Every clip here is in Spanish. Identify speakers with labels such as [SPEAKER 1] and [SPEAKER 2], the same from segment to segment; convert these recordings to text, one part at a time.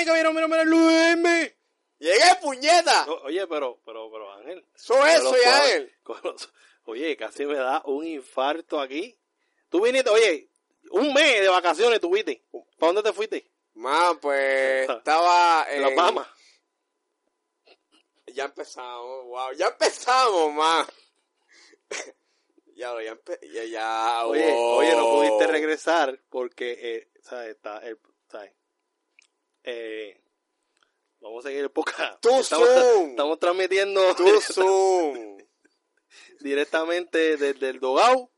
[SPEAKER 1] y caballeros, mira, mira, el UM.
[SPEAKER 2] Llegué, puñeta.
[SPEAKER 3] No, oye, pero, pero, pero, Ángel.
[SPEAKER 2] Eso
[SPEAKER 3] con
[SPEAKER 2] es,
[SPEAKER 3] los
[SPEAKER 2] soy
[SPEAKER 3] cuadros-
[SPEAKER 2] Ángel.
[SPEAKER 3] con los- oye, casi me da un infarto aquí. Tú viniste, oye, un mes de vacaciones tuviste. ¿Para dónde te fuiste?
[SPEAKER 2] Man, pues estaba
[SPEAKER 3] En
[SPEAKER 2] en
[SPEAKER 3] Las Bahamas.
[SPEAKER 2] Ya empezamos, wow, ya empezamos, man. ya lo, ya empe... ya, ya,
[SPEAKER 3] Oye,
[SPEAKER 2] wow.
[SPEAKER 3] oye, no pudiste regresar porque, eh, ¿sabes? Está, el, ¿sabes? Eh, vamos a seguir el podcast.
[SPEAKER 2] Too
[SPEAKER 3] estamos,
[SPEAKER 2] soon.
[SPEAKER 3] estamos transmitiendo
[SPEAKER 2] Tú zoom.
[SPEAKER 3] directamente desde el Dogao.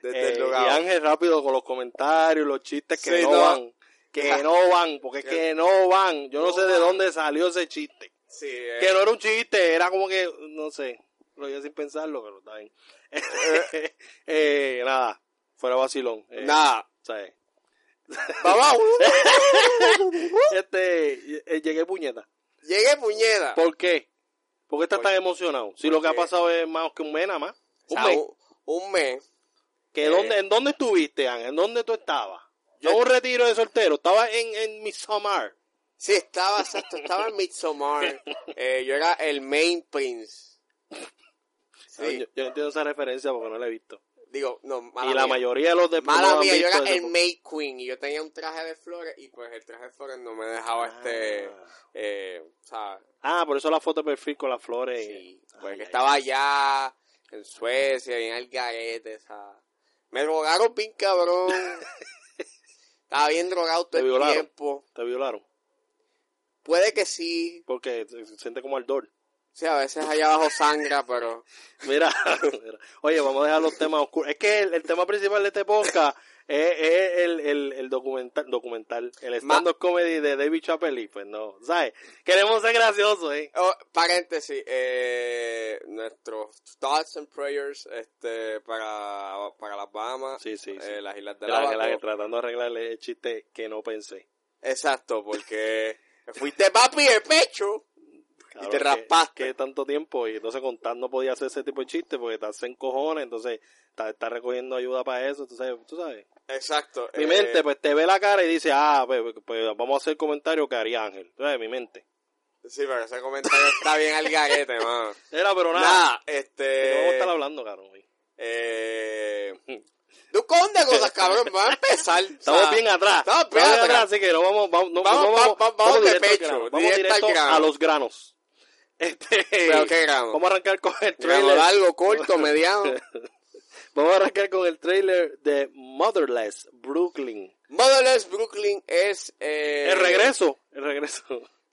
[SPEAKER 2] Desde
[SPEAKER 3] Eh,
[SPEAKER 2] el
[SPEAKER 3] Y
[SPEAKER 2] lugar.
[SPEAKER 3] Ángel rápido con los comentarios, los chistes que
[SPEAKER 2] Sí,
[SPEAKER 3] no,
[SPEAKER 2] no. Ah.
[SPEAKER 3] van. Que no van, porque es que no van. Yo no,
[SPEAKER 2] No
[SPEAKER 3] sé de
[SPEAKER 2] van.
[SPEAKER 3] dónde salió ese chiste.
[SPEAKER 2] Sí, eh,
[SPEAKER 3] Que no era un chiste, era como que, no sé, lo dije sin pensarlo, pero está bien. eh, nada, fuera vacilón. Eh,
[SPEAKER 2] Nada.
[SPEAKER 3] ¿sabes?
[SPEAKER 2] Vamos.
[SPEAKER 3] Este, eh, llegué puñeta.
[SPEAKER 2] Llegué, puñeta.
[SPEAKER 3] ¿Por qué? ¿Por qué estás
[SPEAKER 2] Oye.
[SPEAKER 3] tan emocionado? Si lo que ha
[SPEAKER 2] Porque-
[SPEAKER 3] pasado es más que un mes nada más.
[SPEAKER 2] O
[SPEAKER 3] Un
[SPEAKER 2] sea,
[SPEAKER 3] mes.
[SPEAKER 2] un- un mes.
[SPEAKER 3] ¿Que
[SPEAKER 2] eh.
[SPEAKER 3] dónde, ¿En dónde estuviste, Ángel? ¿En dónde tú estabas?
[SPEAKER 2] Yo-
[SPEAKER 3] Yo en un retiro de soltero. Estaba en, en Midsommar.
[SPEAKER 2] Sí, estaba, exacto, estaba en Midsommar. Eh, yo era el main prince.
[SPEAKER 3] Ay,
[SPEAKER 2] Sí,
[SPEAKER 3] Yo, yo no entiendo esa referencia porque no la he visto.
[SPEAKER 2] digo, no, mala
[SPEAKER 3] y la
[SPEAKER 2] mía.
[SPEAKER 3] mayoría de pues. los de no
[SPEAKER 2] Mala
[SPEAKER 3] han
[SPEAKER 2] mía, yo
[SPEAKER 3] visto
[SPEAKER 2] era
[SPEAKER 3] ese
[SPEAKER 2] el
[SPEAKER 3] po-
[SPEAKER 2] maid queen y yo tenía un traje de flores y pues el traje de flores no me dejaba este, eh, ¿sabes?
[SPEAKER 3] Ah, por eso la foto de perfil con las flores.
[SPEAKER 2] Sí,
[SPEAKER 3] y-
[SPEAKER 2] pues
[SPEAKER 3] Ay,
[SPEAKER 2] que
[SPEAKER 3] ay,
[SPEAKER 2] estaba allá en Suecia, en Algarete, ¿sabes? Me drogaron bien cabrón. Estaba bien drogado
[SPEAKER 3] Te
[SPEAKER 2] todo el
[SPEAKER 3] violaron.
[SPEAKER 2] tiempo.
[SPEAKER 3] Te violaron.
[SPEAKER 2] Puede que sí.
[SPEAKER 3] Porque se, se siente como ardor.
[SPEAKER 2] Sí, a veces allá abajo sangra, pero...
[SPEAKER 3] Mira, mira. oye, vamos a dejar los temas oscuros. Es que el, el tema principal de este podcast es, es el, el, el documental, documental, el stand-up comedy de David Chappelle. y Pues no, ¿sabes? Queremos ser graciosos, ¿eh?
[SPEAKER 2] Oh, paréntesis, eh, nuestros thoughts and prayers este, para, para las Bahamas,
[SPEAKER 3] Sí, sí, sí.
[SPEAKER 2] eh, las Islas de
[SPEAKER 3] La-
[SPEAKER 2] la,
[SPEAKER 3] la- la- tratando de arreglarle el chiste que no pensé.
[SPEAKER 2] Exacto, porque fuiste papi de pecho.
[SPEAKER 3] Claro,
[SPEAKER 2] te
[SPEAKER 3] que-
[SPEAKER 2] raspaste.
[SPEAKER 3] Que tanto tiempo y entonces con Taz no podía hacer ese tipo de chiste porque estás en cojones, entonces está, está recogiendo ayuda para eso, tú sabes. Tú sabes.
[SPEAKER 2] Exacto.
[SPEAKER 3] Mi
[SPEAKER 2] eh,
[SPEAKER 3] mente pues te ve la cara y dice, ah, pues, pues, vamos a hacer el comentario que haría Ángel. Tú sabes, Mi mente. pues.
[SPEAKER 2] Sí, pero ese comentario está bien al garete, mano.
[SPEAKER 3] Era, pero nada.
[SPEAKER 2] Nada,
[SPEAKER 3] Yo no voy a
[SPEAKER 2] este...
[SPEAKER 3] estar hablando, cabrón. güey.
[SPEAKER 2] Eh... Tú con de cosas, cabrón, va a empezar.
[SPEAKER 3] Estamos bien eh, atrás.
[SPEAKER 2] estamos bien atrás.
[SPEAKER 3] así que no vamos, vamos, no,
[SPEAKER 2] Vamos,
[SPEAKER 3] no
[SPEAKER 2] vamos, vamos de
[SPEAKER 3] directo al
[SPEAKER 2] pecho,
[SPEAKER 3] grano. Vamos
[SPEAKER 2] directo al
[SPEAKER 3] directo
[SPEAKER 2] grano.
[SPEAKER 3] a los granos. Este,
[SPEAKER 2] Pero qué grano.
[SPEAKER 3] Vamos a arrancar con el
[SPEAKER 2] Grano
[SPEAKER 3] trailer.
[SPEAKER 2] largo, corto, mediano.
[SPEAKER 3] Vamos a arrancar con el trailer de Motherless Brooklyn.
[SPEAKER 2] Motherless Brooklyn es... Eh,
[SPEAKER 3] El regreso, el regreso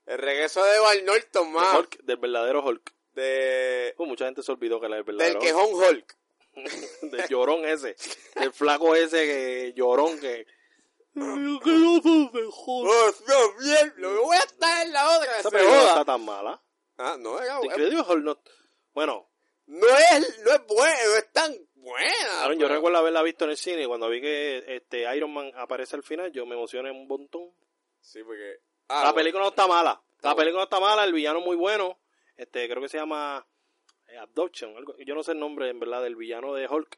[SPEAKER 2] El regreso de Val Norton,
[SPEAKER 3] de
[SPEAKER 2] man.
[SPEAKER 3] Hulk, del verdadero Hulk.
[SPEAKER 2] De,
[SPEAKER 3] Uh, mucha gente se olvidó que era el
[SPEAKER 2] del
[SPEAKER 3] verdadero
[SPEAKER 2] quejón Hulk.
[SPEAKER 3] Hulk, del llorón ese, del flaco ese que llorón que que no se joda.
[SPEAKER 2] ¡Oh, Dios mío! ¡Lo voy a estar en la otra! que se
[SPEAKER 3] Esa película no
[SPEAKER 2] joda.
[SPEAKER 3] está tan mala.
[SPEAKER 2] Ah, no, era,
[SPEAKER 3] The
[SPEAKER 2] buena.
[SPEAKER 3] Incredible Hulk no- Bueno,
[SPEAKER 2] no, es, no es buena, no es tan buena.
[SPEAKER 3] Aaron, yo
[SPEAKER 2] pero-
[SPEAKER 3] recuerdo haberla visto en el cine y cuando vi que este Iron Man aparece al final, yo me emocioné un montón.
[SPEAKER 2] Sí, porque...
[SPEAKER 3] la
[SPEAKER 2] Ah, bueno.
[SPEAKER 3] película no está mala. la
[SPEAKER 2] bueno.
[SPEAKER 3] película no está mala, el villano muy bueno. Este, creo que se llama eh, Abduction. algo- yo no sé el nombre, en verdad, del villano de Hulk.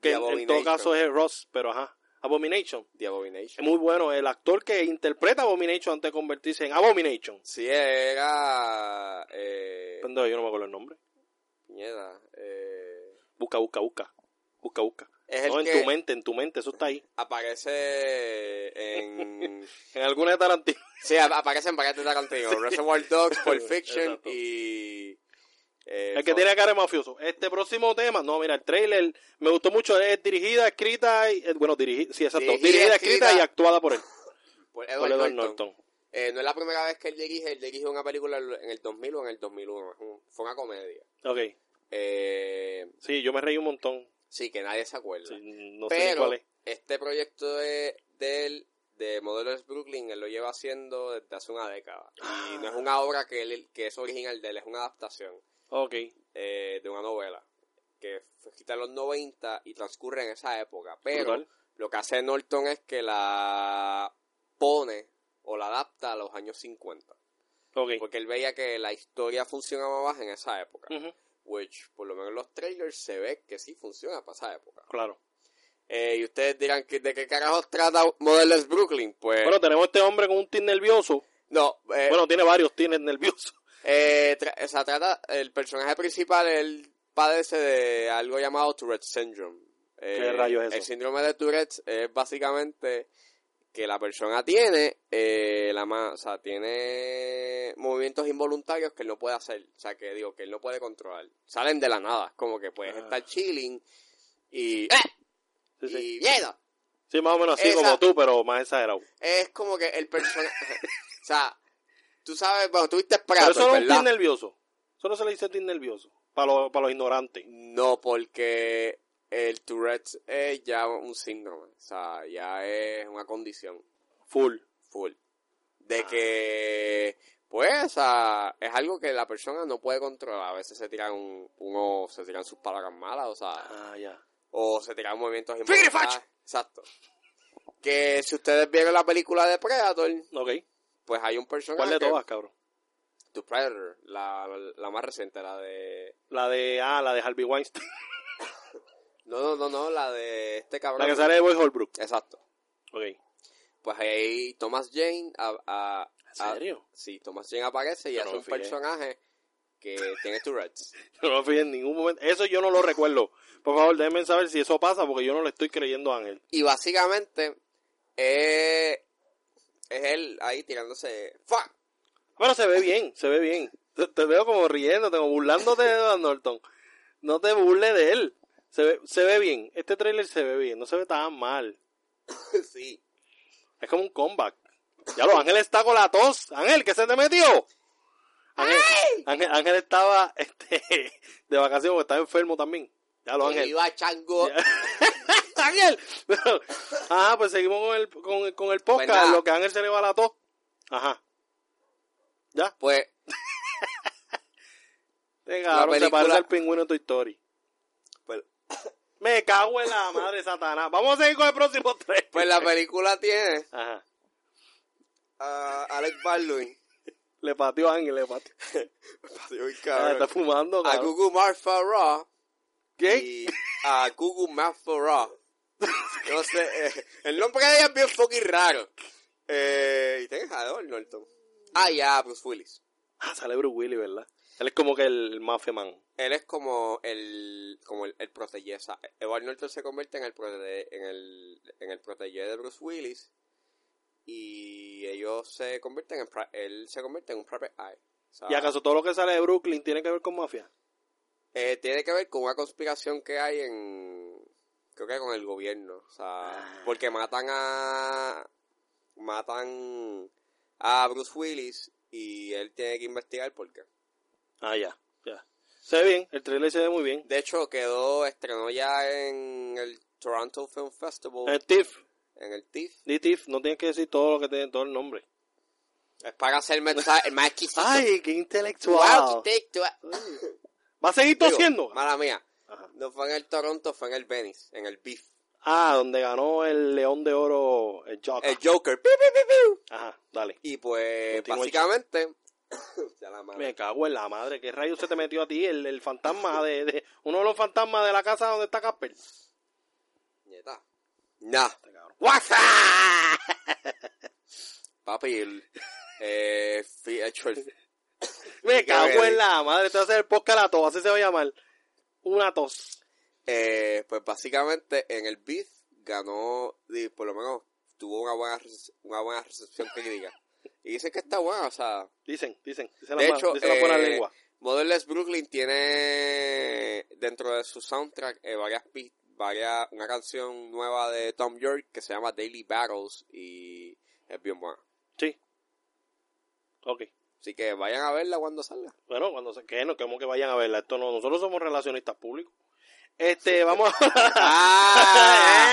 [SPEAKER 3] Que
[SPEAKER 2] The
[SPEAKER 3] en, en todo
[SPEAKER 2] Abomination.
[SPEAKER 3] caso es Ross, pero ajá. Abomination.
[SPEAKER 2] The Abomination.
[SPEAKER 3] Muy bueno. El actor que interpreta Abomination antes de convertirse en Abomination.
[SPEAKER 2] Sí, era... Eh,
[SPEAKER 3] Pendejo, yo no me acuerdo el nombre.
[SPEAKER 2] mierda, eh,
[SPEAKER 3] Busca, busca, busca. Busca, busca.
[SPEAKER 2] es el
[SPEAKER 3] No, en
[SPEAKER 2] que
[SPEAKER 3] tu mente, en tu mente, eso está ahí.
[SPEAKER 2] aparece en...
[SPEAKER 3] En alguna de Tarantino.
[SPEAKER 2] sí, ap- aparece en Paquete de Tarantino. Reservoir Dogs, Pulp Fiction
[SPEAKER 3] Exacto.
[SPEAKER 2] y... eh,
[SPEAKER 3] El que
[SPEAKER 2] Fo-
[SPEAKER 3] tiene cara de mafioso. Este próximo tema, no, mira, el trailer me gustó mucho. Es dirigida, escrita, y, eh, bueno, dirigida, sí, exacto. Dirigida,
[SPEAKER 2] Dirigida,
[SPEAKER 3] escrita,
[SPEAKER 2] escrita
[SPEAKER 3] y actuada por él.
[SPEAKER 2] por
[SPEAKER 3] Por
[SPEAKER 2] pues, Edward
[SPEAKER 3] Edward
[SPEAKER 2] Norton.
[SPEAKER 3] Norton.
[SPEAKER 2] Eh, no es la primera vez que él dirige, él dirige una película en el 2000 o en el 2001. es un- Fue una comedia.
[SPEAKER 3] Ok.
[SPEAKER 2] Eh,
[SPEAKER 3] Sí, yo me reí un montón.
[SPEAKER 2] sí, que nadie se acuerda.
[SPEAKER 3] Sí, no sé ni
[SPEAKER 2] Pero
[SPEAKER 3] cuál es.
[SPEAKER 2] este proyecto de, de él, de Modelos Brooklyn, él lo lleva haciendo desde hace una década.
[SPEAKER 3] Ah.
[SPEAKER 2] Y no es una obra que, él, que es original de él, es una adaptación
[SPEAKER 3] Ok.
[SPEAKER 2] eh, de una novela que fue escrita en los 90 y transcurre en esa época. Pero
[SPEAKER 3] Brutal.
[SPEAKER 2] lo que hace Norton es que la pone o la adapta a los años 50.
[SPEAKER 3] Ok.
[SPEAKER 2] Porque él veía que la historia funcionaba más en esa época.
[SPEAKER 3] Ujú,
[SPEAKER 2] Which, por lo menos en los trailers, se ve que sí funciona para esa época.
[SPEAKER 3] Claro.
[SPEAKER 2] Eh, y ustedes dirán, ¿que- ¿de qué carajos trata Modelos Brooklyn? Pues,
[SPEAKER 3] Bueno, tenemos este hombre con un tic nervioso.
[SPEAKER 2] No, eh,
[SPEAKER 3] Bueno, tiene varios tienes nerviosos.
[SPEAKER 2] eh, tra- o sea, trata, el personaje principal, él padece de algo llamado Tourette Syndrome. Eh,
[SPEAKER 3] ¿Qué rayos es eso?
[SPEAKER 2] El síndrome de Tourette es básicamente que la persona tiene, eh, la ma- o sea, tiene movimientos involuntarios que él no puede hacer, o sea, que digo, que él no puede controlar. Salen de la nada, como que puedes
[SPEAKER 3] Ah.
[SPEAKER 2] estar chilling y... ¡Eh!
[SPEAKER 3] Sí, sí.
[SPEAKER 2] y ¡Mierda!
[SPEAKER 3] Sí, más o menos así
[SPEAKER 2] Esa-
[SPEAKER 3] como tú, pero más exagerado.
[SPEAKER 2] es como que el personaje. o sea, tú sabes, bueno, tuviste
[SPEAKER 3] Pero
[SPEAKER 2] Prato,
[SPEAKER 3] eso no es un
[SPEAKER 2] pues, ¿verdad?
[SPEAKER 3] teen nervioso. Eso no se le dice teen nervioso. Para los, para los ignorantes.
[SPEAKER 2] No, porque el Tourette es ya un síndrome. O sea, ya es una condición
[SPEAKER 3] Full.
[SPEAKER 2] full.
[SPEAKER 3] Ah.
[SPEAKER 2] De que, pues, o sea, es algo que la persona no puede controlar. A veces se tiran un, uno, se tiran sus palabras malas, o sea.
[SPEAKER 3] Ah, ya.
[SPEAKER 2] o se tiran movimientos
[SPEAKER 1] Figure
[SPEAKER 2] involuntarios.
[SPEAKER 1] Fudge.
[SPEAKER 2] Exacto. Que si ustedes vieron la película de Predator,
[SPEAKER 3] Ok.
[SPEAKER 2] pues hay un personaje.
[SPEAKER 3] ¿Cuál de
[SPEAKER 2] que-
[SPEAKER 3] todas, cabrón?
[SPEAKER 2] To Predator, la, la más reciente, la de...
[SPEAKER 3] La de, ah, la de Harvey Weinstein.
[SPEAKER 2] No, no, no, no, la de este cabrón.
[SPEAKER 3] La que sale de Boy Holbrook.
[SPEAKER 2] Exacto.
[SPEAKER 3] Ok.
[SPEAKER 2] Pues ahí Thomas Jane... A, a-
[SPEAKER 3] ¿En
[SPEAKER 2] a-
[SPEAKER 3] serio?
[SPEAKER 2] sí, Thomas Jane aparece y
[SPEAKER 3] Yo no
[SPEAKER 2] hace
[SPEAKER 3] me
[SPEAKER 2] un
[SPEAKER 3] fijé.
[SPEAKER 2] personaje que tiene Tourette's.
[SPEAKER 3] Yo no me fijé en ningún momento. Eso yo no lo recuerdo. Por favor, déjenme saber si eso pasa porque yo no le estoy creyendo a Ángel.
[SPEAKER 2] Y básicamente eh, es él ahí tirándose... ¡Fuck!
[SPEAKER 3] Pero se ve bien, se ve bien. Te, te veo como riendo, como burlándote de Edward Norton. No te burles de él. Se ve, se ve bien. Este trailer se ve bien. No se ve tan mal.
[SPEAKER 2] sí.
[SPEAKER 3] Es como un comeback. Ya lo, Ángel está con la tos. Ángel, ¿qué se te metió? Ángel, Ángel, Ángel estaba este, de vacaciones porque estaba enfermo también. Ya lo,
[SPEAKER 2] Y
[SPEAKER 3] Ángel.
[SPEAKER 2] iba Chango.
[SPEAKER 3] Ángel. Ajá, pues seguimos con el, con, el- con el podcast.
[SPEAKER 2] Pues nada.
[SPEAKER 3] lo que a Ángel se le va la tos. Ajá. Ya.
[SPEAKER 2] Pues
[SPEAKER 3] Venga, ahora se
[SPEAKER 2] película-
[SPEAKER 3] parece al pingüino de Toy Story.
[SPEAKER 2] Pues-
[SPEAKER 3] Me cago en la madre Satanás. Vamos a seguir con el próximo tres.
[SPEAKER 2] pues la película tiene
[SPEAKER 3] Ajá.
[SPEAKER 2] a Alex Baldwin.
[SPEAKER 3] Le pateó a Ángel, le pateó.
[SPEAKER 2] Uy,
[SPEAKER 3] Ah,
[SPEAKER 2] cabrón.
[SPEAKER 3] está fumando,
[SPEAKER 2] a
[SPEAKER 3] cabrón.
[SPEAKER 2] Google Marfa Raw
[SPEAKER 3] ¿Qué?
[SPEAKER 2] y a Google Marfa Raw. No sé, eh, el nombre de ella es bien fucking raro. Eh, y tiene Jador Norton. Ah, ya, Bruce Willis.
[SPEAKER 3] Ah, sale Bruce Willis, ¿verdad? Él es como que el mafia man.
[SPEAKER 2] Él es como el como el, el protege, o sea, Edward Norton se convierte en el protege, en el en el protege de Bruce Willis y ellos se convierten en pri- él se convierte en un private eye. O sea,
[SPEAKER 3] ¿Y acaso todo lo que sale de Brooklyn tiene que ver con mafia?
[SPEAKER 2] eh, tiene que ver con una conspiración que hay en creo que con el gobierno, o sea, porque matan a matan a Bruce Willis y él tiene que investigar por qué.
[SPEAKER 3] Ah, ya, ya. Se ve bien, el trailer se ve muy bien.
[SPEAKER 2] De hecho, quedó estrenó ya en el Toronto Film Festival
[SPEAKER 3] El TIFF,
[SPEAKER 2] en el TIFF.
[SPEAKER 3] Eh, di TIFF, no tienes que decir todo lo que tiene, todo el nombre.
[SPEAKER 2] Es para hacerme tú sabes, el más exquisito.
[SPEAKER 3] qué
[SPEAKER 2] Wow, qué texto.
[SPEAKER 3] ¿Va a seguir
[SPEAKER 2] Digo,
[SPEAKER 3] tosiendo?
[SPEAKER 2] Mala mía.
[SPEAKER 3] Ajá.
[SPEAKER 2] No fue en el Toronto, fue en el Venice, en el Beef.
[SPEAKER 3] Ah, donde ganó el León de Oro, el Joker.
[SPEAKER 2] El Joker. piu, piu, piu, piu.
[SPEAKER 3] Ajá, dale.
[SPEAKER 2] Y pues,
[SPEAKER 3] Continúa,
[SPEAKER 2] básicamente. ya la madre.
[SPEAKER 3] Me cago en la madre, ¿qué rayos se te metió a ti? El, el fantasma de, de- Uno de los fantasmas de la casa donde está Casper.
[SPEAKER 2] Nieta. Nah.
[SPEAKER 3] ¡Guasa!
[SPEAKER 2] Papi, el. Eh, fi- hecho el-
[SPEAKER 3] Me cago
[SPEAKER 2] Cabrón.
[SPEAKER 3] en la madre, te va a hacer el podcast a la tos, así se va a llamar. Una tos.
[SPEAKER 2] eh, pues básicamente en el Beef ganó, y por lo menos tuvo una buena, rece- una buena recepción crítica. Y dicen que está buena, o sea.
[SPEAKER 3] Dicen, dicen, dice la,
[SPEAKER 2] De
[SPEAKER 3] ma-
[SPEAKER 2] hecho,
[SPEAKER 3] dice la buena
[SPEAKER 2] eh,
[SPEAKER 3] lengua.
[SPEAKER 2] Motherless Brooklyn tiene dentro de su soundtrack eh, varias pi- varias una canción nueva de Tom York que se llama Daily Battles y es bien buena.
[SPEAKER 3] Sí. Ok.
[SPEAKER 2] Así que vayan a verla cuando salga.
[SPEAKER 3] Bueno, cuando se queden, no queremos que vayan a verla. Esto no, nosotros somos relacionistas públicos. Este, vamos a... Ah,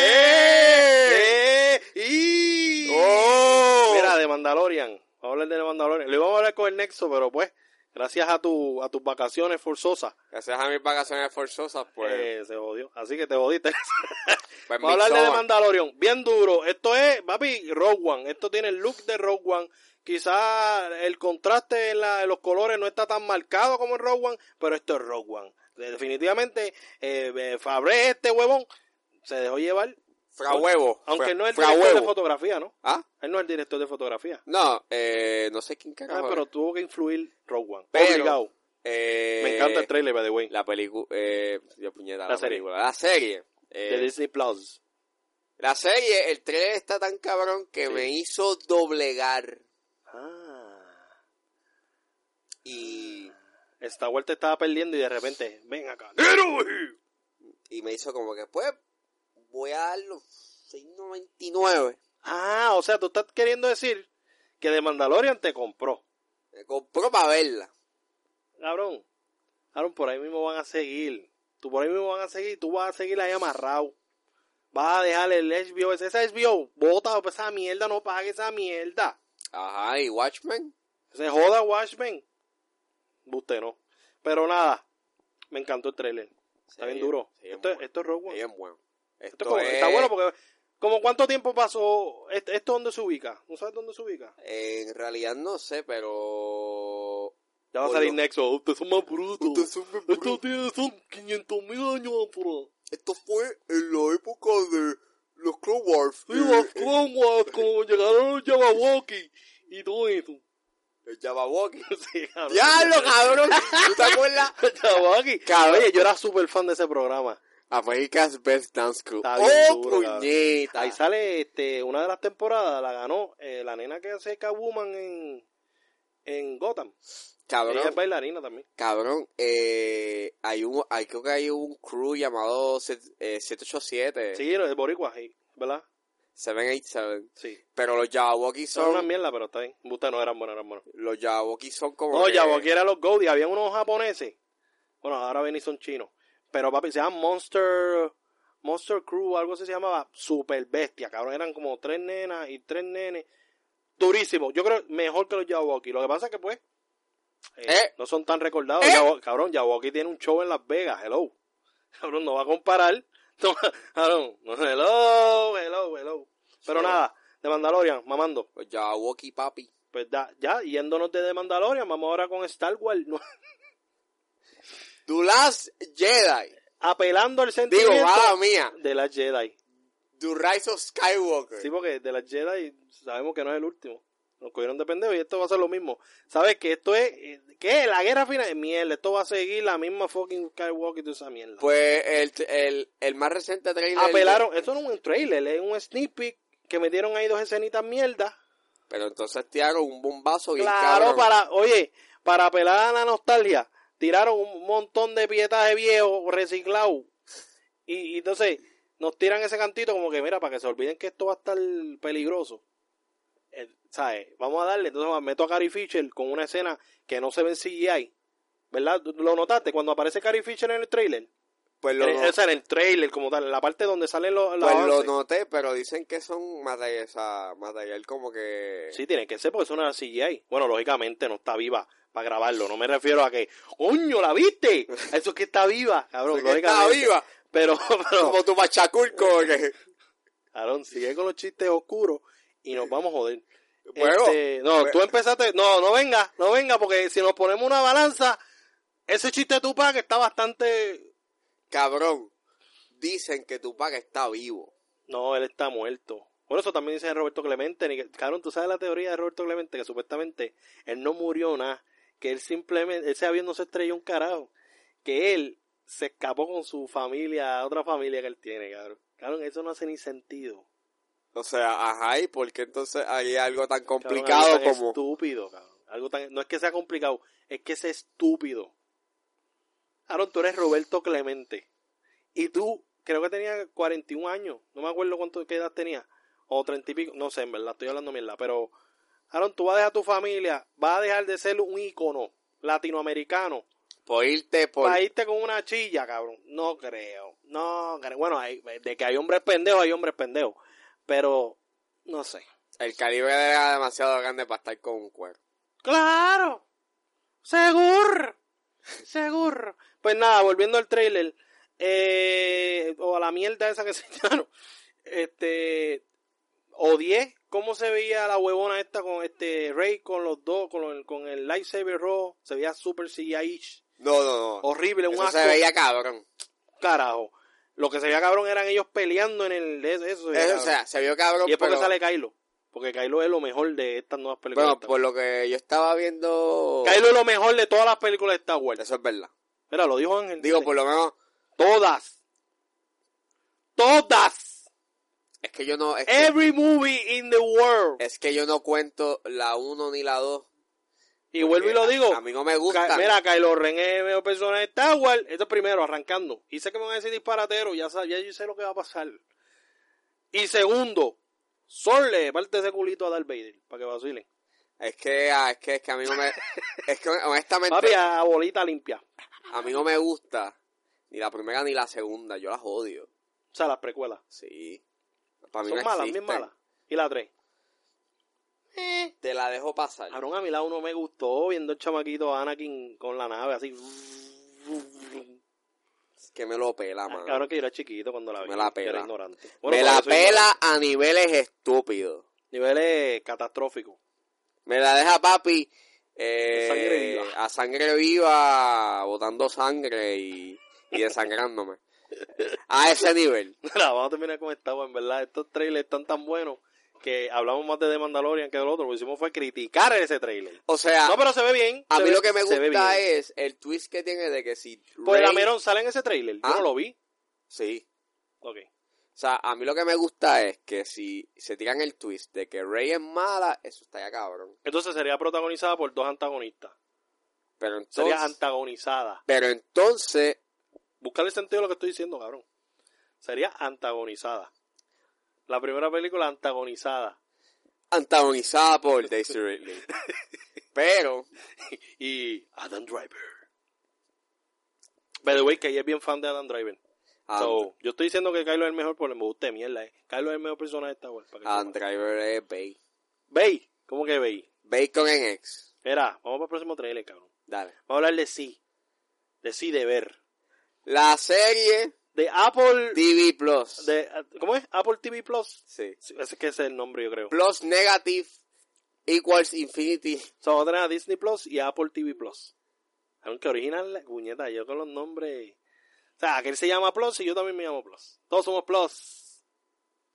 [SPEAKER 2] ¡Eh!
[SPEAKER 3] ¡Y!
[SPEAKER 2] ¡Oh!
[SPEAKER 3] Mira, de Mandalorian. Vamos a hablar de The Mandalorian. Le vamos a hablar con el Nexo, pero pues, gracias a, tu, a tus vacaciones forzosas,
[SPEAKER 2] Gracias a mis vacaciones forzosas, pues,
[SPEAKER 3] eh, se jodió. Así que te jodiste.
[SPEAKER 2] pues
[SPEAKER 3] Vamos a hablar de
[SPEAKER 2] Midsommar.
[SPEAKER 3] The Mandalorian. Bien duro. Esto es, papi, Rogue One. Esto tiene el look de Rogue One. Quizás el contraste en, la- en los colores no está tan marcado como en Rogue One, pero esto es Rogue One. Definitivamente, eh, eh, Fabré, este huevón, se dejó llevar.
[SPEAKER 2] Frahuevo.
[SPEAKER 3] Aunque
[SPEAKER 2] Fra-
[SPEAKER 3] no es el
[SPEAKER 2] Frahuevo.
[SPEAKER 3] director de fotografía, ¿no?
[SPEAKER 2] ¿Ah?
[SPEAKER 3] Él no es el director de fotografía.
[SPEAKER 2] No, eh, no sé quién
[SPEAKER 3] Ah,
[SPEAKER 2] carajo.
[SPEAKER 3] pero tuvo que influir Rogue One.
[SPEAKER 2] Pero-
[SPEAKER 3] Obligado.
[SPEAKER 2] eh,
[SPEAKER 3] Me encanta el trailer, by the way.
[SPEAKER 2] La película. Eh, Dios, puñeta,
[SPEAKER 3] La
[SPEAKER 2] la,
[SPEAKER 3] serie.
[SPEAKER 2] película. La serie. Eh,
[SPEAKER 3] de Disney Plus.
[SPEAKER 2] la serie, el trailer está tan cabrón que
[SPEAKER 3] Sí.
[SPEAKER 2] me hizo doblegar.
[SPEAKER 3] Ah.
[SPEAKER 2] Y,
[SPEAKER 3] Star Wars te estaba perdiendo y de repente, ven acá.
[SPEAKER 2] y me hizo como que, pues, voy a dar los 6.99.
[SPEAKER 3] Ah, o sea, tú estás queriendo decir que de Mandalorian te compró.
[SPEAKER 2] Me compró para verla.
[SPEAKER 3] Cabrón. Cabrón, por ahí mismo van a seguir. Tú por ahí mismo van a seguir. Tú vas a seguir ahí amarrado. Vas a dejar el HBO. Ese ese HBO, bota pues, esa mierda. No pague esa mierda.
[SPEAKER 2] Ajá, y Watchmen.
[SPEAKER 3] Se joda Watchmen. Usted no. Pero nada. Me encantó el trailer. Está
[SPEAKER 2] Sí,
[SPEAKER 3] bien duro.
[SPEAKER 2] sí, es
[SPEAKER 3] Esto,
[SPEAKER 2] bueno.
[SPEAKER 3] esto es Rogue
[SPEAKER 2] Es
[SPEAKER 3] One.
[SPEAKER 2] bien bueno.
[SPEAKER 3] Esto
[SPEAKER 2] Esto
[SPEAKER 3] es como-
[SPEAKER 2] es-
[SPEAKER 3] Está bueno porque... ¿Como cuánto tiempo pasó? ¿Est- ¿Esto dónde se ubica? ¿No sabes dónde se ubica?
[SPEAKER 2] En realidad no sé, pero...
[SPEAKER 3] Ya va a
[SPEAKER 2] Por
[SPEAKER 3] salir
[SPEAKER 2] lo-
[SPEAKER 3] Nexo. Ustedes son más brutos.
[SPEAKER 2] Esto,
[SPEAKER 3] Estos tíos son 500 mil años atrás.
[SPEAKER 2] esto fue en la época de los Clone Wars.
[SPEAKER 3] Sí, las Clone Wars, como llegaron los Yamawaki y todo eso.
[SPEAKER 2] El Jabberwocky.
[SPEAKER 3] Sí, cabrón.
[SPEAKER 2] ¡Diablo, cabrón! ¿Tú te acuerdas?
[SPEAKER 3] Yamawaki.
[SPEAKER 2] Cabrón.
[SPEAKER 3] Oye, yo era súper fan de ese programa.
[SPEAKER 2] America's Best Dance Crew.
[SPEAKER 3] Está bien
[SPEAKER 2] ¡Oh,
[SPEAKER 3] duro, cabrón.
[SPEAKER 2] puñeta!
[SPEAKER 3] Ahí sale este, una de las temporadas, la ganó eh, la nena que hace Catwoman en, en Gotham. Ella es
[SPEAKER 2] Cabrón,
[SPEAKER 3] bailarina también.
[SPEAKER 2] cabrón. Eh, hay un, hay, creo que hay un crew llamado set- eh, 787.
[SPEAKER 3] Sí, es boricua, sí, ¿verdad?
[SPEAKER 2] 787.
[SPEAKER 3] Sí.
[SPEAKER 2] Pero los Jabberwocky
[SPEAKER 3] Son una
[SPEAKER 2] son...
[SPEAKER 3] mierda, pero está bien. Ustedes no eran buenos, eran buenos.
[SPEAKER 2] Los Jabberwocky son como
[SPEAKER 3] No,
[SPEAKER 2] que-
[SPEAKER 3] Yabaki era los Goldie. Había unos japoneses. Bueno, ahora ven y son chinos. Pero papi, se llaman Monster... Monster Crew, algo así se llamaba. Super bestia, cabrón. Eran como tres nenas y tres nenes. Durísimo. Yo creo mejor que los Yawaki. Lo que pasa es que, pues, eh,
[SPEAKER 2] Eh.
[SPEAKER 3] no son tan recordados.
[SPEAKER 2] Eh.
[SPEAKER 3] Yawa- cabrón, Yawaki tiene un show en Las Vegas. Hello. Cabrón, no va a comparar. No va- cabrón, no, hello, hello, hello. Pero
[SPEAKER 2] Sí.
[SPEAKER 3] nada, de Mandalorian, mamando.
[SPEAKER 2] Los Jabberwocky, papi.
[SPEAKER 3] Pues da, ya, yéndonos de The Mandalorian, vamos ahora con Star Wars. No-
[SPEAKER 2] The Last Jedi.
[SPEAKER 3] apelando al
[SPEAKER 2] Digo,
[SPEAKER 3] sentimiento
[SPEAKER 2] mala mía.
[SPEAKER 3] de las Jedi.
[SPEAKER 2] The Rise of Skywalker.
[SPEAKER 3] Sí, porque de las Jedi sabemos que no es el último. Nos cogieron de pendejo y esto va a ser lo mismo. ¿Sabes que Esto es... eh, ¿Qué? La guerra final... Mierda, esto va a seguir la misma fucking Skywalker y toda esa mierda.
[SPEAKER 2] Pues el, el, el más reciente trailer.
[SPEAKER 3] Apelaron... Esto no es un trailer, es un sneak peek que metieron ahí dos escenitas mierda.
[SPEAKER 2] Pero entonces te hago un bombazo bien
[SPEAKER 3] Claro,
[SPEAKER 2] cabrón.
[SPEAKER 3] para... Oye, para apelar a la nostalgia, tiraron un montón de pietaje viejo reciclado. Y, y entonces nos tiran ese cantito como que, mira, para que se olviden que esto va a estar peligroso. Eh, ¿Sabes? Vamos a darle. Entonces meto a Carrie Fisher con una escena que no se ve en CGI. ¿Verdad? ¿Tú- ¿Lo notaste? Cuando aparece Carrie Fisher en el trailer.
[SPEAKER 2] Pues lo,
[SPEAKER 3] En el- o sea, en el trailer como tal, en la parte donde salen los... los
[SPEAKER 2] pues lo
[SPEAKER 3] avances.
[SPEAKER 2] noté, pero dicen que son material, o sea, material como que.
[SPEAKER 3] Sí, tiene que ser porque eso no era CGI. Bueno, lógicamente no está viva para grabarlo. No me refiero a que, ¡coño, la viste! Eso es que está viva, cabrón.
[SPEAKER 2] Porque está
[SPEAKER 3] lógicamente.
[SPEAKER 2] viva.
[SPEAKER 3] Pero, pero,
[SPEAKER 2] Como tu machaculco. que-
[SPEAKER 3] cabrón, sigue con los chistes oscuros y nos vamos a joder.
[SPEAKER 2] Bueno, pues,
[SPEAKER 3] Este, no,
[SPEAKER 2] bueno.
[SPEAKER 3] tú empezaste. No, no venga, no venga, porque si nos ponemos una balanza, ese chiste de Tupac está bastante.
[SPEAKER 2] Cabrón. Dicen que Tupac está vivo.
[SPEAKER 3] No, él está muerto. Bueno, eso también dice Roberto Clemente. ni que- Cabrón, tú sabes la teoría de Roberto Clemente que supuestamente él no murió nada, que él simplemente, ese avión no se estrelló un carajo, que él se escapó con su familia, a otra familia que él tiene, cabrón. Cabrón, eso no hace ni sentido.
[SPEAKER 2] O sea, ajá, ¿y por qué entonces hay algo tan
[SPEAKER 3] Cabrón,
[SPEAKER 2] complicado
[SPEAKER 3] algo tan
[SPEAKER 2] como.
[SPEAKER 3] Estúpido, cabrón. Algo tan, no es que sea complicado, es que es estúpido. Aaron, tú eres Roberto Clemente. Y tú, creo que tenía 41 años. No me acuerdo cuánto, qué edad tenía. O 30 y pico. No sé, en verdad, estoy hablando mierda. Pero, Aaron, tú vas a dejar a tu familia. Vas a dejar de ser un ícono latinoamericano.
[SPEAKER 2] Por irte por.
[SPEAKER 3] Para irte con una chilla, cabrón. No creo. No creo. Bueno, hay- de que hay hombres pendejos, hay hombres pendejos. Pero, no sé.
[SPEAKER 2] El calibre era demasiado grande para estar con un cuero.
[SPEAKER 3] Claro. Seguro. Seguro. Pues nada, volviendo al trailer. eh, o a la mierda esa que enseñaron. Este. Odié cómo se veía la huevona esta con este Rey con los dos, con el, con el lightsaber rojo. Se veía super CGI. -ish.
[SPEAKER 2] No, no, no.
[SPEAKER 3] Horrible, un
[SPEAKER 2] Eso
[SPEAKER 3] asco.
[SPEAKER 2] se veía cabrón.
[SPEAKER 3] Carajo. Lo que se veía cabrón eran ellos peleando en el. Eso, eso se veía
[SPEAKER 2] Eso, o
[SPEAKER 3] cabrón.
[SPEAKER 2] sea, se vio cabrón,
[SPEAKER 3] y es porque
[SPEAKER 2] pero-
[SPEAKER 3] sale Kylo. Porque Kylo es lo mejor de estas nuevas películas.
[SPEAKER 2] Bueno,
[SPEAKER 3] de Star
[SPEAKER 2] por lo que yo estaba viendo...
[SPEAKER 3] Wars. Kylo es lo mejor de todas las películas de Star Wars.
[SPEAKER 2] Eso es verdad.
[SPEAKER 3] Mira, lo dijo Ángel.
[SPEAKER 2] Digo,
[SPEAKER 3] Sí.
[SPEAKER 2] por lo menos...
[SPEAKER 3] Todas. Todas.
[SPEAKER 2] Es que yo no... Es que,
[SPEAKER 3] Every movie in the world.
[SPEAKER 2] es que yo no cuento la 1 ni la 2.
[SPEAKER 3] y vuelvo y lo digo.
[SPEAKER 2] A mí no me
[SPEAKER 3] Ka-
[SPEAKER 2] gusta.
[SPEAKER 3] Mira, Kylo Ren es el mejor personaje de Star Wars. Esto es primero, arrancando. Y sé que me van a decir disparatero. Ya, sab- ya yo sé lo que va a pasar. Y segundo, Sol le parte ese culito a Darth Vader. Para que vacilen.
[SPEAKER 2] Es que, ah, es que, es que a mí no me... es que honestamente,
[SPEAKER 3] Papi, ah. a bolita limpia. O
[SPEAKER 2] a mí no me gusta ni la primera ni la segunda. Yo las odio.
[SPEAKER 3] sea, las precuelas.
[SPEAKER 2] Sí. Para mí
[SPEAKER 3] Son
[SPEAKER 2] no
[SPEAKER 3] malas, bien
[SPEAKER 2] existen. Eh,
[SPEAKER 3] malas. Y la tres.
[SPEAKER 2] Te la dejo pasar.
[SPEAKER 3] Cabrón, a mi lado Ah, no me gustó viendo el chamaquito Anakin con la nave así.
[SPEAKER 2] Es que me lo pela, mano.
[SPEAKER 3] Ah, Cabrón, que yo era chiquito cuando la vi.
[SPEAKER 2] Me la
[SPEAKER 3] que era
[SPEAKER 2] pela.
[SPEAKER 3] ignorante.
[SPEAKER 2] me
[SPEAKER 3] por
[SPEAKER 2] la
[SPEAKER 3] eso soy ignorante.
[SPEAKER 2] pela a niveles estúpidos.
[SPEAKER 3] Niveles catastróficos.
[SPEAKER 2] Me la deja papi eh,
[SPEAKER 3] Sangre viva.
[SPEAKER 2] a sangre viva, botando sangre y, y desangrándome. a ese nivel.
[SPEAKER 3] Mira, vamos a terminar con esta, pues, en verdad. Estos trailers están tan buenos que hablamos más de The Mandalorian que del otro. Lo que hicimos fue criticar ese trailer.
[SPEAKER 2] O sea,
[SPEAKER 3] no, pero se ve bien.
[SPEAKER 2] Ah, a
[SPEAKER 3] se
[SPEAKER 2] mí
[SPEAKER 3] ve-
[SPEAKER 2] lo que me
[SPEAKER 3] se ve
[SPEAKER 2] gusta
[SPEAKER 3] bien.
[SPEAKER 2] es el twist que tiene de que si...
[SPEAKER 3] Pues
[SPEAKER 2] Rey-
[SPEAKER 3] la Meron sale en ese trailer. Yo
[SPEAKER 2] Ah.
[SPEAKER 3] no lo vi.
[SPEAKER 2] Sí.
[SPEAKER 3] Ok.
[SPEAKER 2] O sea, a mí lo que me gusta es que si se tiran el twist de que Rey es mala, eso está ya cabrón.
[SPEAKER 3] Entonces sería protagonizada por dos antagonistas.
[SPEAKER 2] Pero entonces,
[SPEAKER 3] Sería antagonizada.
[SPEAKER 2] pero entonces,
[SPEAKER 3] Buscarle sentido a lo que estoy diciendo, cabrón. Sería antagonizada. La primera película antagonizada.
[SPEAKER 2] antagonizada por Daisy Ridley. pero,
[SPEAKER 3] Y Adam Driver. By the way, que ella es bien fan de Adam Driver.
[SPEAKER 2] And-
[SPEAKER 3] So, yo estoy diciendo que Kylo es el mejor por el me gusta de mierda, eh. Kylo es el mejor personaje de esta web.
[SPEAKER 2] And Driver es Bay.
[SPEAKER 3] Bey, ¿cómo que Bey?
[SPEAKER 2] Bacon en X.
[SPEAKER 3] Era, vamos para el próximo trailer, cabrón.
[SPEAKER 2] Dale.
[SPEAKER 3] Vamos a hablar de sí. De sí de ver.
[SPEAKER 2] La serie
[SPEAKER 3] De Apple.
[SPEAKER 2] TV Plus.
[SPEAKER 3] De, ¿Cómo es? Apple TV Plus.
[SPEAKER 2] Sí.
[SPEAKER 3] Sí, Ese que ese es el nombre, yo creo.
[SPEAKER 2] Plus Negative equals Infinity.
[SPEAKER 3] So, vamos a tener a Disney Plus y a Apple TV Plus. Aunque original, puñeta, yo con los nombres. O sea, aquel se llama Plus y yo también me llamo Plus. Todos somos Plus.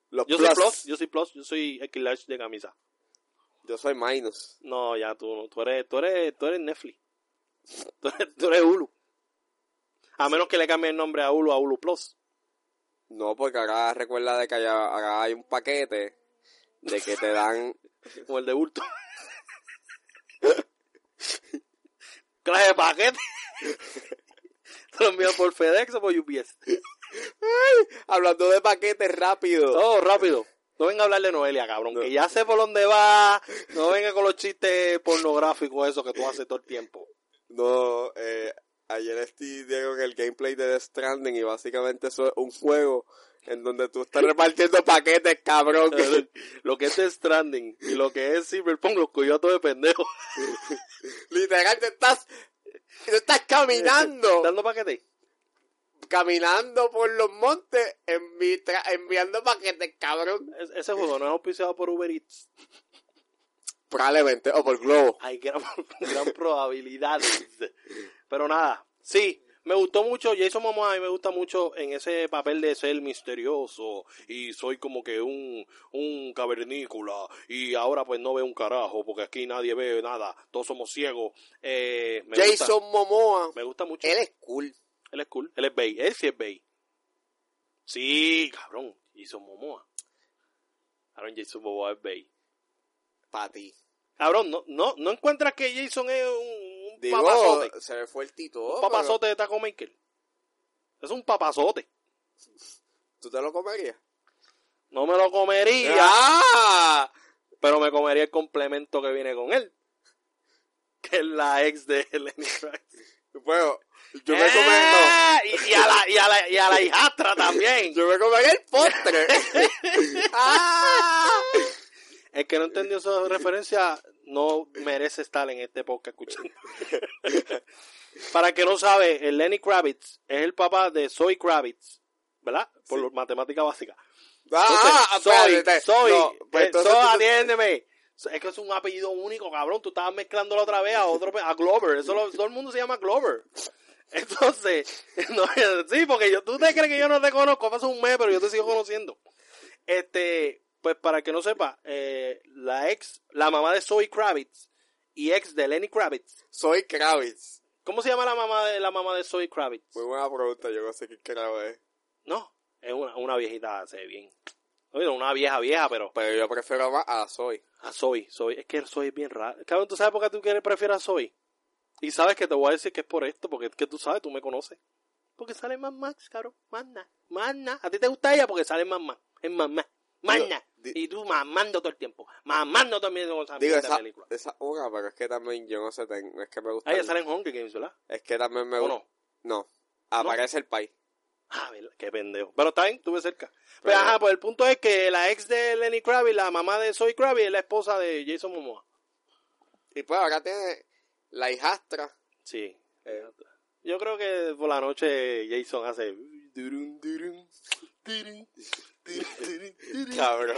[SPEAKER 2] Los
[SPEAKER 3] Yo soy
[SPEAKER 2] plus.
[SPEAKER 3] Plus, yo soy Plus, yo soy Equilash de camisa.
[SPEAKER 2] Yo soy Minus.
[SPEAKER 3] No, ya tú no. Tú eres, tú eres, tú eres Netflix. Tú eres, tú eres Hulu. A menos que le cambie el nombre a Hulu a Hulu Plus.
[SPEAKER 2] No, porque acá recuerda de que allá, acá hay un paquete de que te dan...
[SPEAKER 3] Como el de Bulto. Clase de paquete. Te lo envían por FedEx o por UPS.
[SPEAKER 2] Hablando de paquetes rápido.
[SPEAKER 3] Todo Oh, rápido. No venga a hablar de Noelia, cabrón.
[SPEAKER 2] No.
[SPEAKER 3] Que ya sé por dónde va. No venga con los chistes pornográficos, eso que tú haces todo el tiempo.
[SPEAKER 2] No, eh, ayer estoy dieron el gameplay de Death Stranding y básicamente eso es un juego en donde tú estás repartiendo paquetes, cabrón.
[SPEAKER 3] Lo que es Death Stranding y lo que es Cyberpunk, los cogió a todo de pendejo.
[SPEAKER 2] Literal, te estás, te estás caminando,
[SPEAKER 3] Dando paquete.
[SPEAKER 2] caminando por los montes, envi- tra- enviando paquetes, cabrón.
[SPEAKER 3] Es- ese juego no es auspiciado por Uber Eats.
[SPEAKER 2] Probablemente, o por globo.
[SPEAKER 3] Hay gran, gran probabilidad. Pero nada, sí, me gustó mucho. Jason Momoa a mí me gusta mucho en ese papel de ser misterioso. Y soy como que un, un cavernícola. Y ahora pues no veo un carajo porque aquí nadie ve nada. Todos somos ciegos. Eh, me
[SPEAKER 2] Jason
[SPEAKER 3] Gusta,
[SPEAKER 2] Momoa,
[SPEAKER 3] me gusta mucho.
[SPEAKER 2] él es cool.
[SPEAKER 3] Él es cool. Él es Bay. Él sí es Bay. Sí, cabrón. Jason Momoa. Cabrón, Jason Momoa es Bay.
[SPEAKER 2] Para ti.
[SPEAKER 3] Cabrón, no, no, no encuentras que Jason es un, un
[SPEAKER 2] Digo,
[SPEAKER 3] papazote.
[SPEAKER 2] se me fue el tito.
[SPEAKER 3] Un
[SPEAKER 2] pero
[SPEAKER 3] papazote de Taco Maker. Es un papazote.
[SPEAKER 2] ¿Tú te lo comerías?
[SPEAKER 3] No me lo comería,
[SPEAKER 2] ¡Ah!
[SPEAKER 3] pero me comería el complemento que viene con él. Que es la ex de Lenny Kravitz.
[SPEAKER 2] Bueno, yo me comería...
[SPEAKER 3] ¡Ah! Y, y a la, y, a la, y a la hijastra también.
[SPEAKER 2] Yo me comería el postre. ¡Ah!
[SPEAKER 3] El que no entendió esa referencia no merece estar en este podcast escuchando. Para el que no sabe, el Lenny Kravitz es el papá de Zoe Kravitz, ¿verdad? Por lo- matemática básica.
[SPEAKER 2] ¡Ah!
[SPEAKER 3] Entonces,
[SPEAKER 2] espérate.
[SPEAKER 3] Zoe, Zoe,
[SPEAKER 2] No, pues
[SPEAKER 3] eh,
[SPEAKER 2] entonces
[SPEAKER 3] Zoe,
[SPEAKER 2] tú-
[SPEAKER 3] atiéndeme. Es que es un apellido único, cabrón. Tú estabas mezclándolo otra vez a otro, pe- a Glover. Eso lo- todo el mundo se llama Glover. Entonces, no, sí, porque yo, tú te crees que yo no te conozco, pasó un mes, pero yo te sigo conociendo. Este, pues para el que no sepa, eh, la ex, la mamá de Zoe Kravitz y ex de Lenny Kravitz.
[SPEAKER 2] Soy Kravitz.
[SPEAKER 3] ¿Cómo se llama la mamá de la mamá de Zoe Kravitz?
[SPEAKER 2] Muy buena pregunta, yo no sé qué Kravitz es.
[SPEAKER 3] No, es una, una viejita, se ve bien. Oye, una vieja vieja, pero
[SPEAKER 2] Pero yo prefiero más a Soy.
[SPEAKER 3] a Zoe, Zoe, es que Zoe es bien raro. Cabrón, ¿tú sabes por qué tú quieres prefieres a Zoe? Y sabes que te voy a decir que es por esto, porque es que tú sabes, tú me conoces. Porque sale más Max, cabrón, más nada, más nada. A ti te gusta ella porque sale más más, es más más, más
[SPEAKER 2] Digo,
[SPEAKER 3] nada.
[SPEAKER 2] di-
[SPEAKER 3] Y tú mamando todo el tiempo, mamando también con esa
[SPEAKER 2] Digo,
[SPEAKER 3] mierda de
[SPEAKER 2] esa,
[SPEAKER 3] película.
[SPEAKER 2] esa una, pero es que también yo no sé, ten- no es que me gusta.
[SPEAKER 3] Ah, ella
[SPEAKER 2] el-
[SPEAKER 3] sale en Hunger Games, ¿verdad?
[SPEAKER 2] Es que también me
[SPEAKER 3] ¿O
[SPEAKER 2] gusta.
[SPEAKER 3] no?
[SPEAKER 2] No, aparece el país.
[SPEAKER 3] Ah, ¿verdad? Qué pendejo. Pero está bien, estuve cerca. Pero,
[SPEAKER 2] Pero-
[SPEAKER 3] ajá, pues el punto es que la ex de Lenny Kravitz, la mamá de Zoe Kravitz, es la esposa de Jason Momoa.
[SPEAKER 2] Y pues acá tiene la hijastra.
[SPEAKER 3] Sí.
[SPEAKER 2] Eh.
[SPEAKER 3] Yo creo que por la noche Jason hace... "Eh, durun, durun, durun, durun, durun, durun.
[SPEAKER 2] Cabrón.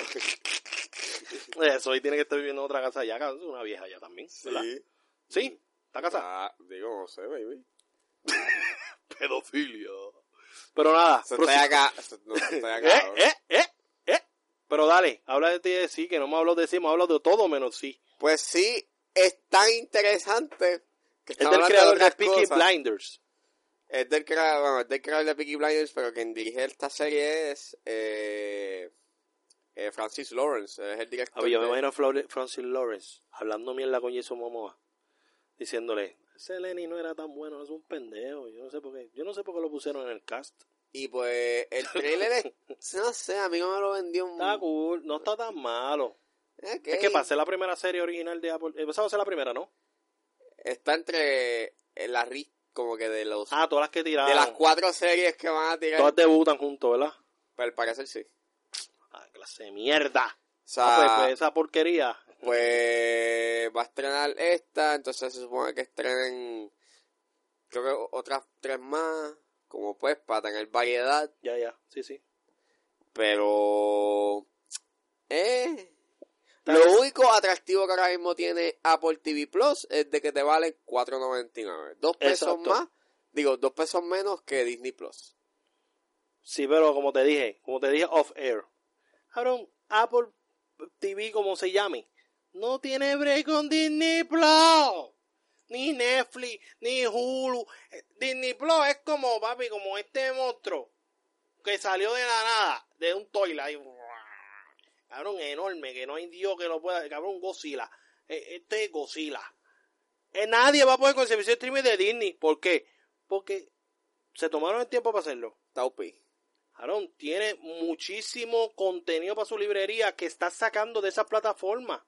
[SPEAKER 3] Eh, Zoe tiene que estar viviendo en otra casa ya, cabrón, es una vieja ya también. ¿verdad?
[SPEAKER 2] Sí.
[SPEAKER 3] Sí, está casada.
[SPEAKER 2] Ah, digo, no sé, baby.
[SPEAKER 3] Pedofilia. Pero nada.
[SPEAKER 2] Se
[SPEAKER 3] prosigu-
[SPEAKER 2] está acá. Se, no, se está acá.
[SPEAKER 3] Eh,
[SPEAKER 2] cabrón.
[SPEAKER 3] eh, eh, eh. Pero dale, habla de ti de sí, que no me hablo de sí, me hablo de todo menos sí.
[SPEAKER 2] Pues sí, es tan interesante. Que
[SPEAKER 3] Es
[SPEAKER 2] estamos
[SPEAKER 3] del
[SPEAKER 2] hablando
[SPEAKER 3] creador de
[SPEAKER 2] otras
[SPEAKER 3] Peaky
[SPEAKER 2] cosas.
[SPEAKER 3] Blinders.
[SPEAKER 2] Es del creador, bueno, es del creador de Peaky Blinders, pero quien dirige esta serie es eh, eh, Francis Lawrence, es el director.
[SPEAKER 3] A ver, Ah, pues yo me
[SPEAKER 2] de-
[SPEAKER 3] imagino a Flore- Francis Lawrence hablando mierda con Jason Momoa, diciéndole, ese Lenny no era tan bueno, es un pendejo, yo no sé por qué, yo no sé por qué lo pusieron en el cast.
[SPEAKER 2] Y pues el trailer es, no sé, a mí no me lo vendió un...
[SPEAKER 3] Está cool, no está tan malo.
[SPEAKER 2] Ok.
[SPEAKER 3] Es que para ser la primera serie original de Apple, eh, esa va a ser la primera, ¿no?
[SPEAKER 2] Está entre la RIS como que de los...
[SPEAKER 3] Ah, todas las que tiraron,
[SPEAKER 2] de las cuatro series que van a tirar,
[SPEAKER 3] todas debutan juntos, ¿verdad?
[SPEAKER 2] pero al parecer sí. O
[SPEAKER 3] Ah, clase de mierda.
[SPEAKER 2] sea,
[SPEAKER 3] Ah, pues, pues
[SPEAKER 2] pues,
[SPEAKER 3] esa porquería.
[SPEAKER 2] va a estrenar esta, entonces se supone que estrenen, creo que otras tres más, como pues, para tener variedad.
[SPEAKER 3] Ya, ya, sí, sí.
[SPEAKER 2] Pero. Eh.
[SPEAKER 3] Tal vez-
[SPEAKER 2] Lo único atractivo que ahora mismo tiene Apple TV Plus es de que te valen 4.99. Dos pesos
[SPEAKER 3] Exacto.
[SPEAKER 2] más. Digo, dos pesos menos que Disney Plus.
[SPEAKER 3] Sí, pero como te dije, como te dije off air. Cabrón, Apple TV, como se llame, no tiene break con Disney Plus. Ni Netflix, ni Hulu. Eh, Disney Plus es como, papi, como este monstruo que salió de la nada, de un toilet. ahí. Cabrón, enorme, que no hay Dios que lo pueda. Cabrón, Godzilla. Eh, Este es Godzilla. Eh, Nadie va a poder con el servicio de streaming de Disney. ¿Por qué? Porque se tomaron el tiempo para hacerlo.
[SPEAKER 2] Taupi.
[SPEAKER 3] Aaron, tiene muchísimo contenido para su librería que está sacando de esa plataforma.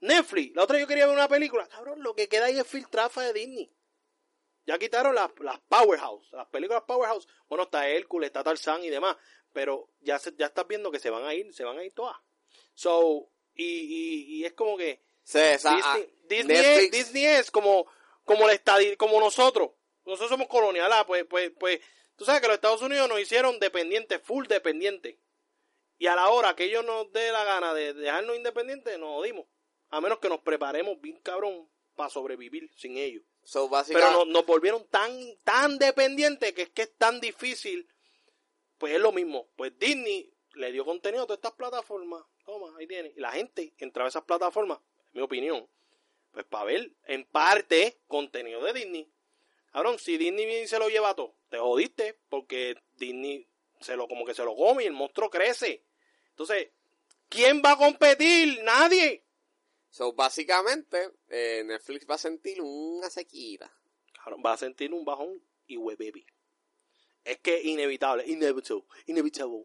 [SPEAKER 3] Netflix, la otra yo quería ver una película. Cabrón, lo que queda ahí es filtrafa de Disney. Ya quitaron las, las Powerhouse, las películas Powerhouse. Bueno, está Hércules, está Tarzán y demás. Pero ya, se- ya estás viendo que se van a ir, se van a ir todas. So, y, y- y es como que
[SPEAKER 2] Sí, esa-
[SPEAKER 3] Disney,
[SPEAKER 2] ah,
[SPEAKER 3] Disney es,
[SPEAKER 2] Netflix-
[SPEAKER 3] Disney es como, como, la estadi- como nosotros. Nosotros somos colonial, ah, pues, pues, pues, tú sabes que los Estados Unidos nos hicieron dependientes, full dependientes. Y a la hora que ellos nos dé la gana de dejarnos independientes, nos dimos. A menos que nos preparemos bien cabrón para sobrevivir sin ellos.
[SPEAKER 2] ah, so, básica-
[SPEAKER 3] Pero nos, nos volvieron tan, tan dependientes que es que es tan difícil. Pues es lo mismo. Pues Disney le dio contenido a todas estas plataformas. Toma, ahí tiene. Y la gente entraba a esas plataformas, en mi opinión, pues para ver en parte contenido de Disney. Cabrón, si Disney viene y se lo lleva a todo, te jodiste porque Disney se lo como que se lo come y el monstruo crece. Entonces, ¿quién va a competir? Nadie.
[SPEAKER 2] so, básicamente, eh, Netflix va a sentir una sequía.
[SPEAKER 3] Cabrón, va a sentir un bajón y huevebi. Es que inevitable, inevitable, inevitable.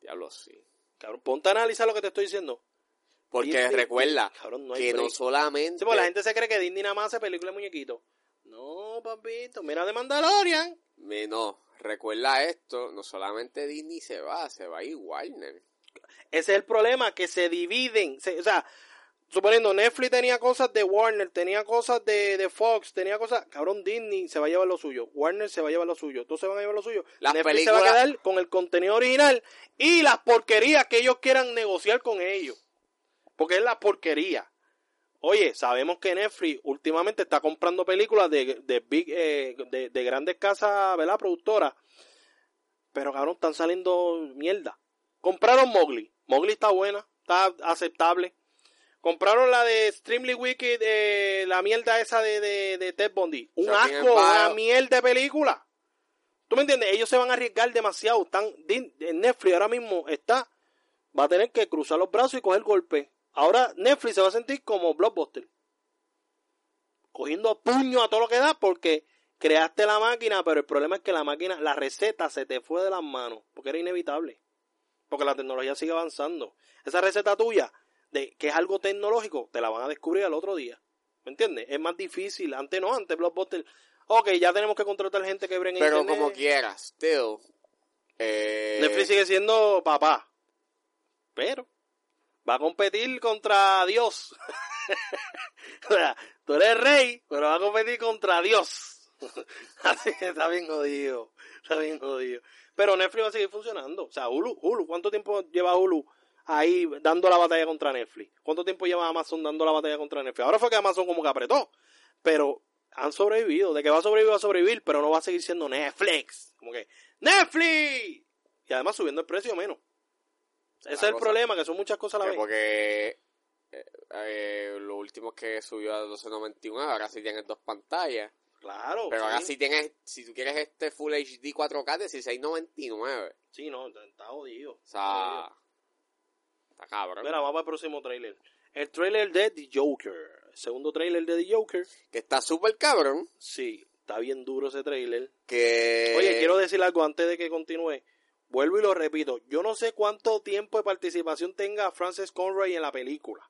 [SPEAKER 2] Diablo, sí.
[SPEAKER 3] Cabrón, ponte a analizar lo que te estoy diciendo.
[SPEAKER 2] Porque
[SPEAKER 3] Disney-
[SPEAKER 2] recuerda
[SPEAKER 3] Cabrón, no hay
[SPEAKER 2] que no
[SPEAKER 3] break.
[SPEAKER 2] solamente.
[SPEAKER 3] Sí, porque la gente se cree que Disney nada más hace películas de muñequitos. No, papito, mira de Mandalorian.
[SPEAKER 2] Me- no, recuerda esto, no solamente Disney se va, se va a ir Warner.
[SPEAKER 3] Ese es el problema, que se dividen. Se- o sea, suponiendo Netflix tenía cosas de Warner, tenía cosas de, de Fox, tenía cosas... Cabrón, Disney se va a llevar lo suyo, Warner se va a llevar lo suyo, todos se van a llevar lo suyo.
[SPEAKER 2] Las
[SPEAKER 3] Netflix se va a
[SPEAKER 2] películas-
[SPEAKER 3] quedar con el contenido original y las porquerías que ellos quieran negociar con ellos. Porque es la porquería. Oye, sabemos que Netflix últimamente está comprando películas de, de, big, eh, de, de grandes casas, ¿verdad? Productoras. Pero cabrón, están saliendo mierda. Compraron Mowgli. Mowgli está buena, está aceptable. Compraron la de Extremely Wicked, eh, la mierda esa de, de, de Ted Bundy. Un
[SPEAKER 2] Shopping
[SPEAKER 3] asco,
[SPEAKER 2] Empire.
[SPEAKER 3] una mierda de película. ¿Tú me entiendes? Ellos se van a arriesgar demasiado. Están, Din- Netflix ahora mismo está, va a tener que cruzar los brazos y coger golpe. Ahora Netflix se va a sentir como Blockbuster. Cogiendo a puño a todo lo que da porque creaste la máquina, pero el problema es que la máquina, la receta se te fue de las manos porque era inevitable. Porque la tecnología sigue avanzando. Esa receta tuya, de que es algo tecnológico, te la van a descubrir al otro día. ¿Me entiendes? Es más difícil. Antes no, antes Blockbuster. Ok, ya tenemos que contratar gente que brinque
[SPEAKER 2] Pero
[SPEAKER 3] internet.
[SPEAKER 2] como quieras, still. Eh,
[SPEAKER 3] Netflix sigue siendo papá. Pero va a competir contra Dios. o sea, tú eres rey, pero va a competir contra Dios. Así que está bien jodido. Está bien jodido. Pero Netflix va a seguir funcionando. O sea, Hulu, Hulu, ¿cuánto tiempo lleva Hulu ahí dando la batalla contra Netflix? ¿Cuánto tiempo lleva Amazon dando la batalla contra Netflix? Ahora fue que Amazon como que apretó. Pero han sobrevivido. De que va a sobrevivir, va a sobrevivir, pero no va a seguir siendo Netflix. Como que, ¡Netflix! Y además subiendo el precio menos. Ese es el
[SPEAKER 2] cosa.
[SPEAKER 3] problema, que son muchas cosas a la
[SPEAKER 2] que
[SPEAKER 3] vez.
[SPEAKER 2] porque eh, eh, lo último que subió a 1291, ahora sí tienes dos pantallas.
[SPEAKER 3] Claro.
[SPEAKER 2] Pero ahora
[SPEAKER 3] sí.
[SPEAKER 2] sí tienes, si tú quieres este Full HD 4K, 1699.
[SPEAKER 3] Sí, no, está- está jodido.
[SPEAKER 2] O sea, está cabrón.
[SPEAKER 3] Mira, vamos para el próximo trailer. El trailer de The Joker. El segundo trailer de The Joker.
[SPEAKER 2] Que está súper cabrón.
[SPEAKER 3] Sí, está bien duro ese trailer.
[SPEAKER 2] Que.
[SPEAKER 3] Oye, quiero decir algo antes de que continúe. Vuelvo y lo repito. Yo no sé cuánto tiempo de participación tenga Frances Conroy en la película.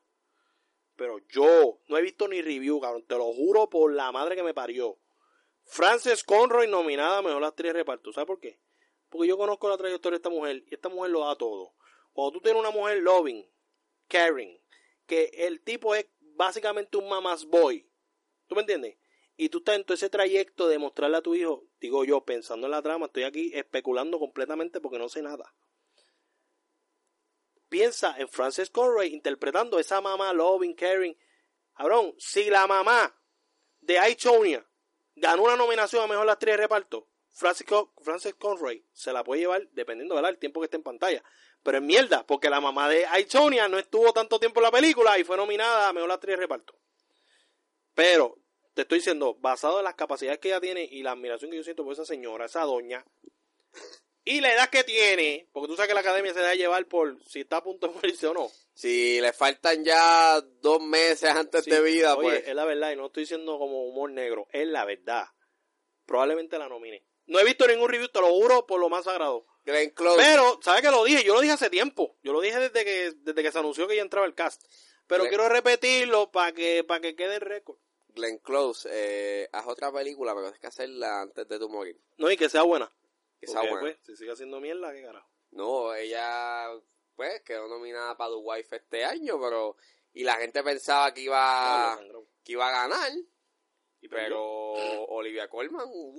[SPEAKER 3] Pero yo no he visto ni review, cabrón. Te lo juro por la madre que me parió. Frances Conroy nominada a Mejor Actriz de Reparto. ¿Sabes por qué? Porque yo conozco la trayectoria de esta mujer y esta mujer lo da todo. Cuando tú tienes una mujer loving, caring, que el tipo es básicamente un mamás boy. ¿Tú me entiendes? Y tú estás en todo ese trayecto de mostrarle a tu hijo, digo yo, pensando en la trama, estoy aquí especulando completamente porque no sé nada. Piensa en Frances Conroy interpretando esa mamá loving, caring. Cabrón, si la mamá de Aichonia ganó una nominación a Mejor Actriz de Reparto, Frances, Con- Frances Conroy se la puede llevar dependiendo del tiempo que esté en pantalla. Pero es mierda, porque la mamá de Aichonia no estuvo tanto tiempo en la película y fue nominada a Mejor Actriz de Reparto. Pero te estoy diciendo, basado en las capacidades que ella tiene y la admiración que yo siento por esa señora, esa doña, y la edad que tiene, porque tú sabes que la academia se deja llevar por si está a punto de morirse o no.
[SPEAKER 2] Si le faltan ya dos meses antes
[SPEAKER 3] Sí,
[SPEAKER 2] de vida,
[SPEAKER 3] oye, eh,
[SPEAKER 2] pues.
[SPEAKER 3] es la verdad, y no estoy diciendo como humor negro, es la verdad. Probablemente la nomine. No he visto ningún review, te lo juro, por lo más sagrado.
[SPEAKER 2] Glenn Close.
[SPEAKER 3] Pero, ¿sabes que lo dije? Yo lo dije hace tiempo. Yo lo dije desde que, desde que se anunció que ya entraba el cast. Pero
[SPEAKER 2] Le-
[SPEAKER 3] quiero repetirlo para que, para que quede el récord.
[SPEAKER 2] Glenn Close, eh, haz otra película, pero tienes que hacerla antes de tu morir.
[SPEAKER 3] No, y que sea buena.
[SPEAKER 2] Que sea
[SPEAKER 3] Porque,
[SPEAKER 2] buena.
[SPEAKER 3] pues, si sigue haciendo mierda, qué carajo.
[SPEAKER 2] No, ella, pues, quedó nominada para The Wife este año, pero. Y la gente pensaba que iba,
[SPEAKER 3] Diablo, sangrón.
[SPEAKER 2] que iba a ganar,
[SPEAKER 3] Y
[SPEAKER 2] pero Olivia Colman, ¡uh!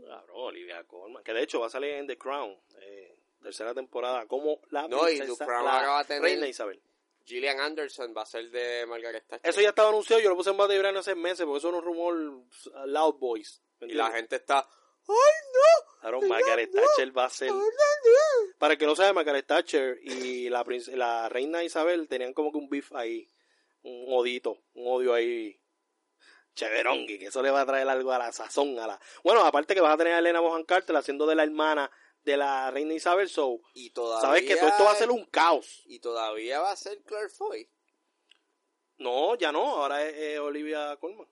[SPEAKER 3] perdió. Cabrón, Olivia Colman. Que de hecho va a salir en The Crown. eh, tercera temporada. Como la
[SPEAKER 2] No, y The
[SPEAKER 3] princesa-
[SPEAKER 2] Crown
[SPEAKER 3] la
[SPEAKER 2] ahora va a tener-
[SPEAKER 3] Reina Isabel.
[SPEAKER 2] Gillian Anderson va a ser de Margaret Thatcher.
[SPEAKER 3] Eso ya estaba anunciado. Yo lo puse en Bate Libre hace meses. Porque eso era un rumor uh, loud voice. ¿me
[SPEAKER 2] Y la
[SPEAKER 3] entiendes?
[SPEAKER 2] gente "Ah, está.
[SPEAKER 3] Claro, Margaret Thatcher va a ser. Para el que no sabe, Margaret Thatcher y la, princ- la reina Isabel tenían como que un beef ahí. Un odito, un odio ahí. Cheverongui, que eso le va a traer algo a la sazón. a la Bueno, aparte que vas a tener a Elena Bohan Carter haciendo de la hermana de la reina Isabel, so.
[SPEAKER 2] Y todavía.
[SPEAKER 3] Sabes que todo esto va a ser un caos.
[SPEAKER 2] Y todavía va a ser Claire Foy.
[SPEAKER 3] No, ya no, ahora es, eh, Olivia Colman.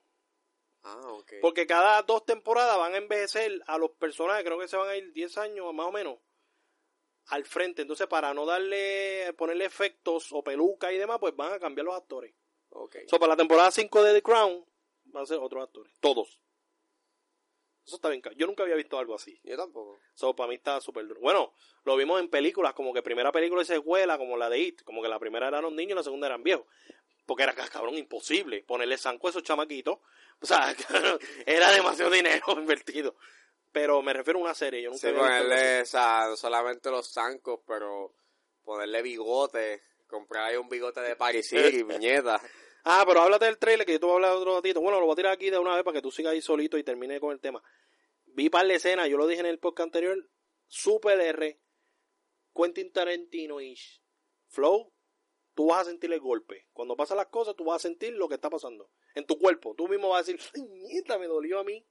[SPEAKER 2] Ah, ok.
[SPEAKER 3] Porque cada dos temporadas van a envejecer a los personajes, creo que se van a ir 10 años más o menos al frente. Entonces, para no darle, ponerle efectos o peluca y demás, pues van a cambiar los actores.
[SPEAKER 2] ok.
[SPEAKER 3] So, para la temporada 5 de The Crown, van a ser otros actores. Todos. Eso está bien. ca- Yo nunca había visto algo así.
[SPEAKER 2] Yo tampoco.
[SPEAKER 3] So, para mí está súper duro. Bueno, lo vimos en películas, como que primera película y secuela, como la de It, como que la primera eran los niños y la segunda eran viejos. Porque era ca- cabrón imposible ponerle zanco a esos chamaquitos. O sea, cabrón, era demasiado dinero invertido. Pero me refiero a una serie, yo nunca
[SPEAKER 2] Sí,
[SPEAKER 3] había visto algo así.
[SPEAKER 2] ponerle, o sea, no solamente los zancos, pero ponerle bigote. Comprar ahí un bigote de Paris City, puñeta.
[SPEAKER 3] Ah, pero háblate del trailer que yo te voy a hablar otro ratito. Bueno, lo voy a tirar aquí de una vez para que tú sigas ahí solito y termine con el tema. Vi par de escenas, yo lo dije en el podcast anterior. Super R, Quentin Tarantino ish. Flow, tú vas a sentir el golpe. Cuando pasan las cosas, tú vas a sentir lo que está pasando. En tu cuerpo. Tú mismo vas a decir, ¡ay, mierda, me dolió a mí!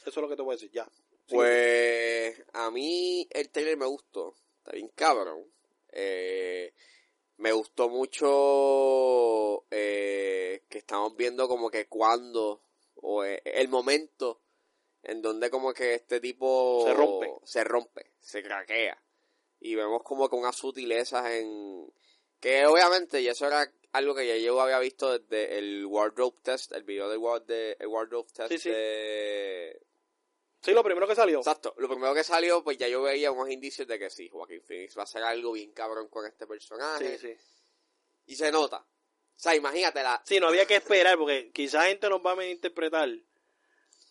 [SPEAKER 3] Eso es lo que te voy a decir, ya. Sigue.
[SPEAKER 2] Pues a mí el trailer me gustó. Está bien cabrón. Eh, me gustó mucho eh, que estamos viendo como que cuando o eh, el momento en donde como que este tipo
[SPEAKER 3] Se rompe.
[SPEAKER 2] se rompe, se craquea. Y vemos como que unas sutilezas en que obviamente y eso era algo que ya yo había visto desde el wardrobe test, el video del wa- de- el wardrobe test
[SPEAKER 3] Sí, sí.
[SPEAKER 2] de
[SPEAKER 3] Sí, lo primero que salió.
[SPEAKER 2] Exacto. Lo primero que salió, pues ya yo veía unos indicios de que sí, Joaquín Phoenix va a hacer algo bien cabrón con este personaje.
[SPEAKER 3] Sí, sí.
[SPEAKER 2] Y se nota. O sea, imagínate la...
[SPEAKER 3] Sí, no había que esperar porque quizás gente nos va a interpretar.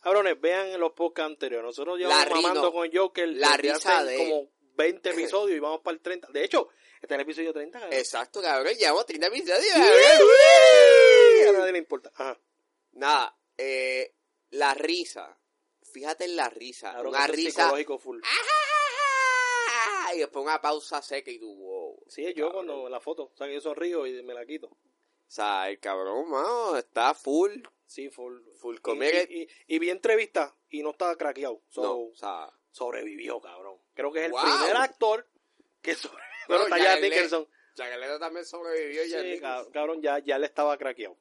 [SPEAKER 3] Cabrones, vean los podcasts anteriores. Nosotros llevamos
[SPEAKER 2] La rino.
[SPEAKER 3] mamando con Joker
[SPEAKER 2] La
[SPEAKER 3] desde
[SPEAKER 2] risa
[SPEAKER 3] hace
[SPEAKER 2] de
[SPEAKER 3] como 20 episodios y vamos para el 30. De hecho, este es el episodio 30. cabrón.
[SPEAKER 2] Exacto, cabrón. Llevamos 30 episodios.
[SPEAKER 3] A
[SPEAKER 2] cabrón.
[SPEAKER 3] nadie le importa. Ajá.
[SPEAKER 2] Nada. Eh, la risa. Fíjate en la risa.
[SPEAKER 3] Cabrón,
[SPEAKER 2] una
[SPEAKER 3] eso es
[SPEAKER 2] risa... ¡Ah!
[SPEAKER 3] psicológico full.
[SPEAKER 2] Y después una pausa seca y tú, wow.
[SPEAKER 3] Sí, yo
[SPEAKER 2] Cabrón.
[SPEAKER 3] cuando la foto, o sea, que yo sonrío y me la quito.
[SPEAKER 2] O sea, el cabrón, mano, está full,
[SPEAKER 3] Sí, full.
[SPEAKER 2] full
[SPEAKER 3] Y,
[SPEAKER 2] comedia.
[SPEAKER 3] y- y- y vi entrevistas y no estaba craqueado. So,
[SPEAKER 2] No, o sea...
[SPEAKER 3] Sobrevivió, cabrón. Creo que es el
[SPEAKER 2] Wow.
[SPEAKER 3] primer actor que sobrevivió.
[SPEAKER 2] No,
[SPEAKER 3] Bueno, está
[SPEAKER 2] ya
[SPEAKER 3] Jack
[SPEAKER 2] le-
[SPEAKER 3] Nicholson.
[SPEAKER 2] Chagalera también sobrevivió.
[SPEAKER 3] Sí,
[SPEAKER 2] ya ni-
[SPEAKER 3] cab- cabrón, ya, ya le estaba craqueado.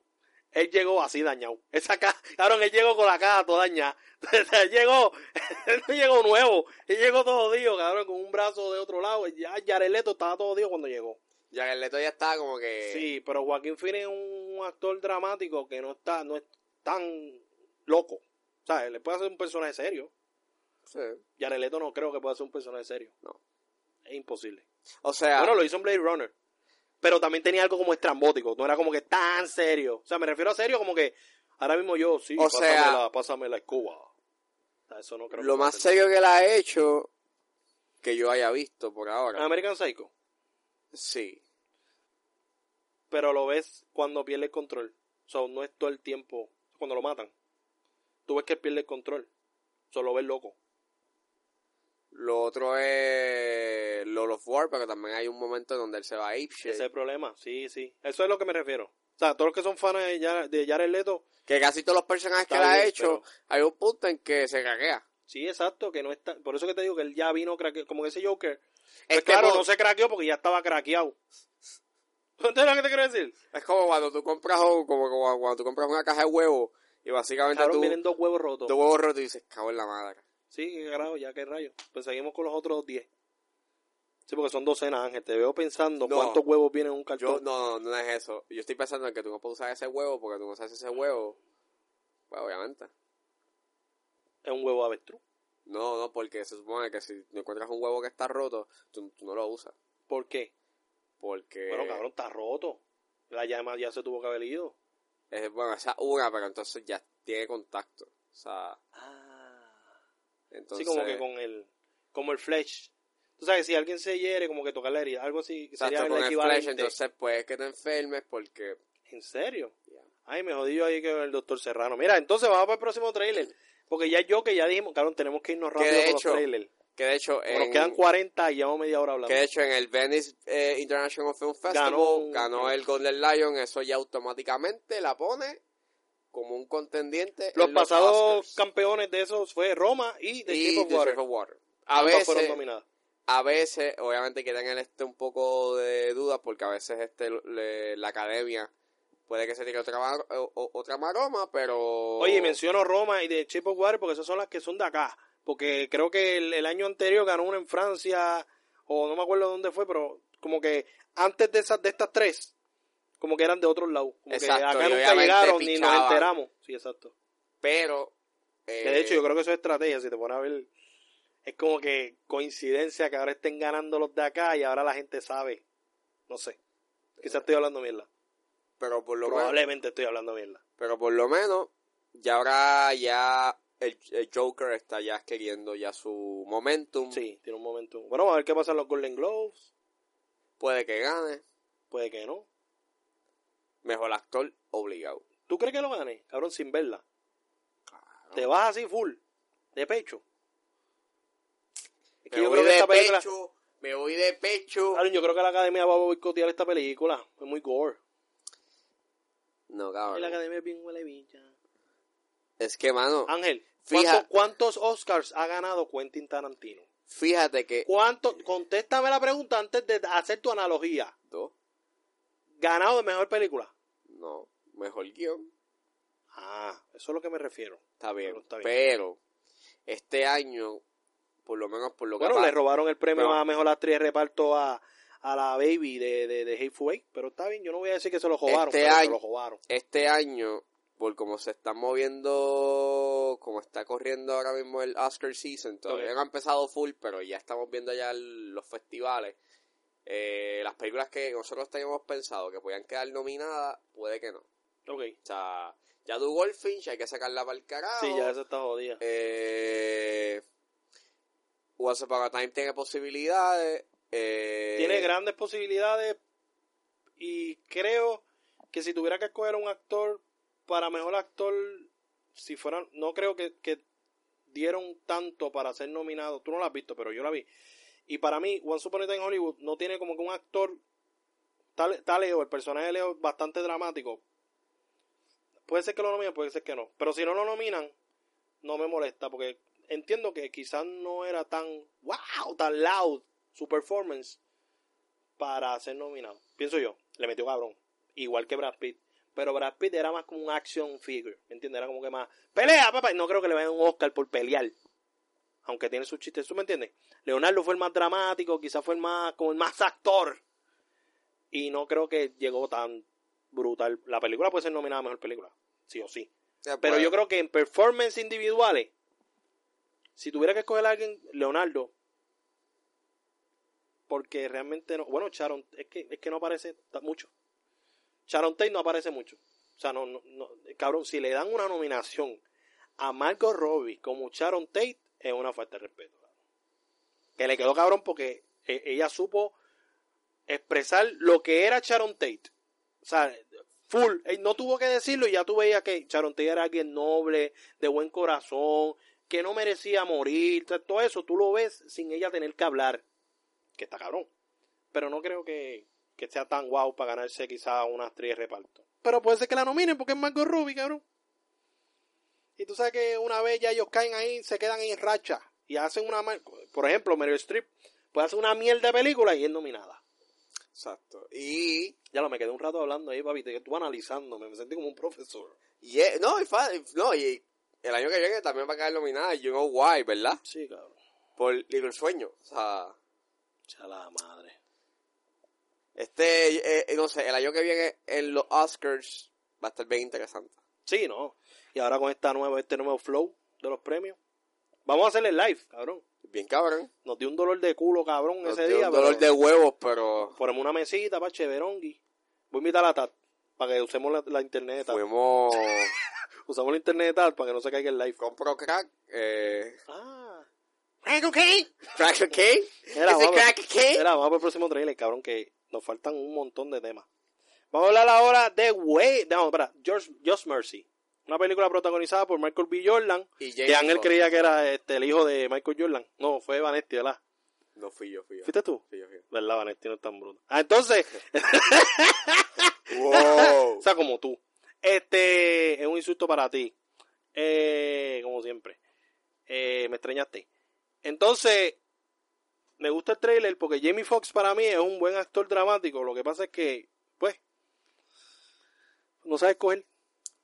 [SPEAKER 3] Él llegó así dañado. Esa ca- cabrón, él llegó con la caja toda dañada. Él llegó, él no llegó nuevo. Él llegó todo jodido, cabrón, con un brazo de otro lado. Ya Yareleto estaba todo jodido cuando llegó.
[SPEAKER 2] Ya que el Leto ya estaba como que.
[SPEAKER 3] Sí, pero Joaquín Phoenix es un actor dramático que no está, no es tan loco. O sea, él le puede hacer un personaje serio.
[SPEAKER 2] sí.
[SPEAKER 3] Jared Leto no creo que pueda hacer un personaje serio.
[SPEAKER 2] No.
[SPEAKER 3] Es imposible.
[SPEAKER 2] O sea,
[SPEAKER 3] Bueno, lo hizo en Blade Runner. Pero también tenía algo como estrambótico. No era como que tan serio. O sea, me refiero a serio como que ahora mismo yo, sí,
[SPEAKER 2] O
[SPEAKER 3] pásame,
[SPEAKER 2] sea-
[SPEAKER 3] la, pásame la escoba. O sea, eso no creo
[SPEAKER 2] lo
[SPEAKER 3] que va a
[SPEAKER 2] más
[SPEAKER 3] ser.
[SPEAKER 2] serio que la ha hecho que yo haya visto por ahora.
[SPEAKER 3] American Psycho.
[SPEAKER 2] Sí.
[SPEAKER 3] Pero lo ves cuando pierde el control. O sea, no es todo el tiempo. Cuando lo matan. Tú ves que él pierde el control. Solo ves loco.
[SPEAKER 2] Lo otro es Lord of War, pero también hay un momento donde él se va a
[SPEAKER 3] Ese
[SPEAKER 2] Apeshit.
[SPEAKER 3] es el problema. Sí, sí. Eso es lo que me refiero. O sea, todos los que son fans de, Yar- de Jared Leto.
[SPEAKER 2] Que casi todos los personajes que
[SPEAKER 3] está
[SPEAKER 2] la ha
[SPEAKER 3] bien,
[SPEAKER 2] hecho,
[SPEAKER 3] pero- Pues
[SPEAKER 2] hay un punto en que se caquea.
[SPEAKER 3] Sí, exacto. Que no está. Por eso que te digo que él ya vino craqueado. Como que ese Joker.
[SPEAKER 2] Es,
[SPEAKER 3] Pues claro,
[SPEAKER 2] como,
[SPEAKER 3] no se craqueó porque ya estaba craqueado. ¿Tú entiendes lo que te quiero decir?
[SPEAKER 2] es como cuando tú compras un- como, como cuando tú compras una caja de huevos y básicamente
[SPEAKER 3] Cabrón,
[SPEAKER 2] tú,
[SPEAKER 3] vienen dos huevos rotos.
[SPEAKER 2] dos huevos rotos y dices, cago en la madre.
[SPEAKER 3] Sí, qué carajo, ya qué rayo. Pues seguimos con los otros 10. Sí, porque son docenas, Ángel. Te veo pensando
[SPEAKER 2] No.
[SPEAKER 3] cuántos huevos vienen en un
[SPEAKER 2] Yo,
[SPEAKER 3] cartón.
[SPEAKER 2] no, no, no es eso. Yo estoy pensando en que tú no puedes usar ese huevo porque tú no usas ese huevo. Pues obviamente.
[SPEAKER 3] Es un huevo de avestruz.
[SPEAKER 2] No, no, porque se supone que si no encuentras un huevo que está roto, tú, tú no lo usas.
[SPEAKER 3] ¿Por qué?
[SPEAKER 2] Porque.
[SPEAKER 3] Bueno, cabrón, está roto. La llama ya se tuvo que haber ido.
[SPEAKER 2] Es, bueno, esa es una, pero entonces ya tiene contacto. O sea,
[SPEAKER 3] sí,
[SPEAKER 2] Ah. entonces.
[SPEAKER 3] como que con el, como el flesh. Tú sabes, si alguien se hiere, como que toca la herida. Algo así. que
[SPEAKER 2] Exacto,
[SPEAKER 3] sería
[SPEAKER 2] con
[SPEAKER 3] el
[SPEAKER 2] el
[SPEAKER 3] equivalente.
[SPEAKER 2] flesh, entonces puedes que te enfermes porque.
[SPEAKER 3] ¿En serio?
[SPEAKER 2] Ya.
[SPEAKER 3] Ay, me jodí yo ahí con el doctor Serrano. Mira, entonces vamos para el próximo trailer. Porque ya yo que ya dijimos, cabrón, tenemos que irnos
[SPEAKER 2] Que
[SPEAKER 3] rápido
[SPEAKER 2] de
[SPEAKER 3] con
[SPEAKER 2] hecho,
[SPEAKER 3] los trailers.
[SPEAKER 2] Que de hecho.
[SPEAKER 3] Nos
[SPEAKER 2] en-
[SPEAKER 3] quedan 40 y llevamos media hora hablando.
[SPEAKER 2] Que de hecho en el Venice eh, International Film Festival ganó,
[SPEAKER 3] Ganó-
[SPEAKER 2] el Golden Lion, eso ya automáticamente la pone como un contendiente. en
[SPEAKER 3] Los pasados
[SPEAKER 2] Oscars.
[SPEAKER 3] campeones de esos fue Roma y The
[SPEAKER 2] y
[SPEAKER 3] Shape of
[SPEAKER 2] The
[SPEAKER 3] Water.
[SPEAKER 2] Shape of Water. A
[SPEAKER 3] Ambas fueron
[SPEAKER 2] veces,
[SPEAKER 3] nominadas.
[SPEAKER 2] a veces, obviamente que tengan este un poco de dudas porque a veces este le- la academia puede que se tire otra, mar- o- o- otra maroma, pero
[SPEAKER 3] Oye, menciono Roma y The Shape of Water porque esas son las que son de acá. Porque creo que el, el año anterior ganó una en Francia o no me acuerdo dónde fue, pero como que antes de esas de estas tres, como que eran de otros lados. Como
[SPEAKER 2] Exacto,
[SPEAKER 3] que
[SPEAKER 2] y
[SPEAKER 3] acá nunca
[SPEAKER 2] obviamente
[SPEAKER 3] llegaron ni nos
[SPEAKER 2] pichaban.
[SPEAKER 3] enteramos. Sí, exacto.
[SPEAKER 2] pero
[SPEAKER 3] Que
[SPEAKER 2] eh,
[SPEAKER 3] de hecho yo creo que eso es estrategia, si te pones a ver, es como que coincidencia que ahora estén ganando los de acá y ahora la gente sabe. No sé. Quizás estoy hablando mierda.
[SPEAKER 2] pero por lo menos-
[SPEAKER 3] Probablemente estoy hablando mierda.
[SPEAKER 2] Pero por lo menos, ya ahora ya el, el Joker está ya adquiriendo ya su momentum.
[SPEAKER 3] Sí, tiene un momento. Bueno, vamos a ver qué pasa en los Golden Globes.
[SPEAKER 2] Puede que gane.
[SPEAKER 3] Puede que no.
[SPEAKER 2] Mejor actor obligado.
[SPEAKER 3] ¿Tú crees que lo gane, cabrón, sin verla? Te vas así full, de pecho. Es que
[SPEAKER 2] me
[SPEAKER 3] yo
[SPEAKER 2] voy
[SPEAKER 3] creo que
[SPEAKER 2] de
[SPEAKER 3] esta película...
[SPEAKER 2] pecho, me voy de pecho.
[SPEAKER 3] Cabrón, yo creo que la academia va a boicotear esta película. Es muy gore.
[SPEAKER 2] No,
[SPEAKER 3] Y la
[SPEAKER 2] cabrón.
[SPEAKER 3] academia es bien huele bicha.
[SPEAKER 2] Es que, mano,
[SPEAKER 3] Ángel,
[SPEAKER 2] Fija-
[SPEAKER 3] ¿cuánto- ¿cuántos Oscars ha ganado Quentin Tarantino?
[SPEAKER 2] fíjate que...
[SPEAKER 3] ¿Cuánto? Contéstame la pregunta antes de hacer tu analogía.
[SPEAKER 2] ¿Dos?
[SPEAKER 3] ¿Ganado de mejor película?
[SPEAKER 2] No, mejor guión.
[SPEAKER 3] Ah, eso es lo que me refiero.
[SPEAKER 2] Está bien,
[SPEAKER 3] Pero está bien.
[SPEAKER 2] pero este año, por lo menos por lo que
[SPEAKER 3] Bueno,
[SPEAKER 2] pasa-
[SPEAKER 3] le robaron el premio
[SPEAKER 2] Pero-
[SPEAKER 3] a mejor actriz de reparto a, a la Baby de, de, de Hateful Eight, pero está bien, yo no voy a decir que se lo robaron,
[SPEAKER 2] Este
[SPEAKER 3] pero se
[SPEAKER 2] año-
[SPEAKER 3] lo robaron.
[SPEAKER 2] este año, por como se está moviendo, como está corriendo ahora mismo el Oscar season, todavía
[SPEAKER 3] Ok.
[SPEAKER 2] no ha empezado full, pero ya estamos viendo ya el- los festivales. Eh, las películas que nosotros teníamos pensado que podían quedar nominadas, puede que no. O
[SPEAKER 3] Ok.
[SPEAKER 2] sea, ya tu Goldfinch hay que sacarla para el carajo.
[SPEAKER 3] Sí, ya eso está jodida.
[SPEAKER 2] Eh, Once Upon a Time tiene posibilidades. eh,
[SPEAKER 3] Tiene grandes posibilidades y creo que si tuviera que escoger un actor para mejor actor, si fueran, no creo que, que dieron tanto para ser nominado. Tú no lo has visto, pero yo la vi. Y para mí, Once Upon a Time in Hollywood no tiene como que un actor, tal, tal Leo, el personaje de Leo es bastante dramático. Puede ser que lo nominen, puede ser que no. Pero si no lo nominan, no me molesta porque entiendo que quizás no era tan wow, tan loud su performance para ser nominado. Pienso yo, le metió cabrón, igual que Brad Pitt. Pero Brad Pitt era más como un action figure, ¿me entiendes? Era como que más, pelea, papá. Y No creo que le vayan un Oscar por pelear. Aunque tiene sus chistes, ¿tú me entiendes? Leonardo fue el más dramático, quizás fue el más, como el más actor. Y no creo que llegó tan brutal. La película puede ser nominada a mejor película, sí o sí.
[SPEAKER 2] ya
[SPEAKER 3] Pero
[SPEAKER 2] puede.
[SPEAKER 3] yo creo que en performance individuales, si tuviera que escoger a alguien, Leonardo, porque realmente no. Bueno, Sharon, es que, es que no aparece ta- mucho. Sharon Tate no aparece mucho. O sea, no, no, no- cabrón, si le dan una nominación a Margot Robbie como Sharon Tate, es una falta de respeto. cabrón. Que le quedó cabrón porque eh, ella supo expresar lo que era Sharon Tate. O sea, full. Él no tuvo que decirlo y ya tú veías que Sharon Tate era alguien noble, de buen corazón, que no merecía morir. t- Todo eso tú lo ves sin ella tener que hablar. Que está cabrón. Pero no creo que, que sea tan guau para ganarse quizá una actriz de reparto. Pero puede ser que la nominen porque es Margot Robbie, cabrón. Y tú sabes que una vez ya ellos caen ahí, se quedan en racha. Y hacen una... mal- Por ejemplo, Meryl Streep puede hacer una mierda de película y es nominada.
[SPEAKER 2] Exacto. Y.
[SPEAKER 3] Ya lo me quedé un rato hablando ahí, papi, que tú analizándome, me sentí como un profesor.
[SPEAKER 2] y es- no, y fa- y- no, y el año que viene también va a quedar nominada. You know why, ¿verdad?
[SPEAKER 3] Sí, cabrón.
[SPEAKER 2] Por Little Sueño. O sea,
[SPEAKER 3] Ya la madre.
[SPEAKER 2] este. eh, eh, no sé, el año que viene en los Oscars va a estar bien interesante.
[SPEAKER 3] Sí, no. Y ahora con esta nueva, este nuevo flow de los premios. Vamos a hacerle live, cabrón.
[SPEAKER 2] Bien cabrón.
[SPEAKER 3] Nos dio un dolor de culo, cabrón,
[SPEAKER 2] Nos
[SPEAKER 3] ese
[SPEAKER 2] dio
[SPEAKER 3] día.
[SPEAKER 2] un dolor
[SPEAKER 3] pero
[SPEAKER 2] de huevos, pero.
[SPEAKER 3] Ponemos una mesita para Cheverongui. Voy a invitar a Tat para que usemos la, la internet de Tat.
[SPEAKER 2] Fuimos.
[SPEAKER 3] Usamos la internet de Tat para que no se caiga el live.
[SPEAKER 2] Compro crack. Eh,
[SPEAKER 3] Ah.
[SPEAKER 2] ¿Crack okay?
[SPEAKER 3] Era,
[SPEAKER 2] ¿Ese
[SPEAKER 3] vamos,
[SPEAKER 2] crack okay?
[SPEAKER 3] Mira, vamos por el próximo trailer, cabrón, que nos faltan un montón de temas. Vamos a hablar ahora de Way. No, espera, George, Just Mercy. Una película protagonizada por Michael B. Jordan.
[SPEAKER 2] Y
[SPEAKER 3] Que
[SPEAKER 2] James
[SPEAKER 3] Ángel
[SPEAKER 2] Bond.
[SPEAKER 3] creía que era este, el hijo de Michael Jordan. No, fue Vanetti, ¿verdad?
[SPEAKER 2] No fui yo, fui yo.
[SPEAKER 3] ¿Fuiste tú?
[SPEAKER 2] Fui yo, fui yo.
[SPEAKER 3] ¿Verdad? Vanetti no es tan bruto. Ah, entonces,
[SPEAKER 2] Wow.
[SPEAKER 3] o sea, como tú. Este es un insulto para ti. Eh, como siempre. Eh, me extrañaste. Entonces, me gusta el trailer porque Jamie Foxx para mí es un buen actor dramático. Lo que pasa es que, pues, no sabes coger.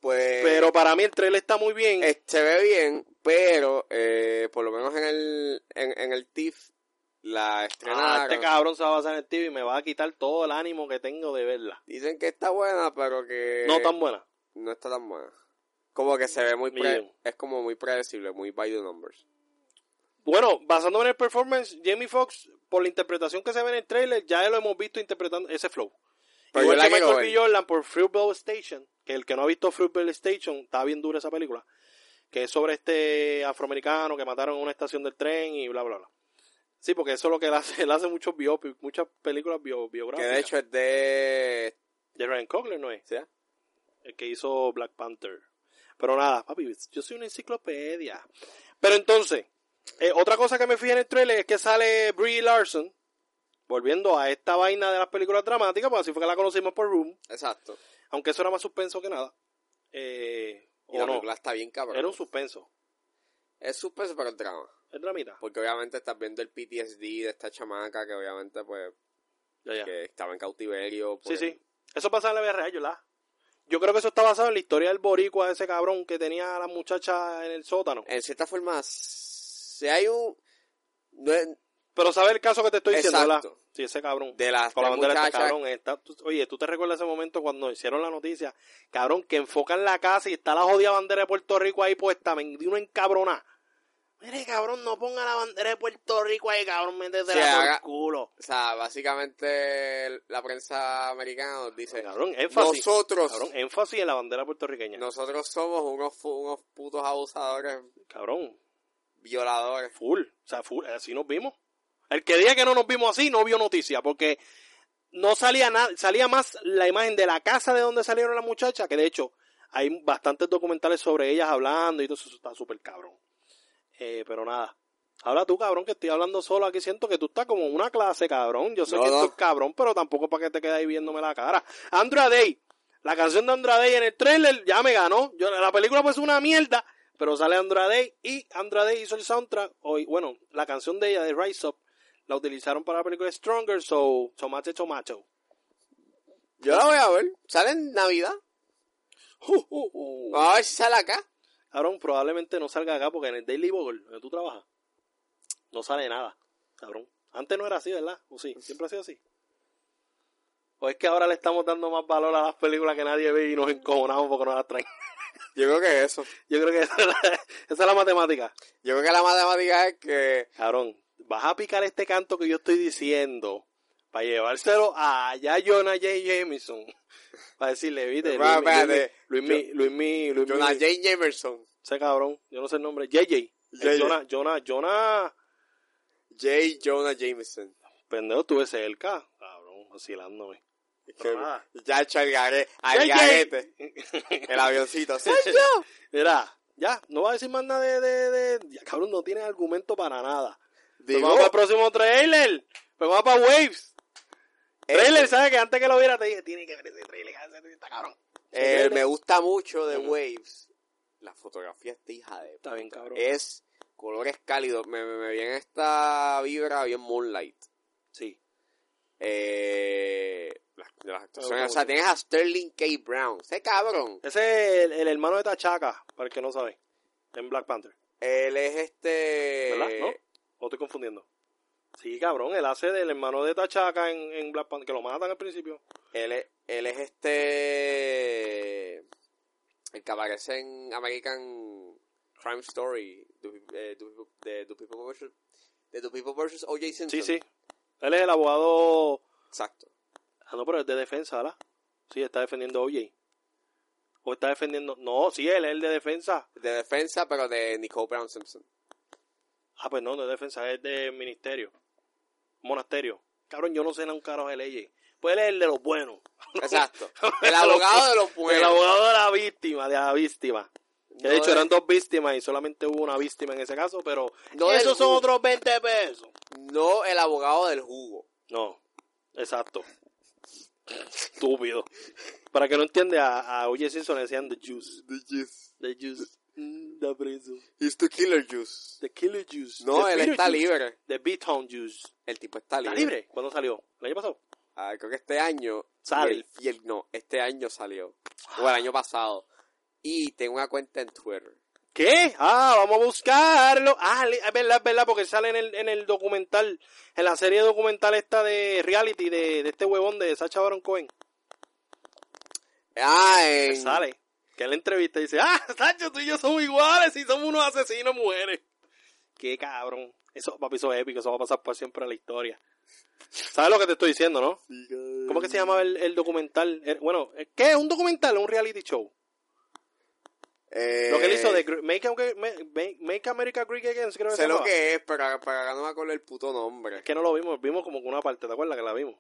[SPEAKER 2] pues.
[SPEAKER 3] Pero para mí el trailer está muy bien.
[SPEAKER 2] Eh, se ve bien, pero eh, por lo menos en el, en, en el TIFF la
[SPEAKER 3] Ah,
[SPEAKER 2] estrenaron.
[SPEAKER 3] este cabrón se va a basar en el TV y me va a quitar todo el ánimo que tengo de verla.
[SPEAKER 2] Dicen que está buena, pero que
[SPEAKER 3] No tan buena.
[SPEAKER 2] no está tan buena. Como que se ve muy... pre-
[SPEAKER 3] Medium.
[SPEAKER 2] es como muy predecible, muy by the numbers.
[SPEAKER 3] Bueno, basándome en el performance, Jamie Foxx, por la interpretación que se ve en el trailer, ya lo hemos visto interpretando ese flow.
[SPEAKER 2] Pero
[SPEAKER 3] Igual
[SPEAKER 2] yo la
[SPEAKER 3] que
[SPEAKER 2] quiero
[SPEAKER 3] Michael
[SPEAKER 2] ver.
[SPEAKER 3] B. Jordan por Fruitvale Station, que el que no ha visto Fruitvale Station, está bien dura esa película, que es sobre este afroamericano que mataron en una estación del tren y bla, bla, bla. Sí, porque eso es lo que él hace, él hace muchos biopics, muchas películas bio-
[SPEAKER 2] Que
[SPEAKER 3] biográficas.
[SPEAKER 2] de hecho es de
[SPEAKER 3] De Ryan Coogler no es,
[SPEAKER 2] ¿Sí? ah?
[SPEAKER 3] el eh, que hizo Black Panther. Pero nada, papi, yo soy una enciclopedia. Pero entonces, eh, otra cosa que me fijé en el trailer es que sale Brie Larson, volviendo a esta vaina de las películas dramáticas, porque así fue que la conocimos por Room,
[SPEAKER 2] Exacto.
[SPEAKER 3] aunque eso era más suspenso que nada. Eh,
[SPEAKER 2] Y la
[SPEAKER 3] o no,
[SPEAKER 2] película está bien cabrón.
[SPEAKER 3] era un suspenso,
[SPEAKER 2] Es suspenso para el drama.
[SPEAKER 3] es dramita.
[SPEAKER 2] Porque obviamente estás viendo el PTSD de esta chamaca que obviamente pues
[SPEAKER 3] Ya, ya.
[SPEAKER 2] que estaba en cautiverio. pues, por
[SPEAKER 3] Sí,
[SPEAKER 2] el-
[SPEAKER 3] sí. Eso pasa en la vida real, yo la. Yo creo que eso está basado en la historia del boricua de ese cabrón que tenía a la muchacha en el sótano.
[SPEAKER 2] En cierta forma, si hay un... no es-
[SPEAKER 3] Pero sabe el caso que te estoy diciendo, la.
[SPEAKER 2] Exacto.
[SPEAKER 3] Sí, ese cabrón.
[SPEAKER 2] de las
[SPEAKER 3] Con la
[SPEAKER 2] tres
[SPEAKER 3] bandera de este
[SPEAKER 2] muchachas-
[SPEAKER 3] cabrón. está- tú- oye, ¿tú te recuerdas ese momento cuando hicieron la noticia? Cabrón, que enfocan la casa y está la jodida bandera de Puerto Rico ahí puesta. Me di una encabroná. Mire, cabrón, no ponga la bandera de Puerto Rico ahí, cabrón. Métete
[SPEAKER 2] Se
[SPEAKER 3] la por
[SPEAKER 2] haga-
[SPEAKER 3] el culo.
[SPEAKER 2] O sea, básicamente la prensa americana nos dice,
[SPEAKER 3] Cabrón, énfasis.
[SPEAKER 2] nosotros,
[SPEAKER 3] Cabrón, énfasis en la bandera puertorriqueña.
[SPEAKER 2] nosotros somos unos, fu- unos putos abusadores,
[SPEAKER 3] Cabrón,
[SPEAKER 2] violadores.
[SPEAKER 3] full. O sea, full. Así nos vimos. El que diga que no nos vimos así, no vio noticia. Porque no salía nada. Salía más la imagen de la casa de donde salieron las muchachas. Que de hecho, hay bastantes documentales sobre ellas hablando y todo eso. eso está súper cabrón. Eh, pero nada. Habla tú, cabrón, que estoy hablando solo aquí. Siento que tú estás como en una clase, cabrón. Yo sé
[SPEAKER 2] No,
[SPEAKER 3] que
[SPEAKER 2] no.
[SPEAKER 3] esto es cabrón, pero tampoco para que te quedes ahí viéndome la cara. Andrade, la canción de Andrade en el trailer ya me ganó. Yo, la película pues es una mierda, pero sale Andrade y Andrade hizo el soundtrack. Hoy, bueno, la canción de ella, de Rise Up, la utilizaron para la película Stronger, so Tomate Tomato.
[SPEAKER 2] Yo la voy a ver. ¿Sale en Navidad?
[SPEAKER 3] Uh, uh, uh.
[SPEAKER 2] Vamos a ver si sale acá.
[SPEAKER 3] Cabrón, probablemente no salga acá porque en el Daily Bugle, donde tú trabajas, no sale nada, cabrón. Antes no era así, ¿verdad? ¿O sí? ¿Siempre ha sido así? ¿O es que ahora le estamos dando más valor a las películas que nadie ve y nos encojonamos porque no las traen?
[SPEAKER 2] Yo creo que eso.
[SPEAKER 3] Yo creo que esa es la, esa es la matemática.
[SPEAKER 2] Yo creo que la matemática es que
[SPEAKER 3] Cabrón, vas a picar este canto que yo estoy diciendo para llevárselo a allá Jonah J. Jameson. Para decirle, viste,
[SPEAKER 2] Va,
[SPEAKER 3] Luis,
[SPEAKER 2] espérate.
[SPEAKER 3] Luis, Luis, Luis, Luis, Luis,
[SPEAKER 2] Jonah Jane Jamerson,
[SPEAKER 3] ese cabrón, yo no sé el nombre, JJ. Es
[SPEAKER 2] JJ.
[SPEAKER 3] Jonah, Jonah, Jonah.
[SPEAKER 2] J. Jonah Jameson,
[SPEAKER 3] Pendejo, estuve cerca. Cabrón, vacilándome.
[SPEAKER 2] que
[SPEAKER 3] Ah.
[SPEAKER 2] ya hecho al gare- al
[SPEAKER 3] JJ.
[SPEAKER 2] garete, el avioncito, sí.
[SPEAKER 3] Mira, ya, no va a decir más nada de... de, de- ya, cabrón, no tienes argumento para nada. Pues
[SPEAKER 2] Digo,
[SPEAKER 3] vamos para el próximo trailer. Pues vamos para Waves.
[SPEAKER 2] este,
[SPEAKER 3] Trailer, ¿sabes? Que antes que lo viera te dije, tiene que ver ese trailer, ese trailer está cabrón. Ese
[SPEAKER 2] eh,
[SPEAKER 3] trailer
[SPEAKER 2] me gusta mucho de
[SPEAKER 3] Ujú.
[SPEAKER 2] Waves, la fotografía está hija de...
[SPEAKER 3] Está bien, cabrón.
[SPEAKER 2] Es colores cálidos, me, me, me viene esta vibra bien Moonlight.
[SPEAKER 3] Sí.
[SPEAKER 2] Eh, las- de las
[SPEAKER 3] Me gusta
[SPEAKER 2] actuaciones, o sea,
[SPEAKER 3] mucho.
[SPEAKER 2] tienes a Sterling K. Brown, ese cabrón.
[SPEAKER 3] Ese es el, el hermano de Tachaca, para el que no sabe. En Black Panther.
[SPEAKER 2] Él es este...
[SPEAKER 3] ¿Verdad? ¿No? ¿O estoy confundiendo? Sí, cabrón, él hace del hermano de Tachaca en, en Black Panther, que lo matan al principio.
[SPEAKER 2] Él es, él es este. El que aparece en American Crime Story. Do, eh, Do People- de Do People vs. De Do People vs. O.J. Simpson.
[SPEAKER 3] Sí, sí. Él es el abogado
[SPEAKER 2] Exacto.
[SPEAKER 3] Ah, no, pero es de defensa, ¿verdad? Sí, está defendiendo a OJ. O está defendiendo. No, sí, él es el de defensa.
[SPEAKER 2] De defensa, pero de Nicole Brown Simpson.
[SPEAKER 3] Ah, pues no, no es de defensa, es de ministerio. Monasterio. Cabrón, yo no sé nada un carajo de leyes. Pues él es el de los buenos.
[SPEAKER 2] Exacto. El abogado de los
[SPEAKER 3] El
[SPEAKER 2] pueblos.
[SPEAKER 3] abogado de la víctima, de la víctima. Que
[SPEAKER 2] No
[SPEAKER 3] de hecho
[SPEAKER 2] de-
[SPEAKER 3] eran dos víctimas y solamente hubo una víctima en ese caso, pero.
[SPEAKER 2] No del
[SPEAKER 3] esos son
[SPEAKER 2] jugo.
[SPEAKER 3] otros 20 pesos.
[SPEAKER 2] No el abogado del jugo.
[SPEAKER 3] No, exacto. Estúpido. Para que no entiende, a, a OJ Simpson le decían The Juice.
[SPEAKER 2] The juice.
[SPEAKER 3] The Juice. Mm, da preso.
[SPEAKER 2] He's the killer juice.
[SPEAKER 3] The Killer Juice.
[SPEAKER 2] No,
[SPEAKER 3] The
[SPEAKER 2] él
[SPEAKER 3] Bitter
[SPEAKER 2] está
[SPEAKER 3] Juice,
[SPEAKER 2] libre.
[SPEAKER 3] The B-Town Juice.
[SPEAKER 2] El tipo está libre.
[SPEAKER 3] ¿Está libre? ¿Cuándo salió? ¿El año pasado?
[SPEAKER 2] Ah, creo que este año
[SPEAKER 3] Sale.
[SPEAKER 2] Y el, y el- no, este año salió. O el año pasado. Y tengo una cuenta en Twitter.
[SPEAKER 3] ¿Qué? Ah, vamos a buscarlo. Ah, le- es verdad, es verdad, porque sale en el, en el documental, en la serie documental esta de reality de, de este huevón de Sacha Baron Cohen.
[SPEAKER 2] Ah,
[SPEAKER 3] Que
[SPEAKER 2] en,
[SPEAKER 3] Pues sale. Que él la entrevista y dice, ah, Sacha, tú y yo somos iguales y somos unos asesinos mujeres. Qué cabrón. Eso, papi, eso es épico, eso va a pasar por siempre en la historia. ¿Sabes lo que te estoy diciendo, no? ¿Cómo que se llamaba el, el documental? El- bueno, ¿qué es un documental? Un reality show.
[SPEAKER 2] Eh,
[SPEAKER 3] Lo que él hizo de Gr- Make, Am- Make- Make America Great Again, creo que se
[SPEAKER 2] Sé lo
[SPEAKER 3] llamaba.
[SPEAKER 2] que es, pero para acá no me acuerdo el puto nombre.
[SPEAKER 3] Es que no lo vimos, vimos como que una parte, ¿te acuerdas que la vimos?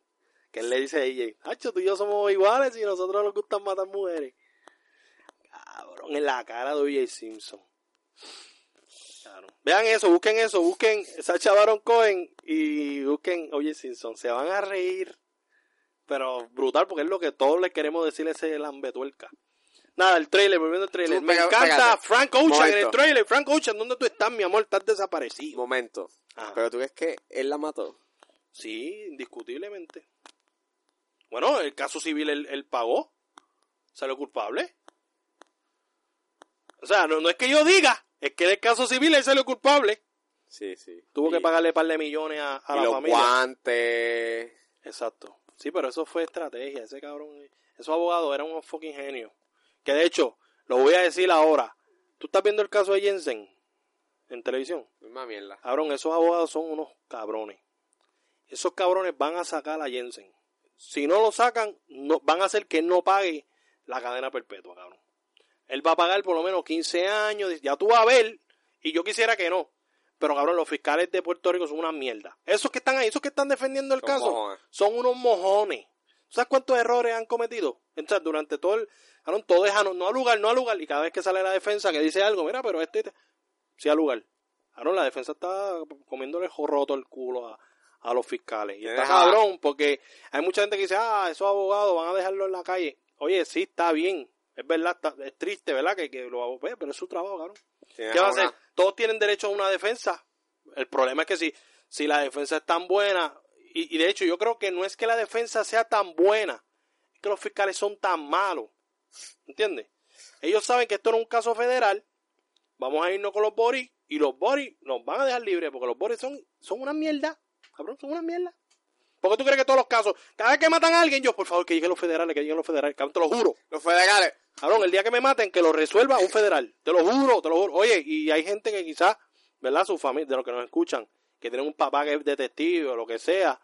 [SPEAKER 3] Que él le dice a ella, Hacho, tú y yo somos iguales y nosotros nos gustan matar mujeres. Cabrón, en la cara de OJ Simpson. Claro. Vean eso, busquen eso, busquen Sacha Baron Cohen y busquen OJ Simpson. Se van a reír, pero brutal, porque es lo que todos les queremos decir a ese lambetuerca. Nada, el trailer, volviendo al trailer.
[SPEAKER 2] Tú,
[SPEAKER 3] Me
[SPEAKER 2] pega-
[SPEAKER 3] encanta
[SPEAKER 2] pégate.
[SPEAKER 3] Frank Ocean en el
[SPEAKER 2] Momento.
[SPEAKER 3] trailer. Frank Ocean, ¿dónde tú estás, mi amor? Estás desaparecido.
[SPEAKER 2] Momento.
[SPEAKER 3] Ajá.
[SPEAKER 2] Ah, Pero tú ves que él la mató.
[SPEAKER 3] Sí, indiscutiblemente. Bueno, el caso civil él, él pagó. Salió culpable. O sea, no, no es que yo diga, es que en el caso civil él salió culpable.
[SPEAKER 2] Sí, sí.
[SPEAKER 3] Tuvo
[SPEAKER 2] Y-
[SPEAKER 3] que pagarle par de millones a, a
[SPEAKER 2] y
[SPEAKER 3] la
[SPEAKER 2] los
[SPEAKER 3] familia.
[SPEAKER 2] guantes.
[SPEAKER 3] Exacto. Sí, pero eso fue estrategia. Ese cabrón, esos abogados eran unos fucking genios. Que de hecho, lo voy a decir ahora. ¿Tú estás viendo el caso de Jensen en televisión?
[SPEAKER 2] Misma mierda.
[SPEAKER 3] Cabrón, esos abogados son unos cabrones. Esos cabrones van a sacar a Jensen. Si no lo sacan, no, van a hacer que él no pague la cadena perpetua, cabrón. Él va a pagar por lo menos 15 años. Ya tú vas a ver. Y yo quisiera que no. Pero, cabrón, los fiscales de Puerto Rico son una mierda. Esos que están ahí, esos que están defendiendo el
[SPEAKER 2] Son
[SPEAKER 3] caso,
[SPEAKER 2] mojones.
[SPEAKER 3] son unos mojones. ¿Sabes cuántos errores han cometido? Entonces, durante todo el... Cabrón, todo es a no, no a lugar, no a lugar. Y cada vez que sale la defensa que dice algo, mira, pero este... este- Sí, a lugar. Cabrón, la defensa está comiéndole jorroto el culo a, a los fiscales. Y está
[SPEAKER 2] Ajá.
[SPEAKER 3] cabrón, porque hay mucha gente que dice, ah, esos abogados van a dejarlo en la calle. Oye, sí, está bien. Es verdad, está- es triste, ¿verdad? Que, que lo hago, pues, pero es su trabajo, cabrón.
[SPEAKER 2] Tienes
[SPEAKER 3] ¿Qué va a
[SPEAKER 2] una-
[SPEAKER 3] hacer? Todos tienen derecho a una defensa. El problema es que si, si la defensa es tan buena, y, y de hecho yo creo que no es que la defensa sea tan buena, es que los fiscales son tan malos. ¿Entiendes? Ellos saben que esto no es un caso federal, vamos a irnos con los Boris, y los Boris nos van a dejar libres, porque los Boris son, son una mierda. Cabrón, son una mierda. ¿Por qué tú crees que todos los casos, cada vez que matan a alguien, yo, por favor, que lleguen los federales, que lleguen los federales, cabrón, te lo juro.
[SPEAKER 2] Los federales.
[SPEAKER 3] Cabrón, el día que me maten, que lo resuelva un federal. Te lo juro, te lo juro. Oye, y hay gente que quizás, ¿verdad? Su familia, de los que nos escuchan, que tienen un papá que es detective o lo que sea.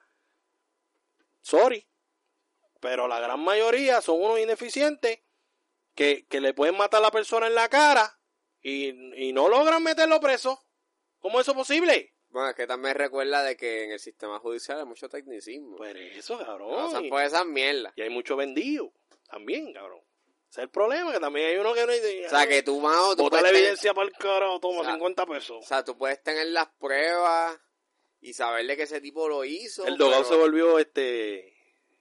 [SPEAKER 3] Sorry. Pero la gran mayoría son unos ineficientes que, que le pueden matar a la persona en la cara y, y no logran meterlo preso. ¿Cómo eso es posible?
[SPEAKER 2] Bueno, es que también recuerda de que en el sistema judicial hay mucho tecnicismo.
[SPEAKER 3] Pues eso, cabrón.
[SPEAKER 2] Pasan por esas mierdas.
[SPEAKER 3] Y hay mucho vendido también, cabrón. Ese es el problema, que también hay uno que no
[SPEAKER 2] O sea, que tú, mano, tú
[SPEAKER 3] Bota
[SPEAKER 2] puedes
[SPEAKER 3] la
[SPEAKER 2] tener-
[SPEAKER 3] evidencia para el carajo, toma
[SPEAKER 2] O sea,
[SPEAKER 3] 50 pesos.
[SPEAKER 2] O sea, tú puedes tener las pruebas y saberle que ese tipo lo hizo.
[SPEAKER 3] El dogado
[SPEAKER 2] pero-
[SPEAKER 3] se volvió este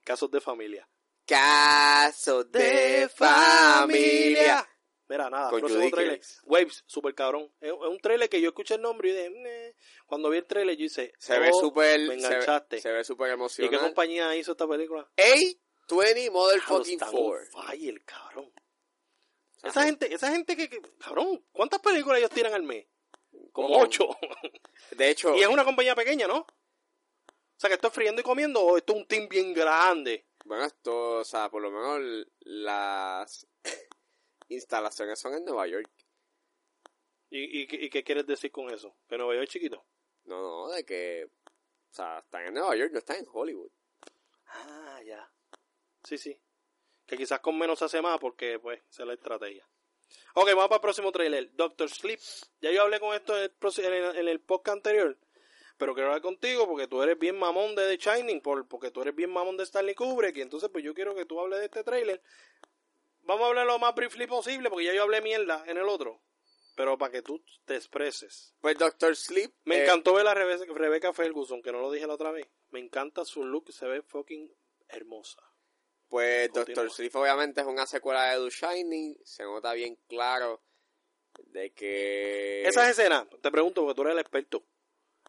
[SPEAKER 3] casos de familia.
[SPEAKER 2] Casos de familia.
[SPEAKER 3] Mira, nada,
[SPEAKER 2] Con
[SPEAKER 3] próximo
[SPEAKER 2] Judy
[SPEAKER 3] trailer.
[SPEAKER 2] Greaves.
[SPEAKER 3] Waves, super cabrón. Es es un trailer que yo escuché el nombre y dije, "Meh". cuando vi el trailer yo hice,
[SPEAKER 2] Se ve
[SPEAKER 3] "Oh,
[SPEAKER 2] súper.
[SPEAKER 3] me
[SPEAKER 2] se ve-
[SPEAKER 3] enganchaste.
[SPEAKER 2] Se ve súper
[SPEAKER 3] ¿Y qué
[SPEAKER 2] emocionante.
[SPEAKER 3] compañía hizo esta película?
[SPEAKER 2] A20
[SPEAKER 3] Claro,
[SPEAKER 2] Motherfucking
[SPEAKER 3] está on
[SPEAKER 2] 4.
[SPEAKER 3] fire, cabrón. Esa gente, esa gente que, que- cabrón, ¿cuántas películas ellos tiran al mes? Como
[SPEAKER 2] Como-
[SPEAKER 3] ocho.
[SPEAKER 2] De hecho,
[SPEAKER 3] y es una compañía pequeña, ¿no? O sea, que estoy friendo y comiendo, o esto es un team bien grande.
[SPEAKER 2] bueno, esto, o sea, por lo menos l- las instalaciones son en Nueva York.
[SPEAKER 3] ¿Y, y, qué- y qué quieres decir con eso? Que Nueva York es chiquito.
[SPEAKER 2] No, no, de que. O sea, están en Nueva York, no están en Hollywood.
[SPEAKER 3] Ah, ya. Sí, sí. Que quizás con menos se hace más porque, pues, esa es la estrategia. Ok, vamos para el próximo trailer. Doctor Sleep. Ya yo hablé con esto en el, proce- en el- en el podcast anterior. Pero quiero hablar contigo porque tú eres bien mamón de The Shining, por, porque tú eres bien mamón de Stanley Kubrick. Y entonces, pues, yo quiero que tú hables de este trailer. Vamos a hablar lo más briefly posible porque ya yo hablé mierda en el otro. Pero para que tú te expreses.
[SPEAKER 2] Pues Doctor Sleep.
[SPEAKER 3] Me
[SPEAKER 2] eh,
[SPEAKER 3] encantó ver a Rebe- Rebecca Ferguson, que no lo dije la otra vez. Me encanta su look, se ve fucking hermosa.
[SPEAKER 2] Pues
[SPEAKER 3] Continúa.
[SPEAKER 2] Doctor Sleep obviamente es una secuela de The Shining. Se nota bien claro de que...
[SPEAKER 3] Esas escenas, te pregunto porque tú eres el experto.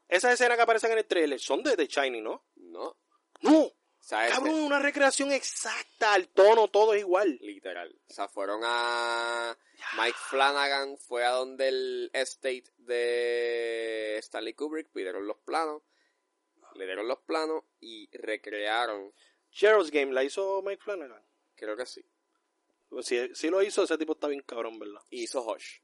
[SPEAKER 3] Esas escenas que aparecen en el trailer son de The Shining, ¿no?
[SPEAKER 2] No. O
[SPEAKER 3] ¡No!
[SPEAKER 2] sea, este-
[SPEAKER 3] Cabrón, una recreación exacta, el tono, todo es igual.
[SPEAKER 2] literal. O sea, fueron a... Mike Flanagan fue a donde el estate de Stanley Kubrick, pidieron los planos, le dieron los planos y recrearon,
[SPEAKER 3] Gerald's Game la hizo Mike Flanagan.
[SPEAKER 2] creo que sí,
[SPEAKER 3] Si, si lo hizo, ese tipo está bien cabrón, ¿verdad?
[SPEAKER 2] y hizo Hush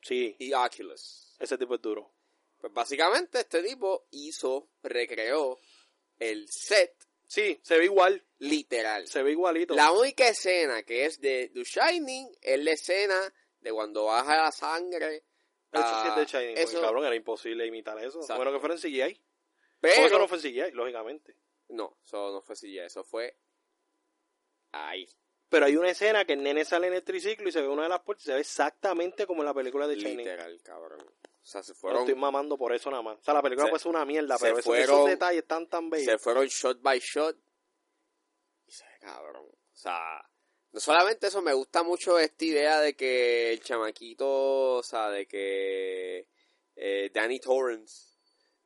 [SPEAKER 3] Sí,
[SPEAKER 2] y Oculus.
[SPEAKER 3] ese tipo es duro.
[SPEAKER 2] Pues básicamente este tipo hizo, recreó el set
[SPEAKER 3] Sí, se ve igual,
[SPEAKER 2] literal.
[SPEAKER 3] se ve igualito.
[SPEAKER 2] La única escena que es de The Shining es la escena de cuando baja la sangre.
[SPEAKER 3] Pero eso sí es
[SPEAKER 2] ah,
[SPEAKER 3] The Shining, porque,
[SPEAKER 2] eso-
[SPEAKER 3] cabrón, era imposible imitar eso.
[SPEAKER 2] Exacto.
[SPEAKER 3] Bueno, que fuera en CGI. Porque
[SPEAKER 2] pero,
[SPEAKER 3] eso no fue en CGI, lógicamente.
[SPEAKER 2] No, eso no fue CGI, eso fue ahí.
[SPEAKER 3] Pero hay una escena que el nene sale en el triciclo y se ve una de las puertas y se ve exactamente como en la película de Shining.
[SPEAKER 2] Literal, cabrón. O sea, se
[SPEAKER 3] No
[SPEAKER 2] fueron,
[SPEAKER 3] estoy mamando por eso nada más. O sea, la película
[SPEAKER 2] Se-
[SPEAKER 3] pues es una mierda,
[SPEAKER 2] se
[SPEAKER 3] pero esos- esos
[SPEAKER 2] fueron-
[SPEAKER 3] detalles están tan bellos.
[SPEAKER 2] se fueron shot by shot. Y se ve cabrón. O sea, no solamente eso, me gusta mucho esta idea de que el chamaquito, o sea, de que eh, Danny Torrance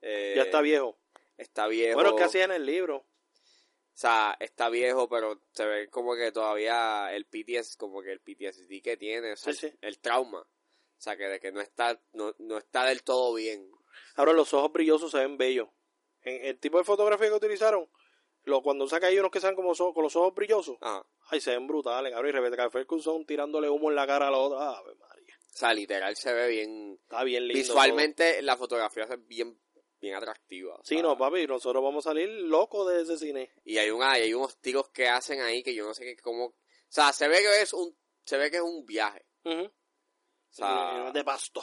[SPEAKER 2] eh,
[SPEAKER 3] ya está viejo.
[SPEAKER 2] Está viejo.
[SPEAKER 3] Bueno, es que hacía en el libro.
[SPEAKER 2] O sea, está viejo, pero se ve como que todavía el PTSD, como que el PTSD que tiene, o sea,
[SPEAKER 3] Sí, sí.
[SPEAKER 2] el trauma. O sea, que de que no está, no, no está del todo bien.
[SPEAKER 3] Ahora los ojos brillosos se ven bellos. En el tipo de fotografía que utilizaron, lo, cuando saca ahí unos que sean como so- con los ojos brillosos,
[SPEAKER 2] Ah, o
[SPEAKER 3] ay, se ven brutales, cabrón. Y Rebecca Ferguson tirándole humo en la cara a la otra. Ave María.
[SPEAKER 2] sea, literal se ve bien.
[SPEAKER 3] Está bien lindo.
[SPEAKER 2] Visualmente la fotografía es bien, bien atractiva. o
[SPEAKER 3] todo. Sí,
[SPEAKER 2] sea,
[SPEAKER 3] no, papi, nosotros vamos a salir locos de ese cine.
[SPEAKER 2] Y hay, una, y hay unos tiros que hacen ahí que yo no sé qué, cómo... O sea, se ve que es un, se ve que es un viaje.
[SPEAKER 3] Ujú.
[SPEAKER 2] O sea,
[SPEAKER 3] Eh, de pasto.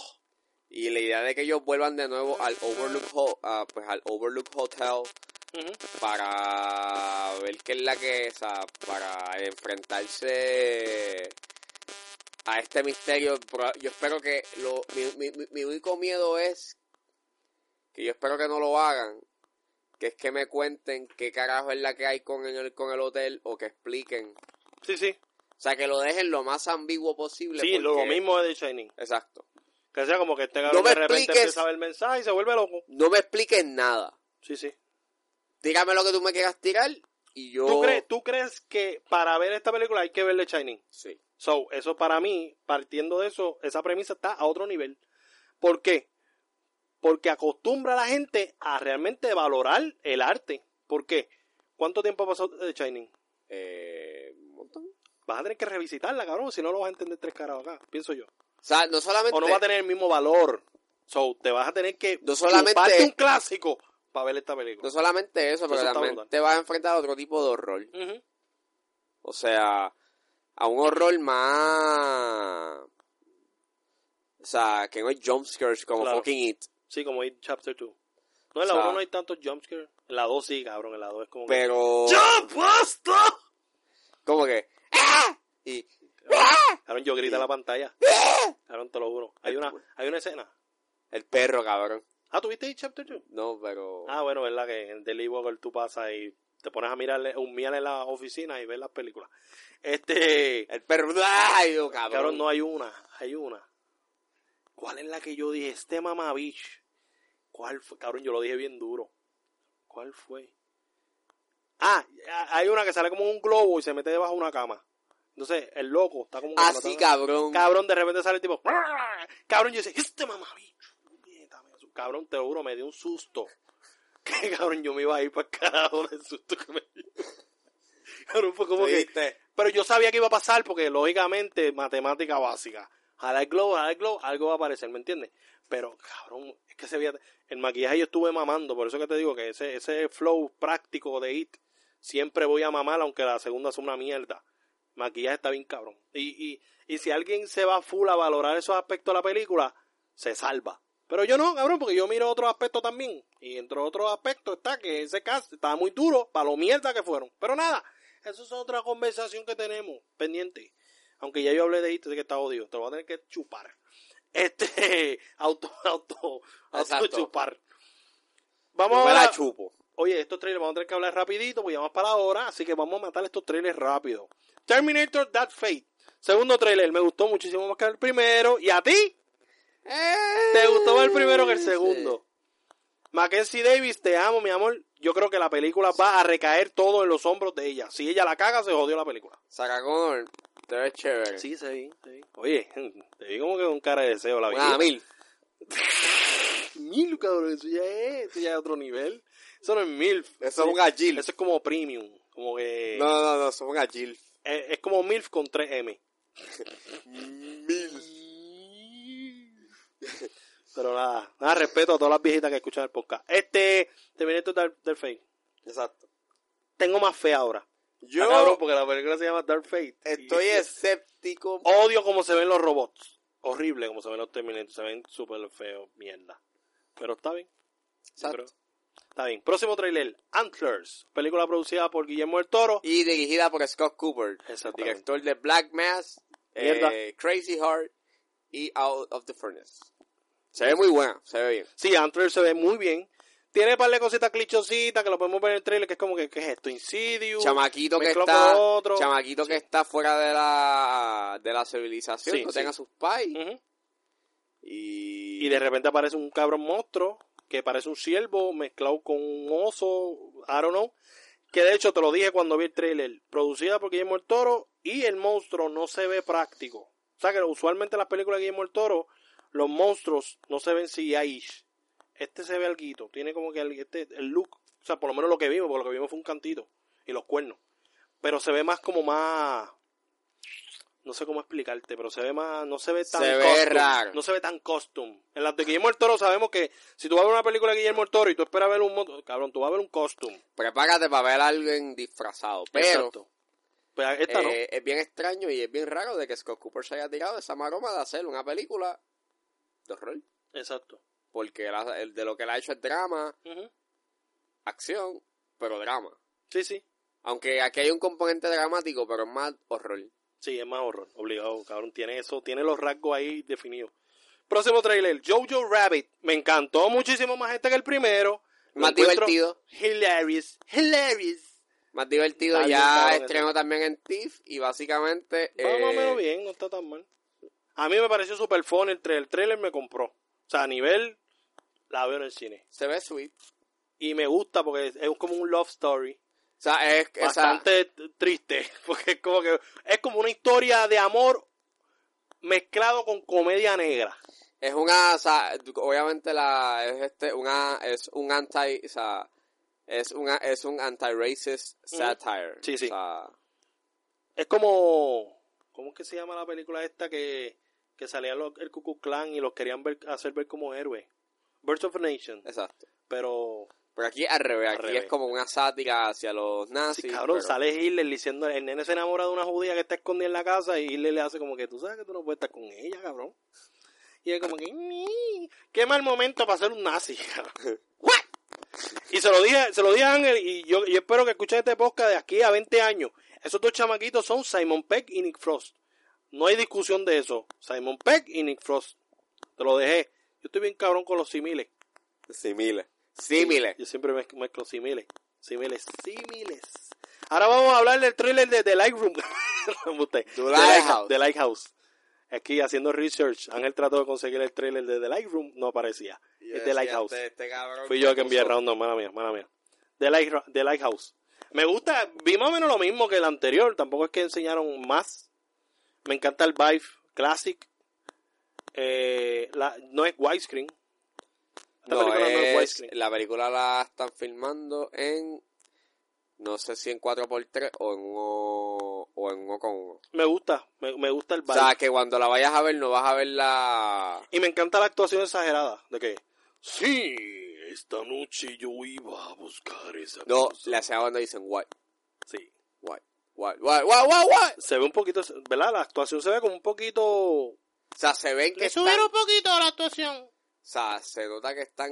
[SPEAKER 2] y la idea de que ellos vuelvan de nuevo al Overlook, Ho- ah, pues al Overlook Hotel
[SPEAKER 3] Ujú.
[SPEAKER 2] para ver qué es la que es, ah, para enfrentarse a este misterio. Pro- Yo espero que lo, mi, mi- mi- mi único miedo es que yo espero que no lo hagan, que es que me cuenten qué carajo es la que hay con el, con el hotel o que expliquen.
[SPEAKER 3] Sí, sí.
[SPEAKER 2] O sea, que lo dejen lo más ambiguo posible.
[SPEAKER 3] Sí, lo
[SPEAKER 2] porque-
[SPEAKER 3] mismo de The Shining.
[SPEAKER 2] Exacto.
[SPEAKER 3] Que sea como que este
[SPEAKER 2] No
[SPEAKER 3] cabrón
[SPEAKER 2] me
[SPEAKER 3] de repente
[SPEAKER 2] expliques.
[SPEAKER 3] empieza a ver el mensaje y se vuelve loco.
[SPEAKER 2] No me expliquen nada.
[SPEAKER 3] Sí, sí.
[SPEAKER 2] Dígame lo que tú me quieras tirar y yo...
[SPEAKER 3] ¿Tú, crees, ¿Tú crees que para ver esta película hay que ver The Shining?
[SPEAKER 2] Sí.
[SPEAKER 3] So, eso para mí, partiendo de eso, esa premisa está a otro nivel. ¿Por qué? Porque acostumbra a la gente a realmente valorar el arte. ¿Por qué? ¿Cuánto tiempo ha pasado de Shining?
[SPEAKER 2] Eh, un montón.
[SPEAKER 3] Vas a tener que revisitarla, cabrón, si no lo vas a entender tres caras acá, pienso yo.
[SPEAKER 2] O sea, no solamente...
[SPEAKER 3] O no va a tener el mismo valor. So, te vas a tener que
[SPEAKER 2] No solamente-
[SPEAKER 3] chuparte un clásico para ver esta película.
[SPEAKER 2] No solamente eso, pero
[SPEAKER 3] Eso está
[SPEAKER 2] también
[SPEAKER 3] brutal.
[SPEAKER 2] te vas a enfrentar a otro tipo de horror.
[SPEAKER 3] Ujú.
[SPEAKER 2] O sea, a un horror más... O sea, que no hay jumpscares como
[SPEAKER 3] Claro.
[SPEAKER 2] fucking It.
[SPEAKER 3] Sí, como It Chapter 2. No, en la
[SPEAKER 2] O sea-
[SPEAKER 3] 1 no hay tantos jumpscares. En la 2 sí, cabrón, en la 2 es como... que-
[SPEAKER 2] Pero...
[SPEAKER 3] ¡Ya, basta!
[SPEAKER 2] Como que... ¡Ah! Y...
[SPEAKER 3] Cabrón, yo grita en la pantalla.
[SPEAKER 2] ¡Eh!
[SPEAKER 3] Cabrón, te lo juro. Hay una, hay una escena.
[SPEAKER 2] El perro, cabrón.
[SPEAKER 3] Ah, ¿tuviste It Chapter 2?
[SPEAKER 2] No, pero...
[SPEAKER 3] Ah, bueno, verdad que en Daily Walker tú pasas y te pones a mirarle, un miel en la oficina y ves las películas. Este...
[SPEAKER 2] El perro... ¡Ay, yo, cabrón!
[SPEAKER 3] Cabrón, no hay una, hay una. ¿Cuál es la que yo dije? Este mamá bitch. ¿Cuál fue? Cabrón, yo lo dije bien duro. ¿Cuál fue? Ah, a- hay una que sale como un globo y se mete debajo de una cama. Entonces, el loco está como... que
[SPEAKER 2] Así,
[SPEAKER 3] tratando-
[SPEAKER 2] Ah, cabrón.
[SPEAKER 3] Cabrón, de repente sale el tipo... Cabrón, yo dije, este mamá Cabrón, te lo juro, me dio un susto. Que cabrón, yo me iba a ir para carajo del susto que me dio. Cabrón, fue como que...
[SPEAKER 2] ¿Viste?
[SPEAKER 3] Pero yo sabía que iba a pasar porque, lógicamente, matemática básica. Jalar el globo, jalar el globo, algo va a aparecer, ¿me entiendes? Pero, cabrón, es que se veía... El maquillaje yo estuve mamando, por eso que te digo que ese, ese flow práctico de IT, siempre voy a mamar aunque la segunda sea una mierda. Maquillaje está bien cabrón. Y, y, y si alguien se va full a valorar esos aspectos de la película, se salva. Pero yo no, cabrón, porque yo miro otros aspectos también. Y entre otros aspectos está que ese cast estaba muy duro para lo mierda que fueron. Pero nada, eso es otra conversación que tenemos pendiente. Aunque ya yo hablé de esto, de que está odio. Te lo voy a tener que chupar. Este, auto, auto, auto
[SPEAKER 2] Exacto.
[SPEAKER 3] chupar.
[SPEAKER 2] Yo
[SPEAKER 3] Vamos a
[SPEAKER 2] me la
[SPEAKER 3] hablar-
[SPEAKER 2] chupo.
[SPEAKER 3] Oye, estos trailers vamos a tener que hablar rapidito porque ya vamos para la hora, así que vamos a matar estos trailers rápido. Terminator That Fate. Segundo trailer, me gustó muchísimo más que el primero. ¿Y a ti? Eh. ¿Te gustó más el primero que el
[SPEAKER 2] Sí.
[SPEAKER 3] segundo? Mackenzie Davis, te amo, mi amor. Yo creo que la película va a recaer todo en los hombros de ella. Si ella la caga, se jodió la película.
[SPEAKER 2] Sacagón, te ves chévere.
[SPEAKER 3] Sí, se vi, se vi. Oye, te vi como que con cara de deseo la
[SPEAKER 2] Una
[SPEAKER 3] vida.
[SPEAKER 2] mil.
[SPEAKER 3] Mil, cabrón, eso ya es, eso ya es otro nivel. Eso no es mil.
[SPEAKER 2] Eso es un agil.
[SPEAKER 3] Eso es como premium. Como que...
[SPEAKER 2] No, no, no, eso es un agil.
[SPEAKER 3] Eh, es como MILF con 3M. Pero nada, nada, respeto a todas las viejitas que escuchan el podcast. Este, Terminator Dark, Dark Fate.
[SPEAKER 2] Exacto.
[SPEAKER 3] Tengo más fe ahora.
[SPEAKER 2] Yo
[SPEAKER 3] Ah, cabrón, porque la película se llama Dark Fate.
[SPEAKER 2] estoy
[SPEAKER 3] Y-
[SPEAKER 2] escéptico.
[SPEAKER 3] Odio cómo se ven los robots. Horrible como se ven los Terminators. Se ven súper feos, mierda. Pero está bien. Yo
[SPEAKER 2] Exacto.
[SPEAKER 3] creo, Está bien. Próximo trailer, Antlers, película producida por Guillermo del Toro.
[SPEAKER 2] Y dirigida por Scott Cooper,
[SPEAKER 3] Exactamente.
[SPEAKER 2] director de Black Mass, eh,
[SPEAKER 3] Mierda.
[SPEAKER 2] Crazy Heart y Out of the Furnace. Se ve muy buena, se ve bien.
[SPEAKER 3] Sí, Antlers se ve muy bien. Tiene un par de cositas clichositas que lo podemos ver en el trailer, que es como que, ¿qué es esto? Insidious.
[SPEAKER 2] Chamaquito que
[SPEAKER 3] mezclado
[SPEAKER 2] está,
[SPEAKER 3] con otro.
[SPEAKER 2] chamaquito que está fuera de la de la civilización,
[SPEAKER 3] Sí,
[SPEAKER 2] no
[SPEAKER 3] sí.
[SPEAKER 2] tenga sus pais
[SPEAKER 3] Ujú.
[SPEAKER 2] y,
[SPEAKER 3] Y de repente aparece un cabrón monstruo que parece un ciervo mezclado con un oso, I don't know. Que de hecho te lo dije cuando vi el trailer, producida por Guillermo el Toro y el monstruo no se ve práctico. O sea que usualmente en las películas de Guillermo el Toro, los monstruos no se ven CGI. Este se ve alguito, tiene como que el, este, el look, o sea, por lo menos lo que vimos, porque lo que vimos fue un cantito y los cuernos. Pero se ve más como más no sé cómo explicarte, pero se ve más, no se ve tan
[SPEAKER 2] Se ve
[SPEAKER 3] costume,
[SPEAKER 2] raro.
[SPEAKER 3] no se ve tan costume. En las de Guillermo el Toro sabemos que si tú vas a ver una película de Guillermo el Toro y tú esperas ver un mon- cabrón, tú vas a ver un costume.
[SPEAKER 2] prepárate para ver a alguien disfrazado, pero
[SPEAKER 3] Exacto. Pero esta no.
[SPEAKER 2] eh, es bien extraño y es bien raro de que Scott Cooper se haya tirado esa maroma de hacer una película de horror,
[SPEAKER 3] Exacto.
[SPEAKER 2] porque él ha- él- de lo que él ha hecho es drama,
[SPEAKER 3] Ujú.
[SPEAKER 2] acción, pero drama.
[SPEAKER 3] Sí, sí.
[SPEAKER 2] Aunque aquí hay un componente dramático, pero es más horror.
[SPEAKER 3] Sí, es más horror. Obligado, cabrón. Tiene eso, tiene los rasgos ahí definidos. Próximo trailer, Jojo Rabbit. Me encantó muchísimo más gente que el primero. Lo
[SPEAKER 2] Más
[SPEAKER 3] encuentro
[SPEAKER 2] divertido.
[SPEAKER 3] Hilarious. Hilarious.
[SPEAKER 2] Más divertido,
[SPEAKER 3] Está bien,
[SPEAKER 2] ya
[SPEAKER 3] cabrón,
[SPEAKER 2] estrenó también en TIFF y básicamente...
[SPEAKER 3] Va más o
[SPEAKER 2] eh,
[SPEAKER 3] menos bien, no está tan mal. A mí me pareció super fun el trailer. El trailer me compró. O sea, a nivel, la veo en el cine.
[SPEAKER 2] Se ve sweet.
[SPEAKER 3] Y me gusta porque es, es como un love story.
[SPEAKER 2] O sea, es esa-
[SPEAKER 3] Bastante t- triste. Porque es como que es como una historia de amor mezclado con comedia negra.
[SPEAKER 2] es una, o sea, obviamente la es este una es un anti, o sea, es una es un anti-racist satire.
[SPEAKER 3] Sí, sí.
[SPEAKER 2] O sea,
[SPEAKER 3] Es como. ¿Cómo es que se llama la película esta que, que salía los- el Ku Klux Klan y los querían ver, hacer ver como héroes? Birds of a Nation.
[SPEAKER 2] exacto.
[SPEAKER 3] Pero
[SPEAKER 2] Pero aquí al revés,
[SPEAKER 3] Al
[SPEAKER 2] aquí
[SPEAKER 3] revés.
[SPEAKER 2] es como una sátira hacia los
[SPEAKER 3] Sí,
[SPEAKER 2] nazis.
[SPEAKER 3] cabrón,
[SPEAKER 2] pero-
[SPEAKER 3] sale Hitler diciendo, el nene se enamora de una judía que está escondida en la casa y Hitler le hace como que tú sabes que tú no puedes estar con ella, cabrón. Y es como que, "Ni". qué mal momento para ser un nazi, cabrón. What? Y se lo dije, se lo dije a Ángel y yo, yo espero que escuches este podcast de aquí a 20 años. Esos dos chamaquitos son Simon Peck y Nick Frost. No hay discusión de eso. Simon Peck y Nick Frost. Te lo dejé. Yo estoy bien cabrón con los similes.
[SPEAKER 2] Simile. Simile.
[SPEAKER 3] Yo siempre mezc- mezclo similes. Similes. Similes. Ahora vamos a hablar del thriller de The Lightroom. No, embuste.
[SPEAKER 2] The
[SPEAKER 3] The
[SPEAKER 2] Lighthouse.
[SPEAKER 3] The Lighthouse. Aquí haciendo research, Ángel trató de conseguir el trailer de The Lightroom, no aparecía. Es The este Lighthouse. Fui yo que envié el round, mala mía, mala mía. The, Light, The Lighthouse. Me gusta, vi más o menos lo mismo que el anterior, tampoco es que enseñaron más. Me encanta el Vive Classic. Eh, la- no es widescreen. Esta
[SPEAKER 2] No,
[SPEAKER 3] película no es
[SPEAKER 2] es,
[SPEAKER 3] widescreen.
[SPEAKER 2] la película la están filmando en no sé si en 4x3 o en uno o en uno con uno.
[SPEAKER 3] Me gusta, me, me gusta el
[SPEAKER 2] O
[SPEAKER 3] vibe.
[SPEAKER 2] sea, que cuando la vayas a ver no vas a ver la
[SPEAKER 3] Y me encanta la actuación exagerada. ¿De que Sí, esta noche yo iba a buscar esa
[SPEAKER 2] No,
[SPEAKER 3] cosa".
[SPEAKER 2] la escena donde dicen what,
[SPEAKER 3] Sí.
[SPEAKER 2] what, what, what, what, what, what.
[SPEAKER 3] Se ve un poquito, ¿verdad? La actuación se ve como un poquito...
[SPEAKER 2] O sea, se ven que están, o
[SPEAKER 3] poquito la actuación.
[SPEAKER 2] sea, se nota que están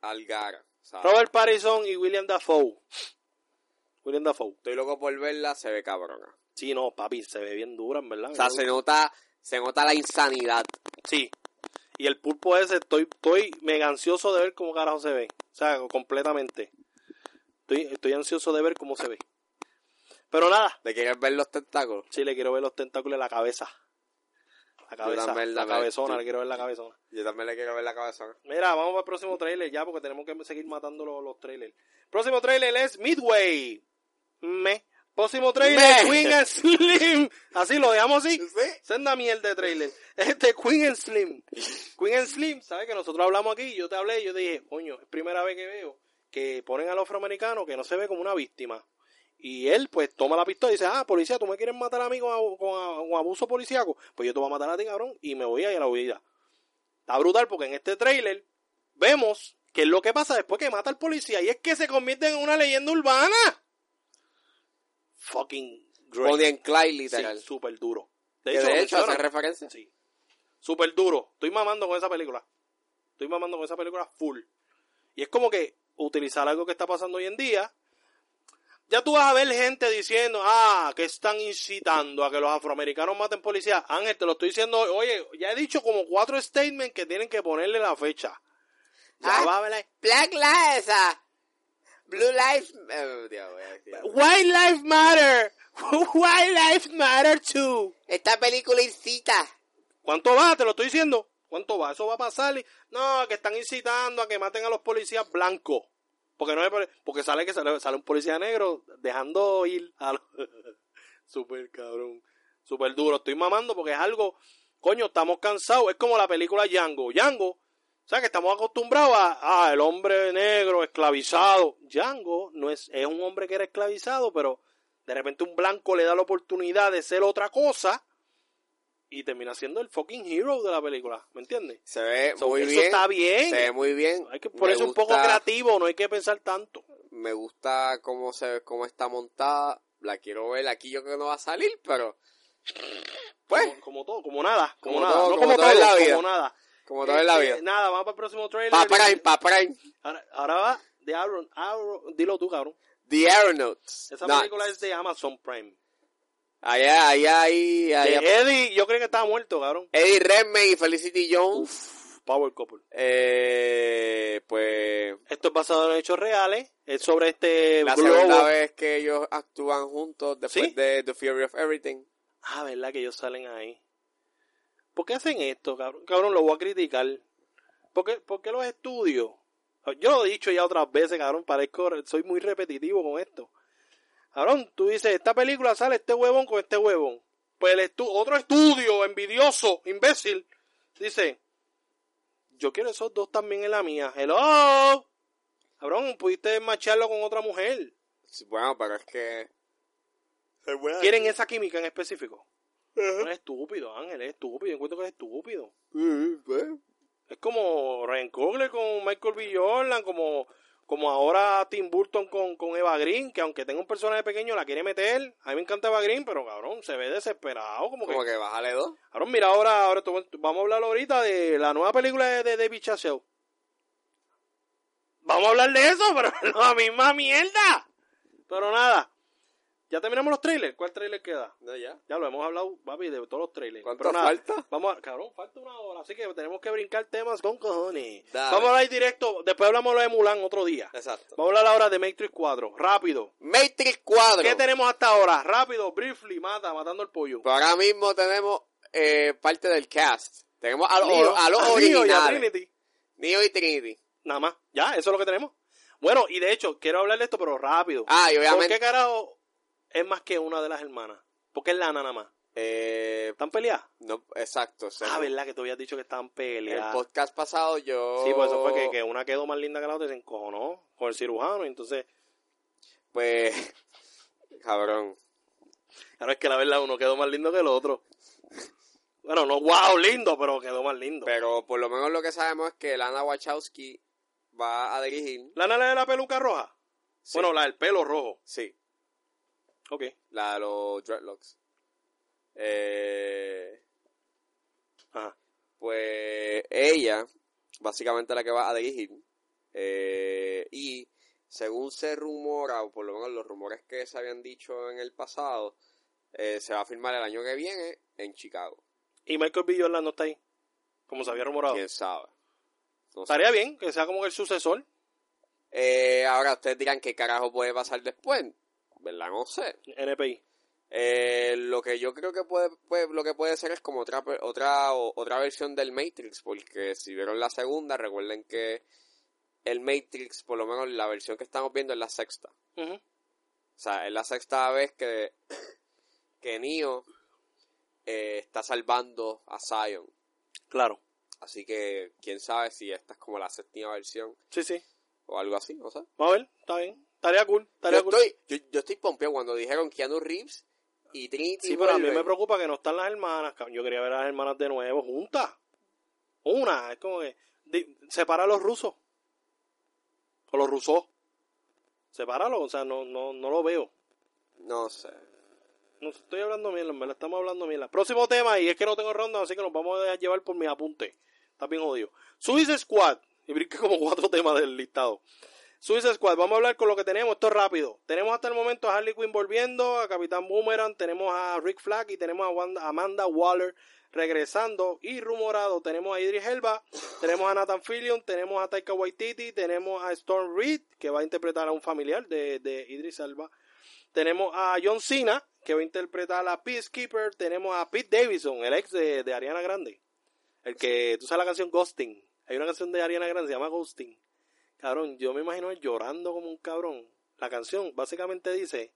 [SPEAKER 2] al gara. O sea,
[SPEAKER 3] Robert Pattinson y William Dafoe. William Dafoe.
[SPEAKER 2] estoy loco por verla, se ve cabrona.
[SPEAKER 3] Sí, no, papi, se ve bien dura, en verdad.
[SPEAKER 2] O sea, se nota, se nota la insanidad.
[SPEAKER 3] Sí. Y el pulpo ese, estoy, estoy mega ansioso de ver cómo carajo se ve. O sea, completamente. Estoy, estoy ansioso de ver cómo se ve. Pero nada,
[SPEAKER 2] ¿Le quieres ver los tentáculos?
[SPEAKER 3] Sí, le quiero ver los tentáculos de la cabeza. La cabeza,
[SPEAKER 2] también,
[SPEAKER 3] la
[SPEAKER 2] también.
[SPEAKER 3] cabezona,
[SPEAKER 2] Sí.
[SPEAKER 3] le quiero ver la cabezona.
[SPEAKER 2] Yo también le quiero ver la cabeza.
[SPEAKER 3] Mira, vamos para el próximo trailer ya, porque tenemos que seguir matando los, los trailers. Próximo trailer es Midway. Me. Próximo trailer,
[SPEAKER 2] Me.
[SPEAKER 3] Queen and Slim. Así lo dejamos así.
[SPEAKER 2] Sí.
[SPEAKER 3] Senda mierda de trailer. Este Queen and Slim. Queen and Slim, ¿sabes que nosotros hablamos aquí? Yo te hablé y yo te dije, coño, es primera vez que veo que ponen al afroamericano que no se ve como una víctima. Y él, pues, toma la pistola y dice, ah, policía, tú me quieres matar a mí con, abu- con a- con abuso policíaco. Pues yo te voy a matar a ti, cabrón, y me voy a ir a la huida. Está brutal porque en este trailer vemos que es lo que pasa después que mata al policía y es que se convierte en una leyenda urbana. Fucking great.
[SPEAKER 2] Bonnie and Clyde,
[SPEAKER 3] Sí,
[SPEAKER 2] literal.
[SPEAKER 3] súper duro.
[SPEAKER 2] Que de hecho,
[SPEAKER 3] menciona.
[SPEAKER 2] hace referencia.
[SPEAKER 3] Sí. Súper duro. Estoy mamando con esa película. Estoy mamando con esa película full. Y es como que utilizar algo que está pasando hoy en día. Ya tú vas a ver gente diciendo, ah, que están incitando a que los afroamericanos maten policías. Ángel, te lo estoy diciendo, hoy. oye, ya he dicho como cuatro statements que tienen que ponerle la fecha. Ya
[SPEAKER 4] Ah.
[SPEAKER 3] va a ver.
[SPEAKER 4] Black Lives, ah, Blue Lives, eh, Dios, voy a decir.
[SPEAKER 3] White Life Matter. White Life Matter too.
[SPEAKER 4] esta película incita.
[SPEAKER 3] ¿Cuánto va? Te lo estoy diciendo. ¿Cuánto va? Eso va a pasar. y- No, que están incitando a que maten a los policías blancos. Porque no es poli- porque sale que sale, sale un policía negro dejando ir a los... Súper cabrón. Súper duro. Estoy mamando porque es algo... Coño, estamos cansados. Es como la película Django. Django. O sea, que estamos acostumbrados a... Ah, el hombre negro esclavizado. Django no es, es un hombre que era esclavizado, pero de repente un blanco le da la oportunidad de ser otra cosa y termina siendo el fucking hero de la película, ¿me entiendes?
[SPEAKER 2] Se ve
[SPEAKER 3] So,
[SPEAKER 2] muy
[SPEAKER 3] eso
[SPEAKER 2] bien.
[SPEAKER 3] está bien.
[SPEAKER 2] Se ve muy bien.
[SPEAKER 3] Hay que
[SPEAKER 2] Me
[SPEAKER 3] ponerse un poco
[SPEAKER 2] gusta-
[SPEAKER 3] creativo, no hay que pensar tanto.
[SPEAKER 2] Me gusta cómo se ve, cómo está montada. La quiero ver aquí, yo creo que no va a salir, pero pues,
[SPEAKER 3] Como, como todo, como nada, como,
[SPEAKER 2] Como
[SPEAKER 3] nada,
[SPEAKER 2] todo,
[SPEAKER 3] no
[SPEAKER 2] como
[SPEAKER 3] como,
[SPEAKER 2] todo
[SPEAKER 3] todo,
[SPEAKER 2] en la vida.
[SPEAKER 3] como nada.
[SPEAKER 2] como todo en la
[SPEAKER 3] Este,
[SPEAKER 2] vida.
[SPEAKER 3] Nada, vamos para el próximo trailer.
[SPEAKER 2] Pa' Prime, pa' Prime.
[SPEAKER 3] Ahora, ahora va de Aaron, Aaron- dilo tú, cabrón.
[SPEAKER 2] The Aeronauts.
[SPEAKER 3] Esa
[SPEAKER 2] Nuts.
[SPEAKER 3] película es de Amazon Prime.
[SPEAKER 2] Allá, allá, ahí,
[SPEAKER 3] De
[SPEAKER 2] allá.
[SPEAKER 3] Eddie, yo creo que estaba muerto, cabrón.
[SPEAKER 2] Eddie Redmayne y Felicity Jones.
[SPEAKER 3] Power Couple.
[SPEAKER 2] Eh, pues
[SPEAKER 3] Esto es basado en hechos reales. Es sobre este
[SPEAKER 2] la
[SPEAKER 3] globo.
[SPEAKER 2] segunda vez que ellos actúan juntos después
[SPEAKER 3] ¿Sí?
[SPEAKER 2] de The Fury of Everything.
[SPEAKER 3] Ah, ¿verdad que ellos salen ahí? ¿Por qué hacen esto, cabrón? Cabrón, lo voy a criticar. ¿Por qué, por qué los estudios? Yo lo he dicho ya otras veces, cabrón, parezco, soy muy repetitivo con esto. Cabrón, tú dices, esta película sale este huevón con este huevón. Pues el estu- otro estudio, envidioso, imbécil, dice, yo quiero esos dos también en la mía. Hello. Cabrón, pudiste macharlo con otra mujer.
[SPEAKER 2] Sí, Bueno, pero es que
[SPEAKER 3] quieren esa química en específico. No es estúpido, Ángel, es estúpido. Yo encuentro que es estúpido.
[SPEAKER 2] pues,
[SPEAKER 3] Es como Ryan Coogler con Michael B. Jordan, como, como ahora Tim Burton con, con Eva Green, que aunque tenga un personaje pequeño la quiere meter. A mí me encanta Eva Green, pero cabrón, se ve desesperado. Como que,
[SPEAKER 2] como que bájale dos.
[SPEAKER 3] cabrón, mira ahora, ahora tú- tú- vamos a hablar ahorita de la nueva película de, de David Chazelle. Vamos a hablar de eso, pero la misma mierda. Pero nada, ya terminamos los trailers. ¿Cuál trailer queda?
[SPEAKER 2] No, ya.
[SPEAKER 3] Ya lo hemos hablado, papi, de todos los trailers.
[SPEAKER 2] ¿Cuánto
[SPEAKER 3] Pero nada,
[SPEAKER 2] falta?
[SPEAKER 3] Vamos a, cabrón, falta una hora, así que tenemos que brincar temas con cojones.
[SPEAKER 2] Dale.
[SPEAKER 3] Vamos a hablar directo, después hablamos de Mulan otro día.
[SPEAKER 2] Exacto.
[SPEAKER 3] Vamos a hablar ahora de Matrix 4, rápido.
[SPEAKER 2] Matrix 4.
[SPEAKER 3] ¿Qué tenemos hasta ahora? Rápido, briefly, mata, matando el pollo.
[SPEAKER 2] Pero ahora mismo tenemos eh, parte del cast. Tenemos a, los-
[SPEAKER 3] Neo,
[SPEAKER 2] a los
[SPEAKER 3] a Neo y a
[SPEAKER 2] originales.
[SPEAKER 3] Trinity.
[SPEAKER 2] Neo y Trinity.
[SPEAKER 3] Nada más, ya, eso es lo que tenemos. Bueno, y de hecho, quiero hablar de esto, pero rápido.
[SPEAKER 2] Ah, y
[SPEAKER 3] ¿Por qué
[SPEAKER 2] obviamente...
[SPEAKER 3] carajo es más que una de las hermanas? Porque es lana nada más.
[SPEAKER 2] Eh,
[SPEAKER 3] ¿Están peleadas?
[SPEAKER 2] no, exacto. o sea,
[SPEAKER 3] Ah, verdad que tú habías dicho que estaban
[SPEAKER 2] el Oh.
[SPEAKER 3] peleadas.
[SPEAKER 2] podcast pasado yo...
[SPEAKER 3] Sí, por eso fue que, que una quedó más linda que la otra y se encojonó con el cirujano. y entonces,
[SPEAKER 2] Pues... Cabrón.
[SPEAKER 3] claro, es que la verdad uno quedó más lindo que el otro. Bueno, no wow, lindo, pero quedó más lindo.
[SPEAKER 2] Pero por lo menos lo que sabemos es que Lana Wachowski va a dirigir.
[SPEAKER 3] ¿La nana de la peluca roja?
[SPEAKER 2] Sí.
[SPEAKER 3] Bueno, la del pelo rojo.
[SPEAKER 2] Sí,
[SPEAKER 3] Ok.
[SPEAKER 2] la de los dreadlocks. Eh,
[SPEAKER 3] Ajá.
[SPEAKER 2] pues ella, básicamente la que va a dirigir. eh, y según se rumora, o por lo menos los rumores que se habían dicho en el pasado, eh, se va a firmar el año que viene en Chicago.
[SPEAKER 3] Y Michael B. Jordan no está ahí. Como se había rumorado.
[SPEAKER 2] ¿Quién sabe? No sé.
[SPEAKER 3] Estaría bien que sea como que el sucesor.
[SPEAKER 2] Eh, ahora ustedes dirán qué carajo puede pasar después. ¿Verdad? No sé.
[SPEAKER 3] NPI.
[SPEAKER 2] Eh, lo que yo creo que puede, puede- lo que puede ser es como otra pe- otra o- otra versión del Matrix, porque si vieron la segunda, recuerden que el Matrix, por lo menos la versión que estamos viendo es la sexta. O
[SPEAKER 3] Ujú.
[SPEAKER 2] sea, es la sexta vez que que Neo eh, está salvando a Zion.
[SPEAKER 3] Claro.
[SPEAKER 2] Así que quién sabe si esta es como la séptima versión
[SPEAKER 3] Sí, sí.
[SPEAKER 2] o algo así, no sé.
[SPEAKER 3] Vamos a ver, está bien. Estaría cool.
[SPEAKER 2] Yo
[SPEAKER 3] Estaría cool.
[SPEAKER 2] estoy yo, yo estoy pompeado cuando dijeron Keanu Reeves y Trinity
[SPEAKER 3] Sí, pero a mí
[SPEAKER 2] vuelven.
[SPEAKER 3] me preocupa que no están las hermanas. cabrón. Yo quería ver a las hermanas de nuevo juntas. Una, es como que. di- Separa a los rusos. O los rusos. Sepáralos, o sea, no, no, no lo veo.
[SPEAKER 2] No sé.
[SPEAKER 3] No estoy hablando mierda, en verdad estamos hablando mierda. Próximo tema, y es que no tengo ronda, así que nos vamos a dejar llevar por mi apunte. Está bien jodido. Suicide Squad. Y brinqué como cuatro temas del listado. Suicide Squad, vamos a hablar con lo que tenemos, esto es rápido. Tenemos hasta el momento a Harley Quinn volviendo, a Capitán Boomerang, tenemos a Rick Flag y tenemos a Wanda- Amanda Waller regresando y rumorado. Tenemos a Idris Elba, tenemos a Nathan Fillion, tenemos a Taika Waititi, tenemos a Storm Reed, que va a interpretar a un familiar de, de Idris Elba. Tenemos a John Cena, que va a interpretar a Peacekeeper. Tenemos a Pete Davidson, el ex de, de Ariana Grande. El que, tú sabes la canción Ghosting. Hay una canción de Ariana Grande, se llama Ghosting. Cabrón, yo me imagino él llorando como un cabrón. La canción básicamente dice,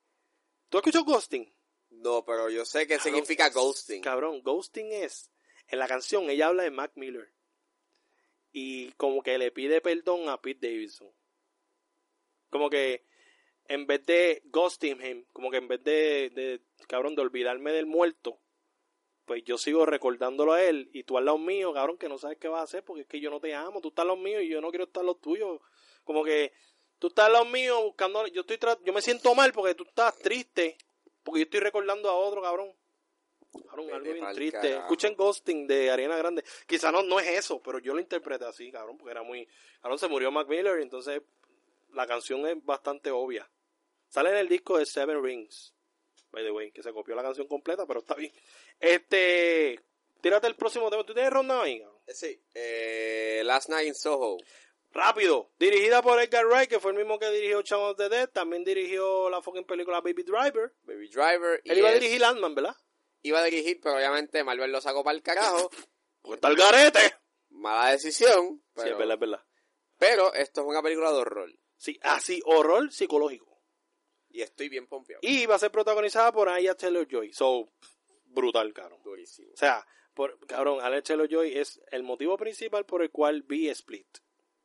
[SPEAKER 3] ¿tú escuchas Ghosting?
[SPEAKER 2] No, pero yo sé que
[SPEAKER 3] Cabrón.
[SPEAKER 2] significa ghosting.
[SPEAKER 3] Cabrón, Ghosting es, en la canción ella habla de Mac Miller. Y como que le pide perdón a Pete Davidson. Como que en vez de ghosting him, como que en vez de, de, cabrón, de olvidarme del muerto, pues yo sigo recordándolo a él y tú al lado mío, cabrón, que no sabes qué vas a hacer porque es que yo no te amo, tú estás al lado mío y yo no quiero estar al lado tuyo. Como que tú estás al lado mío buscando, yo estoy tra- yo me siento mal porque tú estás triste, porque yo estoy recordando a otro, cabrón. Cabrón,
[SPEAKER 2] Vete
[SPEAKER 3] algo bien
[SPEAKER 2] pa'l
[SPEAKER 3] triste.
[SPEAKER 2] carajo.
[SPEAKER 3] Escuchen Ghosting de Ariana Grande. Quizá no, no es eso, pero yo lo interpreté así, cabrón, porque era muy... Cabrón, se murió Mac Miller, entonces la canción es bastante obvia. Sale en el disco de Seven Rings, by the way, que se copió la canción completa, pero está bien. Este, tírate el próximo tema. ¿Tú tienes ronda ahí? cabrón?
[SPEAKER 2] Eh, Sí, eh, Last Night in Soho.
[SPEAKER 3] Rápido. Dirigida por Edgar Wright, que fue el mismo que dirigió Shaun of the Dead. También dirigió la fucking película Baby Driver.
[SPEAKER 2] Baby Driver. y
[SPEAKER 3] Él iba a
[SPEAKER 2] es-
[SPEAKER 3] dirigir Landman, ¿verdad?
[SPEAKER 2] Iba a dirigir, pero obviamente Marvel lo sacó para el carajo.
[SPEAKER 3] Porque está el garete.
[SPEAKER 2] Mala decisión.
[SPEAKER 3] Sí,
[SPEAKER 2] Pero,
[SPEAKER 3] es verdad, es verdad.
[SPEAKER 2] pero esto es una película de horror.
[SPEAKER 3] Sí, así, horror psicológico.
[SPEAKER 2] Y estoy bien pompeado.
[SPEAKER 3] Y va a ser protagonizada por Aya Taylor-Joy. So, brutal, cabrón.
[SPEAKER 2] Durísimo.
[SPEAKER 3] O sea, por, cabrón, Alex Joy es el motivo principal por el cual vi Split.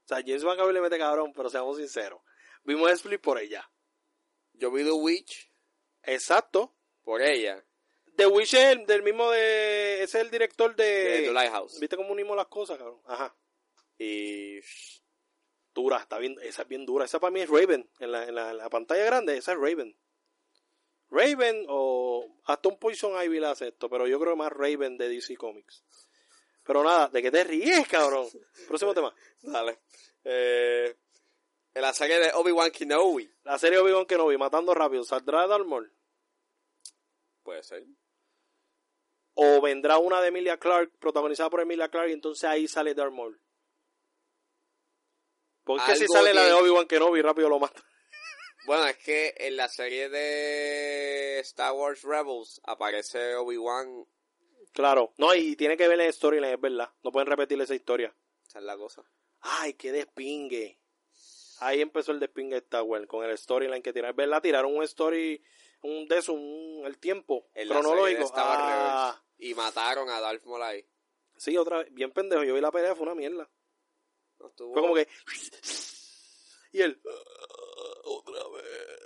[SPEAKER 3] O sea, James McAvoy le mete cabrón, pero seamos sinceros. Vimos Split por ella.
[SPEAKER 2] Yo vi The Witch
[SPEAKER 3] Exacto.
[SPEAKER 2] por ella.
[SPEAKER 3] The Witch es el del mismo de... Es el director de...
[SPEAKER 2] De The Lighthouse.
[SPEAKER 3] ¿Viste cómo unimos las cosas, cabrón? Ajá.
[SPEAKER 2] Y shh,
[SPEAKER 3] Dura, está bien, esa es bien dura. Esa para mí es Raven. En la, en la, en la pantalla grande, esa es Raven. Raven o hasta un Poison Ivy la hace esto, pero yo creo más Raven de DC Comics. Pero nada, ¿de qué te ríes, cabrón? Próximo tema.
[SPEAKER 2] dale. Eh, en la serie de Obi-Wan Kenobi.
[SPEAKER 3] La serie Obi-Wan Kenobi, Matando Rápido, ¿saldrá Dalmor?
[SPEAKER 2] Puede ser.
[SPEAKER 3] ¿O vendrá una de Emilia Clark, protagonizada por Emilia Clark, y entonces ahí sale Dalmor? Porque si
[SPEAKER 2] Algo
[SPEAKER 3] sale la de
[SPEAKER 2] tiene-
[SPEAKER 3] Obi-Wan Kenobi, rápido lo mata.
[SPEAKER 2] Bueno, es que en la serie de Star Wars Rebels aparece Obi-Wan.
[SPEAKER 3] Claro, no, y tiene que ver la storyline, es verdad. No pueden repetir esa historia.
[SPEAKER 2] Esa es la cosa.
[SPEAKER 3] ¡Ay, qué despingue! Ahí empezó el despingue de Star Wars, con el storyline que tiraron. Es verdad, tiraron un story, un de eso, un- el tiempo
[SPEAKER 2] En la serie de
[SPEAKER 3] cronológico.
[SPEAKER 2] Star Wars
[SPEAKER 3] Ah,
[SPEAKER 2] Rebels. Y mataron a Darth Maul ahí.
[SPEAKER 3] sí, otra vez, bien pendejo. Yo vi la pelea, fue una mierda.
[SPEAKER 2] No estuvo-
[SPEAKER 3] Fue como que. Y él. "Ah, Otra vez.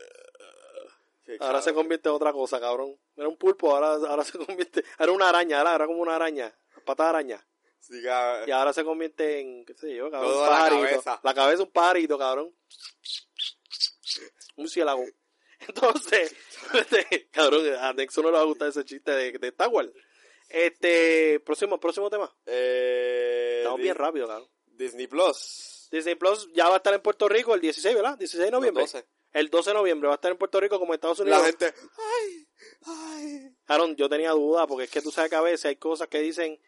[SPEAKER 2] Sí,
[SPEAKER 3] Ahora
[SPEAKER 2] cabrón.
[SPEAKER 3] se convierte en otra cosa, cabrón. Era un pulpo, ahora, ahora se convierte. Era una araña, ahora era como una araña. Pata de araña.
[SPEAKER 2] Sí, cabrón.
[SPEAKER 3] Y ahora se convierte en. ¿Qué sé yo, cabrón?
[SPEAKER 2] Todo
[SPEAKER 3] un
[SPEAKER 2] la
[SPEAKER 3] pajarito.
[SPEAKER 2] cabeza.
[SPEAKER 3] La cabeza un pajarito, cabrón. Un cielago. Entonces, este, cabrón, a Nexo no le va a gustar ese chiste de, de Star Wars. Este, próximo, próximo tema.
[SPEAKER 2] Eh,
[SPEAKER 3] Estamos
[SPEAKER 2] Di-
[SPEAKER 3] bien rápido, cabrón.
[SPEAKER 2] Disney Plus.
[SPEAKER 3] Disney Plus ya va a estar en Puerto Rico el 16, ¿verdad? 16 de noviembre.
[SPEAKER 2] Los 12.
[SPEAKER 3] El 12 de noviembre va a estar en Puerto Rico como en Estados Unidos.
[SPEAKER 2] La gente.
[SPEAKER 3] Aaron, yo tenía duda porque es que tú sabes que a veces hay cosas que dicen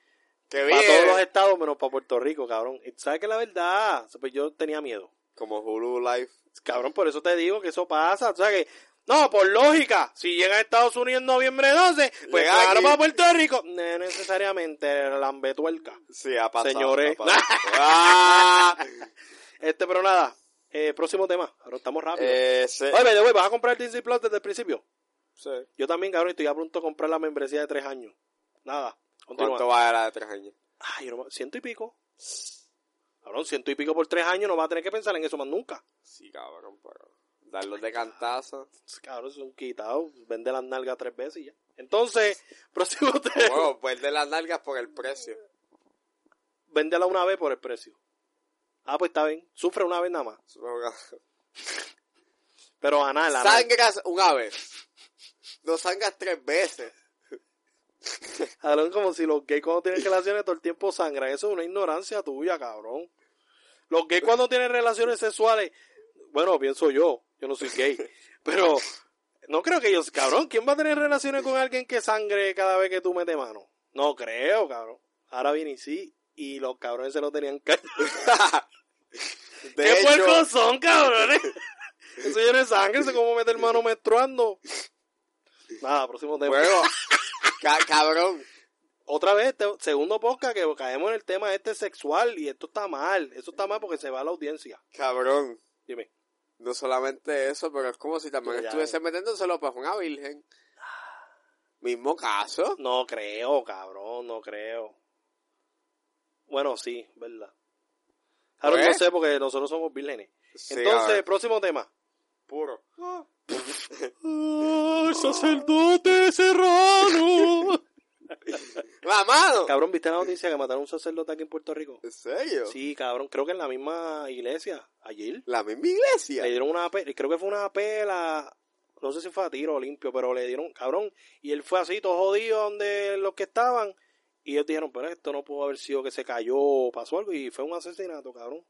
[SPEAKER 2] Que
[SPEAKER 3] para todos los
[SPEAKER 2] bien.
[SPEAKER 3] estados menos para Puerto Rico, cabrón. Y tú sabes que la verdad, pues yo tenía miedo.
[SPEAKER 2] Como Hulu Live.
[SPEAKER 3] Cabrón, por eso te digo que eso pasa. Tú sabes que, no, por lógica, si llega a Estados Unidos en noviembre 12, pues
[SPEAKER 2] Llega
[SPEAKER 3] claro
[SPEAKER 2] aquí.
[SPEAKER 3] para Puerto Rico. No necesariamente, lambetuerca.
[SPEAKER 2] Sí, ha pasado.
[SPEAKER 3] Señores.
[SPEAKER 2] ha pasado. Ah.
[SPEAKER 3] Este, pero nada, eh, próximo tema. Ahora estamos rápido.
[SPEAKER 2] Eh, se-
[SPEAKER 3] Oye, by the way, ¿vas a comprar Disney Plus desde el principio?
[SPEAKER 2] sí.
[SPEAKER 3] Yo también, cabrón, estoy a punto de comprar la membresía de tres años. Nada. Continúa.
[SPEAKER 2] ¿Cuánto vale la de tres años?
[SPEAKER 3] Ay, yo no me- ciento y pico. Cabrón, ciento y pico por tres años no va a tener que pensar en eso más nunca.
[SPEAKER 2] Sí, cabrón, pero. Darlos de cantazo.
[SPEAKER 3] Cabrón, son quitados. Vende las nalgas tres veces y ya. Entonces, próximo tema.
[SPEAKER 2] Bueno, pues de las nalgas por el precio.
[SPEAKER 3] Véndela una vez por el precio. Ah, pues está bien. Sufre una vez nada más.
[SPEAKER 2] Supongo que-
[SPEAKER 3] Pero anal, anal.
[SPEAKER 2] Sangras una vez. No sangras tres veces.
[SPEAKER 3] Cabrón, como si los gays cuando tienen relaciones todo el tiempo sangran. Eso es una ignorancia tuya, cabrón. Los gays cuando tienen relaciones sexuales, bueno, pienso yo, yo no soy gay, pero no creo que ellos, cabrón, ¿quién va a tener relaciones con alguien que sangre cada vez que tú metes mano? No creo, cabrón. Ahora viene y sí, y los cabrones se lo tenían que...
[SPEAKER 2] De
[SPEAKER 3] ¡Qué
[SPEAKER 2] hecho,
[SPEAKER 3] puercos son, cabrones! Eso ya no es sangre, eso es como meter mano menstruando. Nada, próximo tema.
[SPEAKER 2] bueno,
[SPEAKER 4] Ca- cabrón.
[SPEAKER 3] Otra vez, te- segundo podcast que caemos en el tema este sexual y esto está mal. Eso está mal porque se va a la audiencia.
[SPEAKER 2] cabrón.
[SPEAKER 3] Dime.
[SPEAKER 2] No solamente eso, pero es como si también
[SPEAKER 3] Tú Pues ya
[SPEAKER 2] estuviese metiéndoselo para una virgen. Mismo caso.
[SPEAKER 3] No creo, cabrón, no creo. Bueno, sí, verdad. Claro,
[SPEAKER 2] Pues.
[SPEAKER 3] no sé porque nosotros somos vírgenes.
[SPEAKER 2] Sí,
[SPEAKER 3] Entonces,
[SPEAKER 2] cabrón.
[SPEAKER 3] próximo tema.
[SPEAKER 2] puro.
[SPEAKER 1] ¡Ay, sacerdote serrano!
[SPEAKER 2] ¡La mano!
[SPEAKER 3] Cabrón, ¿viste la noticia que mataron a un sacerdote aquí en Puerto Rico?
[SPEAKER 2] ¿En serio?
[SPEAKER 3] Sí, cabrón, creo que en la misma iglesia, ayer.
[SPEAKER 2] La misma iglesia.
[SPEAKER 3] Le dieron una pela, creo que fue una pela, no sé si fue a tiro o limpio, pero le dieron, cabrón, y él fue así, todo jodido donde los que estaban, y ellos dijeron, pero esto no pudo haber sido que se cayó, pasó algo, y fue un asesinato, cabrón.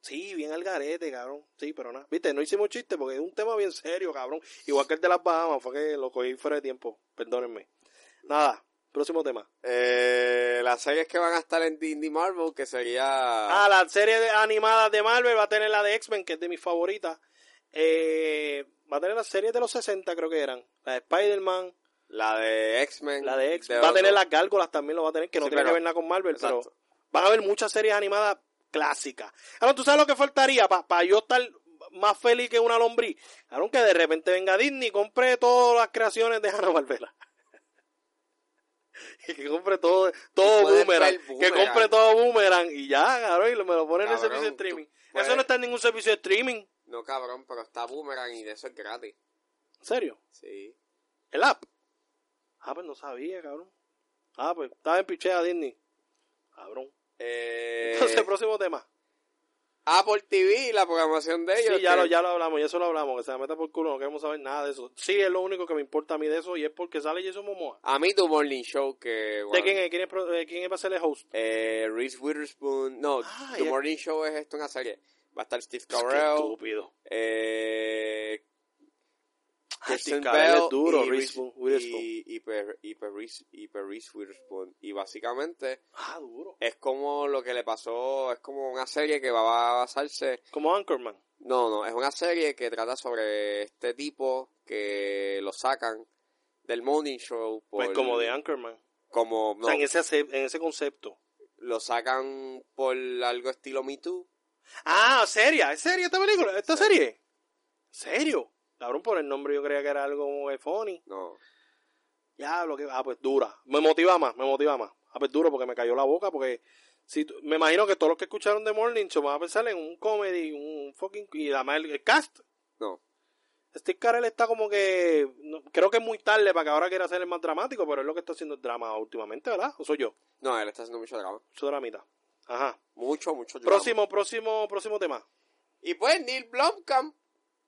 [SPEAKER 3] Sí, bien al garete, cabrón. Sí, pero nada. Viste, no hicimos chiste porque es un tema bien serio, cabrón. Igual que el de las Bahamas, fue que lo cogí fuera de tiempo. Perdónenme. Nada, próximo tema.
[SPEAKER 2] Eh, las series que van a estar en D&D Marvel, que sería...
[SPEAKER 3] Ah, la serie de- animada de Marvel va a tener la de X-Men, que es de mis favoritas. Eh, va a tener las series de los 60, creo que eran. La de Spider-Man,
[SPEAKER 2] la de X-Men.
[SPEAKER 3] la de X-Men.
[SPEAKER 2] de
[SPEAKER 3] Va a
[SPEAKER 2] otro.
[SPEAKER 3] tener las gárgolas también, lo va a tener, que no
[SPEAKER 2] Sí,
[SPEAKER 3] tiene
[SPEAKER 2] pero-
[SPEAKER 3] que ver nada con Marvel,
[SPEAKER 2] Exacto.
[SPEAKER 3] pero van a haber muchas series animadas clásicas. Ahora, ¿tú sabes lo que faltaría para yo estar más feliz que una lombriz? Claro, que de repente venga Disney y compre todas las creaciones de Hanna Barbera. Y que compre todo, todo
[SPEAKER 2] puedes ver
[SPEAKER 3] boomerang, Que
[SPEAKER 2] Boomerang.
[SPEAKER 3] compre todo boomerang. Y ya, cabrón, y lo- me lo ponen en el
[SPEAKER 2] Cabrón,
[SPEAKER 3] servicio de
[SPEAKER 2] tú
[SPEAKER 3] streaming.
[SPEAKER 2] puedes-
[SPEAKER 3] Eso no está en ningún servicio de streaming. ¿En
[SPEAKER 2] Pues, No, cabrón, pero está Boomerang y de eso es gratis.
[SPEAKER 3] serio?
[SPEAKER 2] Sí.
[SPEAKER 3] ¿El app? Ah, pues no sabía, cabrón. Ah, pues estaba en pichea Disney. Cabrón.
[SPEAKER 2] Eh,
[SPEAKER 3] Entonces, próximo tema.
[SPEAKER 2] Apple TV, la programación de ellos.
[SPEAKER 3] Sí, ya
[SPEAKER 2] que-
[SPEAKER 3] lo, ya lo hablamos, y eso lo hablamos, que se la meta por culo, no queremos saber nada de eso. Sí, es lo único que me importa a mí de eso, y es porque sale Jason Momoa.
[SPEAKER 2] A mí tu Morning Show, que...
[SPEAKER 3] ¿De
[SPEAKER 2] bueno,
[SPEAKER 3] quién es? ¿Quién es, pro- eh, quién es para ser el host?
[SPEAKER 2] Eh, Reese Witherspoon. No,
[SPEAKER 3] Ah,
[SPEAKER 2] The
[SPEAKER 3] ya-
[SPEAKER 2] Morning Show es esto, una serie. Va a estar Steve
[SPEAKER 3] Qué
[SPEAKER 2] Carell,
[SPEAKER 3] estúpido.
[SPEAKER 2] eh, Kristen
[SPEAKER 3] Steve Carell
[SPEAKER 2] Bell
[SPEAKER 3] es duro,
[SPEAKER 2] y
[SPEAKER 3] Reese Witherspoon.
[SPEAKER 2] Y, y, per- y per- Reese- y per Reese Witherspoon. Y básicamente
[SPEAKER 3] Ah, duro.
[SPEAKER 2] es como lo que le pasó, es como una serie que va a basarse
[SPEAKER 3] Pues, Como Anchorman.
[SPEAKER 2] no, no, es una serie que trata sobre este tipo que lo sacan del morning show.
[SPEAKER 3] Pues
[SPEAKER 2] por-
[SPEAKER 3] como de Anchorman.
[SPEAKER 2] Como,
[SPEAKER 3] O sea,
[SPEAKER 2] no,
[SPEAKER 3] en ese, ace- en ese concepto.
[SPEAKER 2] lo sacan por algo estilo Me Too.
[SPEAKER 3] Ah, seria, es seria esta película, esta serie. ¿Serio? Cabrón, por el nombre yo creía que era algo como de funny.
[SPEAKER 2] No.
[SPEAKER 3] Ya, lo que... Ah, pues dura. Me motiva más, me motiva más. Ah, pues duro porque me cayó la boca, porque... Si tú- me imagino que todos los que escucharon de Morning Show van a pensar en un comedy, un fucking... Y además el, el cast.
[SPEAKER 2] No.
[SPEAKER 3] Steve Carell está como que... no- creo que es muy tarde para que ahora quiera hacer el más dramático, pero es lo que está haciendo el drama últimamente, ¿verdad? O soy yo.
[SPEAKER 2] No, él está haciendo mucho drama.
[SPEAKER 3] Soy dramita. Ajá.
[SPEAKER 2] Mucho, mucho drama.
[SPEAKER 3] Próximo, próximo, próximo tema.
[SPEAKER 2] Y pues Neil Blomkamp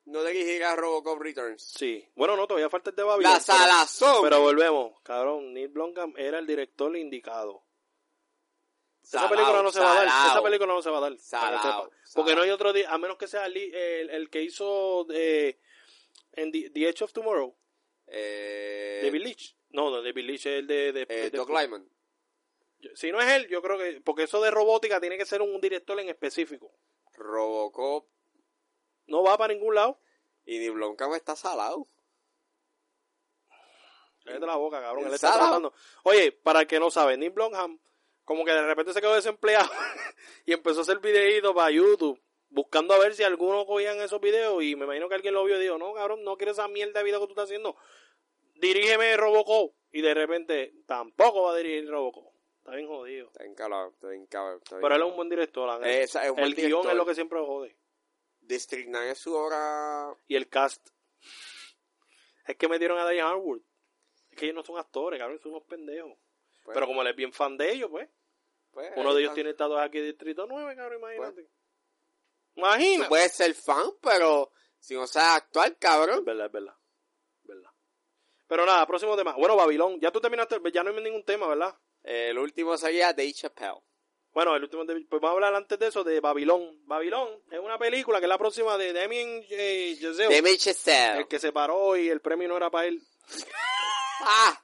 [SPEAKER 2] no dirigirá Robocop Returns.
[SPEAKER 3] Sí. Bueno, no, todavía falta el de Babylon.
[SPEAKER 2] La
[SPEAKER 3] pero-
[SPEAKER 2] salazón.
[SPEAKER 3] Pero volvemos, cabrón, Neil Blomkamp era el director indicado. Esa
[SPEAKER 2] Salao,
[SPEAKER 3] película no se va a dar,
[SPEAKER 2] salao.
[SPEAKER 3] esa película no se va a dar, para que
[SPEAKER 2] Salao,
[SPEAKER 3] sepa. Porque
[SPEAKER 2] salao.
[SPEAKER 3] no hay otro día, a menos que sea Lee- el, el que hizo eh, en The, The Edge of Tomorrow,
[SPEAKER 2] Eh,
[SPEAKER 3] David Leitch. No, no, David Leitch es el de... de-
[SPEAKER 2] eh,
[SPEAKER 3] de-
[SPEAKER 2] Doug Lyman.
[SPEAKER 3] si no es él, yo creo que... Porque eso de robótica tiene que ser un director en específico.
[SPEAKER 2] Robocop
[SPEAKER 3] No va para ningún lado.
[SPEAKER 2] y Neil Blomkamp está salado.
[SPEAKER 3] Cállate la boca, cabrón. Él está
[SPEAKER 2] Salao.
[SPEAKER 3] tratando. Oye, para el que no sabe, Neil Blomham, como que de repente se quedó desempleado y empezó a hacer videitos para YouTube, buscando a ver si algunos cogían esos videos. Y me imagino que alguien lo vio y dijo: No, cabrón, no quiero esa mierda de video que tú estás haciendo. Dirígeme Robocop. Y de repente, tampoco va a dirigir Robocop. Está bien jodido.
[SPEAKER 2] Está bien calado, está bien calado, está bien
[SPEAKER 3] Pero él es un buen director. la neta.
[SPEAKER 2] Eh, esa- es un buen
[SPEAKER 3] el guión
[SPEAKER 2] director.
[SPEAKER 3] es lo que siempre lo jode.
[SPEAKER 2] District 9 es su obra.
[SPEAKER 3] Y el cast. Es que metieron a Diane Harwood. Es que ellos no son actores, cabrón, son unos pendejos.
[SPEAKER 2] pues,
[SPEAKER 3] Pero como él es bien fan de ellos, pues.
[SPEAKER 2] pues,
[SPEAKER 3] Uno
[SPEAKER 2] ahí
[SPEAKER 3] de ellos
[SPEAKER 2] está.
[SPEAKER 3] tiene tatuajes aquí de Distrito 9, cabrón,
[SPEAKER 2] Pues,
[SPEAKER 3] imagínate. Imagina.
[SPEAKER 2] Tú puedes ser fan, pero si no sabes actuar,
[SPEAKER 3] Es
[SPEAKER 2] cabrón.
[SPEAKER 3] verdad, es verdad. Es verdad. Pero nada, próximo pues, tema. Bueno, Babilón, ya tú terminaste, ya no hay ningún tema, ¿verdad?
[SPEAKER 2] El último sería Dave Chappelle.
[SPEAKER 3] Bueno, el último, de- pues vamos a hablar antes de eso de Babilón. Babilón es una película que es la próxima de Damien eh, Chazelle,
[SPEAKER 4] Damien Chazelle.
[SPEAKER 3] el que se paró y el premio no era para él.
[SPEAKER 4] Ah,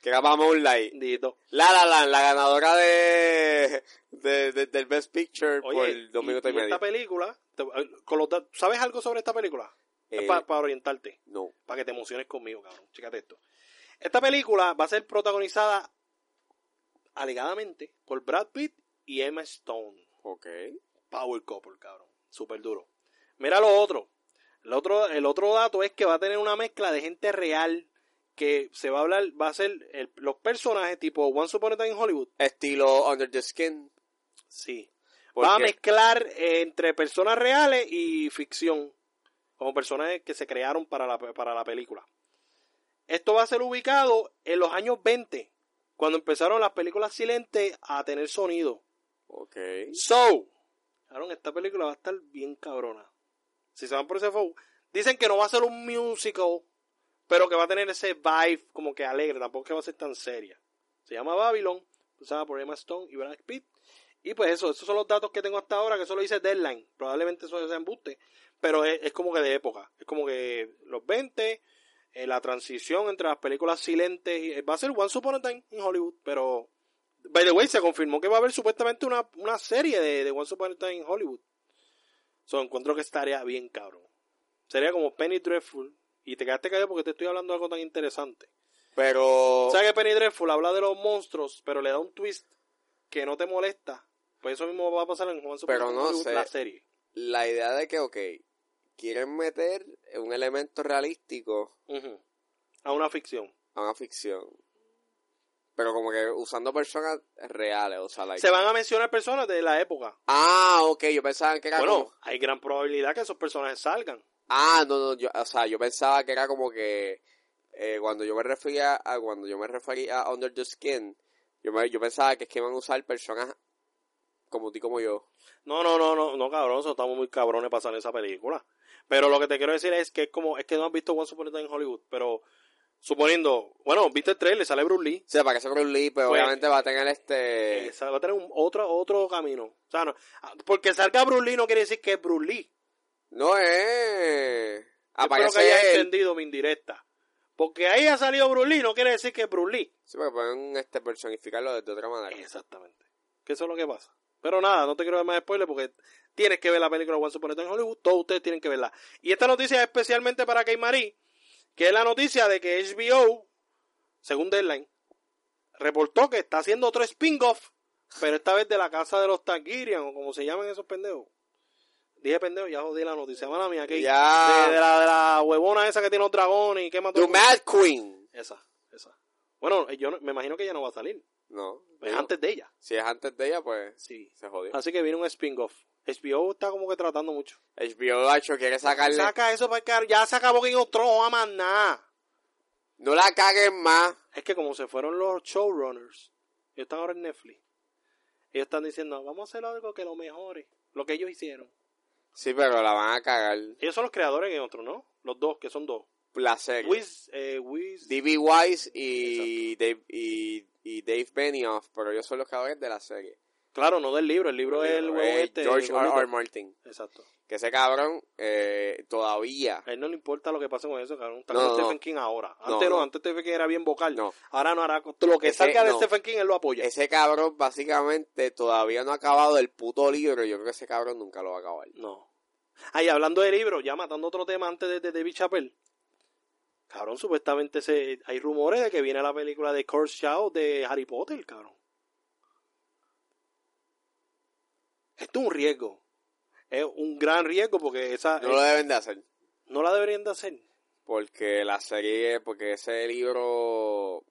[SPEAKER 2] Que era para Moonlight.
[SPEAKER 3] Dito.
[SPEAKER 2] La La Land, la ganadora de, de- de- del Best Picture
[SPEAKER 3] Oye,
[SPEAKER 2] por dos
[SPEAKER 3] y-
[SPEAKER 2] minutos y,
[SPEAKER 3] y
[SPEAKER 2] medio.
[SPEAKER 3] esta película, te- eh, con los da- ¿sabes algo sobre esta película?
[SPEAKER 2] Eh,
[SPEAKER 3] Es para orientarte.
[SPEAKER 2] No.
[SPEAKER 3] para que te emociones conmigo, cabrón. Chécate esto. Esta película va a ser protagonizada alegadamente por Brad Pitt y Emma Stone.
[SPEAKER 2] Ok.
[SPEAKER 3] Power couple, cabrón. Súper duro. Mira lo otro. El otro, el otro dato es que va a tener una mezcla de gente real que se va a hablar, va a ser el- los personajes tipo Once Upon a Time in Hollywood.
[SPEAKER 2] Estilo Under the Skin.
[SPEAKER 3] Sí.
[SPEAKER 2] ¿Por
[SPEAKER 3] Va a
[SPEAKER 2] qué?
[SPEAKER 3] mezclar eh, entre personas reales y ficción, como personajes que se crearon para la, para la película. Esto va a ser ubicado en los años 20, cuando empezaron las películas silentes a tener sonido.
[SPEAKER 2] Ok.
[SPEAKER 3] So, cabrón, esta película va a estar bien cabrona. Si se van por ese flow, dicen que no va a ser un musical, pero que va a tener ese vibe como que alegre, tampoco es que va a ser tan seria. Se llama Babylon, usada por Emma Stone y Brad Pitt. Y pues eso, esos son los datos que tengo hasta ahora, que solo dice Deadline. Probablemente eso sea embuste, pero es, es como que de época. Es como que los 20, eh, la transición entre las películas silentes. y- va a ser One Upon a Time en Hollywood, pero By the way, se confirmó que va a haber supuestamente una, una serie de, de Once Upon a Time in Hollywood. So, encuentro que estaría bien cabrón. Sería como Penny Dreadful. Y te quedaste callado porque te estoy hablando de algo tan interesante.
[SPEAKER 2] Pero.
[SPEAKER 3] O sea que Penny Dreadful habla de los monstruos, pero le da un twist que no te molesta. Pues eso mismo va a pasar en Once Upon a
[SPEAKER 2] Pero
[SPEAKER 3] Time
[SPEAKER 2] no
[SPEAKER 3] Hollywood,
[SPEAKER 2] sé.
[SPEAKER 3] la serie.
[SPEAKER 2] la idea de que, ok, quieren meter un elemento realístico
[SPEAKER 3] Ujú. A una ficción.
[SPEAKER 2] a una ficción. Pero como que usando personas reales, o sea, like...
[SPEAKER 3] Se van a mencionar personas de la época.
[SPEAKER 2] Ah, ok, yo pensaba que era
[SPEAKER 3] Bueno,
[SPEAKER 2] como...
[SPEAKER 3] hay gran probabilidad que esos personajes salgan.
[SPEAKER 2] Ah, no, no, yo, o sea, yo pensaba que era como que... eh, cuando yo me refería a... Cuando yo me refería a Under the Skin, yo, me- yo pensaba que es que iban a usar personas como tú y como yo.
[SPEAKER 3] No, no, no, no, no, cabrón, eso estamos muy cabrones pasando esa película. Pero lo que te quiero decir es que es como, es que no has visto Once Upon a Time en Hollywood, pero suponiendo, bueno, viste el trailer, sale Bruce Lee,
[SPEAKER 2] Se parece con un Lee, pero
[SPEAKER 3] Pues-
[SPEAKER 2] obviamente va a tener este...
[SPEAKER 3] eh, va a tener un, otro, otro camino. O sea, no, ah, porque salga Bruce Lee no quiere decir que es Bruce Lee.
[SPEAKER 2] No es...
[SPEAKER 3] Espero que
[SPEAKER 2] Aparece
[SPEAKER 3] hayas
[SPEAKER 2] él.
[SPEAKER 3] entendido mi indirecta. Porque ahí ha salido Bruce Lee, no quiere decir que es Bruce Lee.
[SPEAKER 2] Sí, porque pueden este, personificarlo de, de otra manera.
[SPEAKER 3] Exactamente. Que eso es lo que pasa. Pero nada, no te quiero dar más spoilers porque tienes que ver la película Once Upon a Time in Hollywood. Todos ustedes tienen que verla. Y esta noticia es especialmente para Kay Marie, que es la noticia de que HBO, según Deadline, reportó que está haciendo otro spin-off, pero esta vez de la casa de los Targaryen, o como se llaman esos pendejos. Dije pendejo, ya jodí la noticia. Mala mía, Kay.
[SPEAKER 2] Ya.
[SPEAKER 3] De, de la, de la huevona esa que tiene los dragones y quema
[SPEAKER 2] The
[SPEAKER 3] todo. el mundo.
[SPEAKER 2] Mad Queen.
[SPEAKER 3] Esa, esa. Bueno, yo no- me imagino que ella no va a salir.
[SPEAKER 2] No.
[SPEAKER 3] Es
[SPEAKER 2] digo,
[SPEAKER 3] antes de ella.
[SPEAKER 2] Si es antes de ella, pues
[SPEAKER 3] Sí.
[SPEAKER 2] se jodió.
[SPEAKER 3] Así que viene un spin-off. HBO está como que tratando mucho.
[SPEAKER 2] HBO Dacho quiere sacarle.
[SPEAKER 3] Saca eso para el carajo. Ya se acabó Game of Thrones, no va más nada.
[SPEAKER 2] No la caguen más.
[SPEAKER 3] Es que como se fueron los showrunners, ellos están ahora en Netflix. Ellos están diciendo, vamos a hacer algo que lo mejore. Lo que ellos hicieron.
[SPEAKER 2] Sí, pero la van a cagar.
[SPEAKER 3] Ellos son los creadores de Game of Thrones, ¿no? Los dos, que son dos.
[SPEAKER 2] Placer.
[SPEAKER 3] Wiz, eh, Wiz-
[SPEAKER 2] D.B. Wise y Dave, y, y Dave Benioff, pero ellos son los creadores de la serie.
[SPEAKER 3] Claro, no del libro, el libro es el
[SPEAKER 2] Eh,
[SPEAKER 3] huevón este,
[SPEAKER 2] George R.
[SPEAKER 3] el gordito.
[SPEAKER 2] R. Martin.
[SPEAKER 3] Exacto.
[SPEAKER 2] Que ese cabrón eh, todavía.
[SPEAKER 3] A él no le importa lo que pase con eso, cabrón. Está
[SPEAKER 2] No,
[SPEAKER 3] con
[SPEAKER 2] no.
[SPEAKER 3] Stephen King ahora.
[SPEAKER 2] No,
[SPEAKER 3] Antes no,
[SPEAKER 2] no.
[SPEAKER 3] antes Stephen King era bien vocal.
[SPEAKER 2] No.
[SPEAKER 3] Ahora no hará. Lo que
[SPEAKER 2] Ese-
[SPEAKER 3] salga de
[SPEAKER 2] no.
[SPEAKER 3] Stephen King, él lo apoya.
[SPEAKER 2] Ese cabrón básicamente todavía no ha acabado el puto libro. Yo creo que ese cabrón nunca lo va a acabar.
[SPEAKER 3] No. Ay, hablando de libros, ya matando otro tema antes de, de David Chappelle. Cabrón, supuestamente se, hay rumores de que viene la película de Kurt Shaw de Harry Potter, cabrón. Esto es un riesgo. Es un gran riesgo porque esa
[SPEAKER 2] No lo
[SPEAKER 3] eh,
[SPEAKER 2] deben de hacer.
[SPEAKER 3] no la deberían de hacer.
[SPEAKER 2] porque la serie, porque ese libro,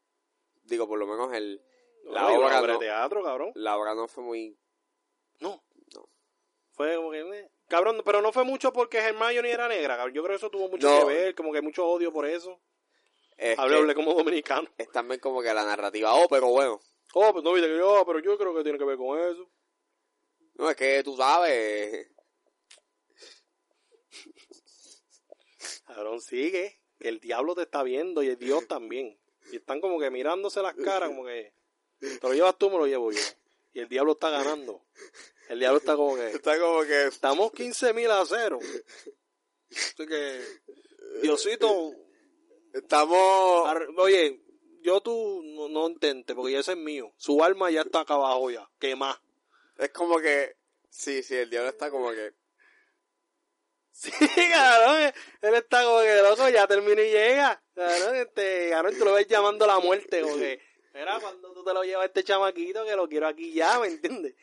[SPEAKER 2] digo, por lo menos el, la,
[SPEAKER 3] No, y
[SPEAKER 2] obra
[SPEAKER 3] obra de
[SPEAKER 2] no,
[SPEAKER 3] teatro, cabrón.
[SPEAKER 2] la obra no fue muy...
[SPEAKER 3] No.
[SPEAKER 2] No.
[SPEAKER 3] Fue como que... eh. Cabrón, pero no fue mucho porque Hermione era negra, cabrón. Yo creo que eso tuvo mucho
[SPEAKER 2] No.
[SPEAKER 3] que ver, como que mucho odio por eso.
[SPEAKER 2] Es
[SPEAKER 3] Hablé,
[SPEAKER 2] que
[SPEAKER 3] hablé como dominicano.
[SPEAKER 2] es también como que la narrativa, oh, pero bueno,
[SPEAKER 3] Oh, pues no viste que yo, pero yo creo que tiene que ver con eso.
[SPEAKER 2] no, es que tú sabes,
[SPEAKER 3] Cabrón, sigue. Que el diablo te está viendo y el Dios también. Y están como que mirándose las caras, como que. Te lo llevas tú, me lo llevo yo. Y el diablo está ganando. El diablo está como que.
[SPEAKER 2] Está como que.
[SPEAKER 3] Estamos 15 mil a cero. Así que. Diosito,
[SPEAKER 2] Estamos.
[SPEAKER 3] Ar- Oye, yo tú no, no intentes, porque ya ese es mío. Su alma ya está acá abajo ya. ¿Qué más?
[SPEAKER 2] Es como que. Sí, sí, el diablo está como que.
[SPEAKER 3] Sí, cabrón. Él está como que loco, ya termina y llega. Cabrón, este, cabrón, tú lo ves llamando a la muerte, como que. Era cuando tú te lo llevas a este chamaquito que lo quiero aquí ya, ¿me entiendes?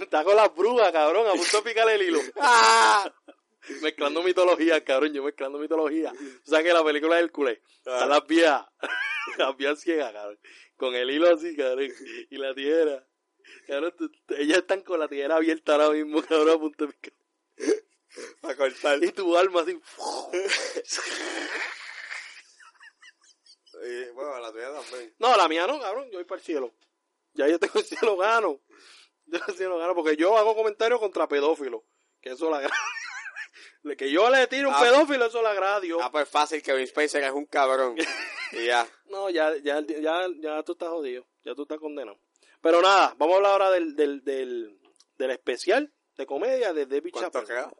[SPEAKER 3] Está con las brujas, cabrón, a punto de picarle el hilo.
[SPEAKER 2] ¡Ah!
[SPEAKER 3] Mezclando mitologías, cabrón, yo mezclando mitologías. O sea que la película de Hércules, están las viejas, las viejas ciegas, cabrón, con el hilo así, cabrón, y la tijera. Cabrón, tú- tú- ellas están con la tijera abierta ahora mismo, cabrón, a punto de picar.
[SPEAKER 2] A cortar.
[SPEAKER 3] Y tu alma así,
[SPEAKER 2] Y, bueno, la tuya también.
[SPEAKER 3] no, la mía no, cabrón, yo voy para el cielo. Ya yo tengo el cielo gano. Yo el cielo gano, porque yo hago comentarios contra pedófilos, que eso la gra- Le- Que yo le tiro un
[SPEAKER 2] Ah.
[SPEAKER 3] pedófilo, eso la agrada a Dios.
[SPEAKER 2] Ah, pues fácil que Vince Spacer es un cabrón. y ya.
[SPEAKER 3] No, ya, ya, ya, ya tú estás jodido, ya tú estás condenado. Pero nada, vamos a hablar ahora del, del, del, del especial de comedia de David
[SPEAKER 2] ¿Cuánto
[SPEAKER 3] Chappelle.
[SPEAKER 2] queda?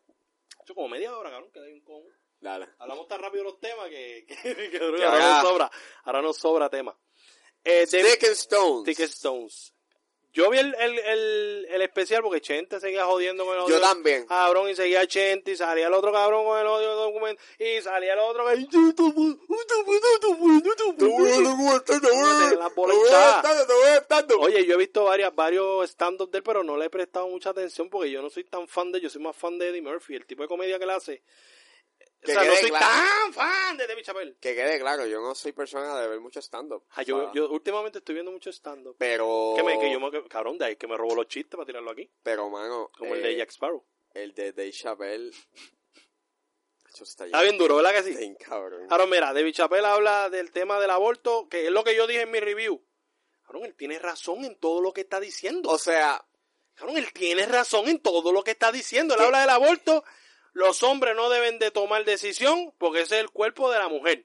[SPEAKER 3] Hecho como media hora, cabrón, que hay un con...
[SPEAKER 2] Dale.
[SPEAKER 3] Hablamos tan rápido los temas que, que- que
[SPEAKER 2] Que
[SPEAKER 3] ahora
[SPEAKER 2] ahora-
[SPEAKER 3] nos sobra, ahora nos sobra tema. Eh, David
[SPEAKER 2] Stick and Stones.
[SPEAKER 3] Stick Stones. Yo vi el, el, el, el especial porque Chente seguía jodiendo con el
[SPEAKER 2] Yo
[SPEAKER 3] odio.
[SPEAKER 2] también.
[SPEAKER 3] Cabrón, y seguía Chente y salía el otro cabrón con el odio documento. Y salía el otro que. Te la bola hinchada. Oye, yo he visto varias, varios stand-up de él, pero no le he prestado mucha atención porque yo no soy tan fan de él, yo soy más fan de Eddie Murphy, el tipo de comedia que él hace. O
[SPEAKER 2] Que
[SPEAKER 3] sea, no
[SPEAKER 2] quede
[SPEAKER 3] soy
[SPEAKER 2] claro.
[SPEAKER 3] tan fan de David Chappelle.
[SPEAKER 2] Que quede claro, yo no soy persona de ver mucho stand-up.
[SPEAKER 3] Ah,
[SPEAKER 2] O
[SPEAKER 3] yo,
[SPEAKER 2] sea,
[SPEAKER 3] yo últimamente estoy viendo mucho stand-up.
[SPEAKER 2] Pero.
[SPEAKER 3] Que me, que yo me, que- cabrón, de ahí que me robó los chistes para tirarlo aquí,
[SPEAKER 2] Pero, mano.
[SPEAKER 3] como el
[SPEAKER 2] eh,
[SPEAKER 3] de Jack Sparrow.
[SPEAKER 2] El de Dave Chappelle. Eso está
[SPEAKER 3] Está bien duro, ¿verdad que sí?
[SPEAKER 2] bien cabrón.
[SPEAKER 3] Ahora, mira, David Chappelle habla del tema del aborto, que es lo que yo dije en mi review. Cabrón, él tiene razón en todo lo que está diciendo.
[SPEAKER 2] O sea,
[SPEAKER 3] Cabrón, él tiene razón en todo lo que está diciendo. Él habla del aborto. Los hombres no deben de tomar decisión porque ese es el cuerpo de la mujer.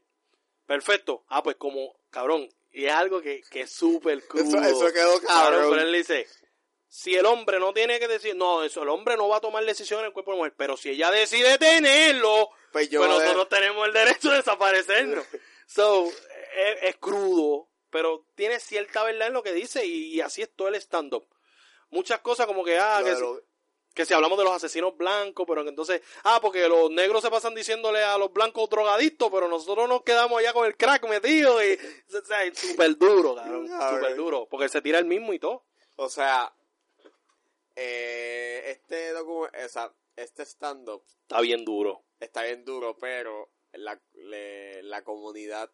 [SPEAKER 3] Perfecto. Ah, pues como, cabrón, y es algo que, que es súper cool.
[SPEAKER 2] eso, eso quedó
[SPEAKER 3] Cabrón,
[SPEAKER 2] cabrón.
[SPEAKER 3] pero él dice, si el hombre no tiene que decir, no, eso, el hombre no va a tomar decisiones en el cuerpo de la mujer, pero si ella decide tenerlo,
[SPEAKER 2] Pues yo
[SPEAKER 3] pues
[SPEAKER 2] no de-
[SPEAKER 3] nosotros tenemos el derecho de desaparecernos. So, es, es crudo, pero tiene cierta verdad en lo que dice y, y así es todo el stand-up. Muchas cosas como que, ah,
[SPEAKER 2] lo
[SPEAKER 3] que,
[SPEAKER 2] de
[SPEAKER 3] si-
[SPEAKER 2] lo-
[SPEAKER 3] que si hablamos de los asesinos blancos, pero que entonces, ah, porque los negros se pasan diciéndole a los blancos drogadictos, pero nosotros nos quedamos allá con el crack metido y, o sea, es súper duro, cabrón,
[SPEAKER 2] Cabrón.
[SPEAKER 3] súper duro, porque se tira el mismo y todo.
[SPEAKER 2] O sea, eh, este docu- o sea, este stand-up
[SPEAKER 3] Está bien duro.
[SPEAKER 2] está bien duro, pero la, le- la comunidad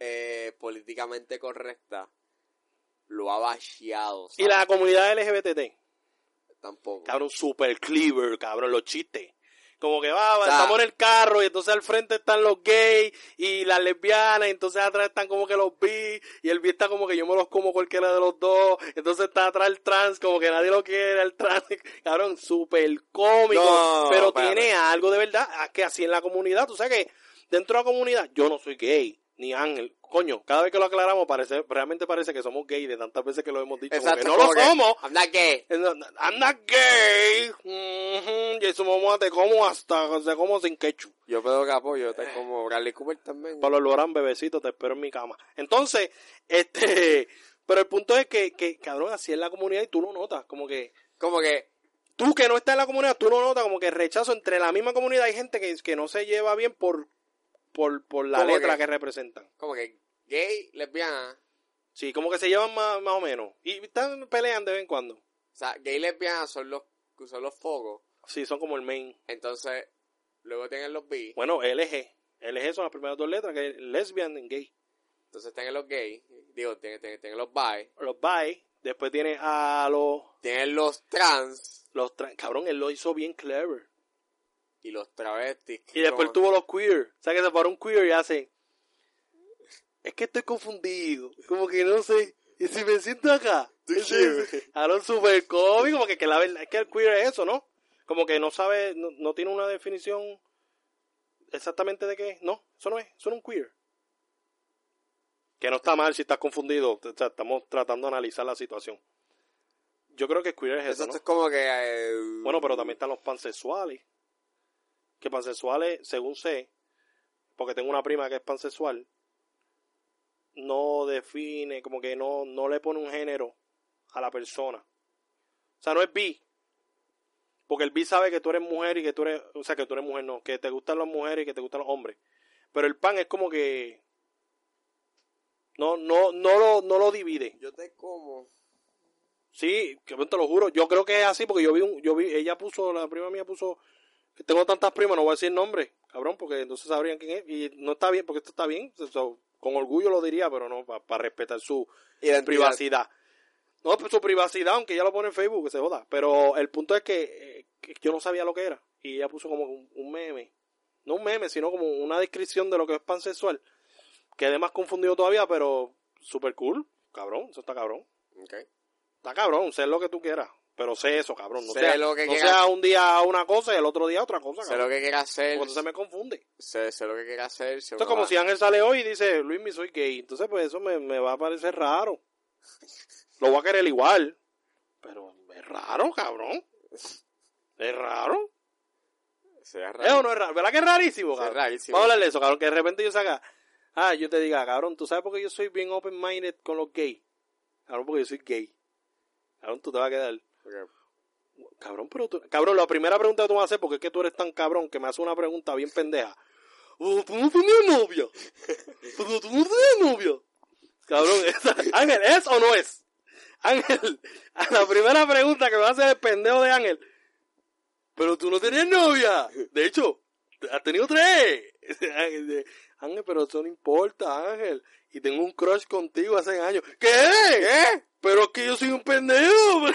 [SPEAKER 2] eh, políticamente correcta lo ha bacheado.
[SPEAKER 3] Y la
[SPEAKER 2] ¿sabes?
[SPEAKER 3] comunidad LGBT,
[SPEAKER 2] Tampoco.
[SPEAKER 3] cabrón, super cleaver, cabrón, los chistes. Como que va, va,
[SPEAKER 2] O sea,
[SPEAKER 3] estamos en el carro y entonces al frente están los gays y las lesbianas, y entonces atrás están como que los bi y el bi está como que yo me los como cualquiera de los dos, entonces está atrás el trans, como que nadie lo quiere, el trans, cabrón, super cómico,
[SPEAKER 2] No,
[SPEAKER 3] pero
[SPEAKER 2] espérate.
[SPEAKER 3] tiene algo de verdad, ah, que así en la comunidad, tú sabes que dentro de la comunidad yo no soy gay. Ni ángel, coño, cada vez que lo aclaramos parece, realmente parece que somos gay de tantas veces que lo hemos dicho, como que no
[SPEAKER 2] como
[SPEAKER 3] lo
[SPEAKER 2] que,
[SPEAKER 3] somos,
[SPEAKER 2] I'm not gay.
[SPEAKER 3] Anda gay. Mhm, Y su mamá te como hasta, te como sin quechu.
[SPEAKER 2] Yo pedo que apoyo, está como Bradley Cooper también.
[SPEAKER 3] Pablo Lorán, bebecito, te espero en mi cama. Entonces, este, pero el punto es que, que, cabrón, así es la comunidad y tú lo notas, como que,
[SPEAKER 2] Como que,
[SPEAKER 3] tú que no estás en la comunidad, tú lo notas, como que rechazo entre la misma comunidad. Hay gente que, que no se lleva bien por, por, por la
[SPEAKER 2] ¿Cómo
[SPEAKER 3] letra
[SPEAKER 2] que?
[SPEAKER 3] que representan.
[SPEAKER 2] como que gay, lesbiana,
[SPEAKER 3] Sí, como que se llevan más, más o menos. Y están pelean de vez en cuando.
[SPEAKER 2] o sea, gay y lesbiana son los, son los focos.
[SPEAKER 3] Sí, son como el main.
[SPEAKER 2] Entonces, luego tienen los bi,
[SPEAKER 3] Bueno, LG. LG son las primeras dos letras, que es lesbian and gay.
[SPEAKER 2] entonces tienen los gay, digo, tienen, tienen, tienen los bi,
[SPEAKER 3] los bi, después tiene a los
[SPEAKER 2] tienen los trans
[SPEAKER 3] los tran- cabrón, él lo hizo bien clever.
[SPEAKER 2] y los travestis.
[SPEAKER 3] Y después tuvo los queer. O sea que se paró un queer y hace es que estoy confundido, como que no sé. Y si me siento acá,
[SPEAKER 2] Tú
[SPEAKER 3] Entonces, cabrón super cómico, porque que la verdad es que el queer es eso, ¿no? Como que no sabe, no, no tiene una definición exactamente de qué es. No, eso no es, eso no es un queer. Que no está mal si estás confundido. O sea, estamos tratando de analizar la situación. Yo creo que queer es eso,
[SPEAKER 2] Eso
[SPEAKER 3] ¿no?
[SPEAKER 2] es como que. eh,
[SPEAKER 3] Bueno, pero también están los pansexuales. Que pansexuales, según sé, porque tengo una prima que es pansexual, no define, como que no, no le pone un género a la persona. O sea, no es bi. Porque el bi sabe que tú eres mujer y que tú eres, o sea, que tú eres mujer, no, que te gustan las mujeres y que te gustan los hombres. Pero el pan es como que no, no, no lo, no lo divide.
[SPEAKER 2] Yo te como.
[SPEAKER 3] Sí, que te lo juro. Yo creo que es así porque yo vi, un, yo vi, ella puso, la prima mía puso, tengo tantas primas, no voy a decir nombre, cabrón, porque entonces sabrían quién es. Y no está bien, porque esto está bien. o sea, con orgullo lo diría, pero no, para respetar su
[SPEAKER 2] Identidad.
[SPEAKER 3] privacidad. No, pues, su privacidad, aunque ella lo pone en Facebook, que se joda. Pero el punto es que, eh, que yo no sabía lo que era. Y ella puso como un, un meme. No un meme, sino como una descripción de lo que es pansexual. Quedé más confundido todavía, pero super cool. Cabrón, eso está cabrón.
[SPEAKER 2] Ok.
[SPEAKER 3] Está cabrón, sé lo que tú quieras. Pero sé eso, cabrón. No,
[SPEAKER 2] Sé
[SPEAKER 3] sea,
[SPEAKER 2] lo que
[SPEAKER 3] no
[SPEAKER 2] quieras.
[SPEAKER 3] sea un día una cosa y el otro día otra cosa,
[SPEAKER 2] Sé
[SPEAKER 3] cabrón.
[SPEAKER 2] lo que quiera hacer.
[SPEAKER 3] Porque se me confunde.
[SPEAKER 2] Sé, sé lo que quiera hacer. sé
[SPEAKER 3] Esto es
[SPEAKER 2] uno
[SPEAKER 3] como
[SPEAKER 2] va-
[SPEAKER 3] si Ángel sale hoy y dice, Luis, me soy gay. Entonces, pues eso me, me va a parecer raro. Lo voy a querer igual. Pero es raro, cabrón. Es raro.
[SPEAKER 2] Sería
[SPEAKER 3] ¿Es o
[SPEAKER 2] raro.
[SPEAKER 3] no es raro? ¿Verdad que es rarísimo,
[SPEAKER 2] Sería
[SPEAKER 3] cabrón?
[SPEAKER 2] rarísimo.
[SPEAKER 3] Vamos a hablar de eso, cabrón. Que de repente yo saca, ah, yo te diga, cabrón, tú sabes por qué yo soy bien open-minded con los gays. Cabrón, porque yo soy gay. Cabrón, tú te vas a quedar.
[SPEAKER 2] Ok.
[SPEAKER 3] Cabrón, pero tú... Cabrón, la primera pregunta que tú vas a hacer, porque es que tú eres tan cabrón que me haces una pregunta bien pendeja. Oh, ¿Tú no tenías novia? ¿Pero tú no tenías novia? Cabrón, esa- Ángel, ¿es o no es? Ángel, a la primera pregunta que me va a hacer el pendejo de Ángel. Pero tú no tenías novia. De hecho, has tenido tres. Ángel, de- Ángel, pero eso no importa, Ángel. Y tengo un crush contigo hace años. ¿Qué? ¿Qué? Pero es que yo soy un pendejo.
[SPEAKER 2] O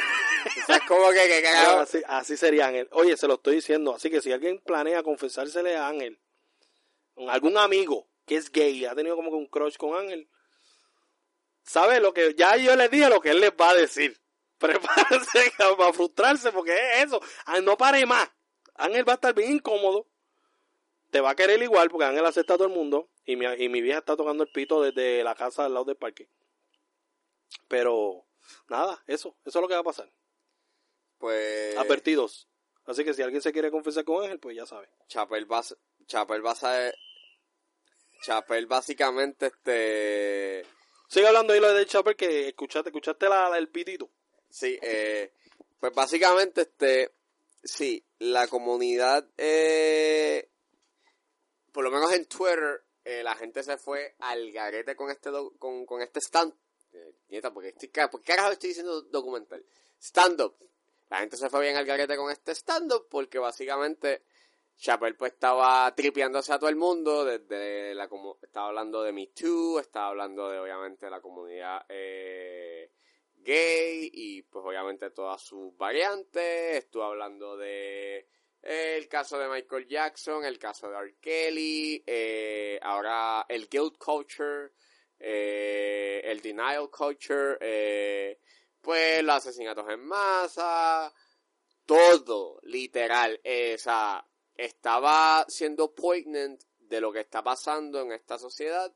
[SPEAKER 2] sea, es como que, que, que-
[SPEAKER 3] Claro, así, Ah, así sería Ángel. Oye, se lo estoy diciendo. Así que si alguien planea confesársele a Ángel, un- algún amigo que es gay, ha tenido como que un crush con Ángel, sabe lo que ya yo le dije lo que él les va a decir. Prepárense para frustrarse porque es eso. Ah, No pare más. Ángel va a estar bien incómodo. Te va a querer igual porque Ángel acepta a todo el mundo. Y mi, y mi vieja está tocando el pito desde la casa al lado del parque. Pero nada, eso, eso es lo que va a pasar
[SPEAKER 2] Pues.
[SPEAKER 3] advertidos. Así que si alguien se quiere confesar con Ángel, pues ya sabe.
[SPEAKER 2] Chapel va, Chapel va a ser- Chapel básicamente este
[SPEAKER 3] Sigue hablando ahí lo de Chopper que escuchaste, escuchaste la, la- el pitito.
[SPEAKER 2] sí eh, pues básicamente este sí la comunidad eh, por lo menos en Twitter eh, la gente se fue al garete con este do- con, con este stand eh, nieta, porque estoy ca- ¿por qué carajo estoy diciendo documental stand up la gente se fue bien al garete con este stand up porque básicamente Chappelle pues estaba tripeándose a todo el mundo, desde la como estaba hablando de Me Too, estaba hablando de obviamente la comunidad eh, gay y pues obviamente todas sus variantes, estuvo hablando de eh, el caso de Michael Jackson, el caso de R. Kelly, eh, ahora el guilt culture, eh, el denial culture, eh, pues los asesinatos en masa, todo, literal, eh, o sea, estaba siendo poignant de lo que está pasando en esta sociedad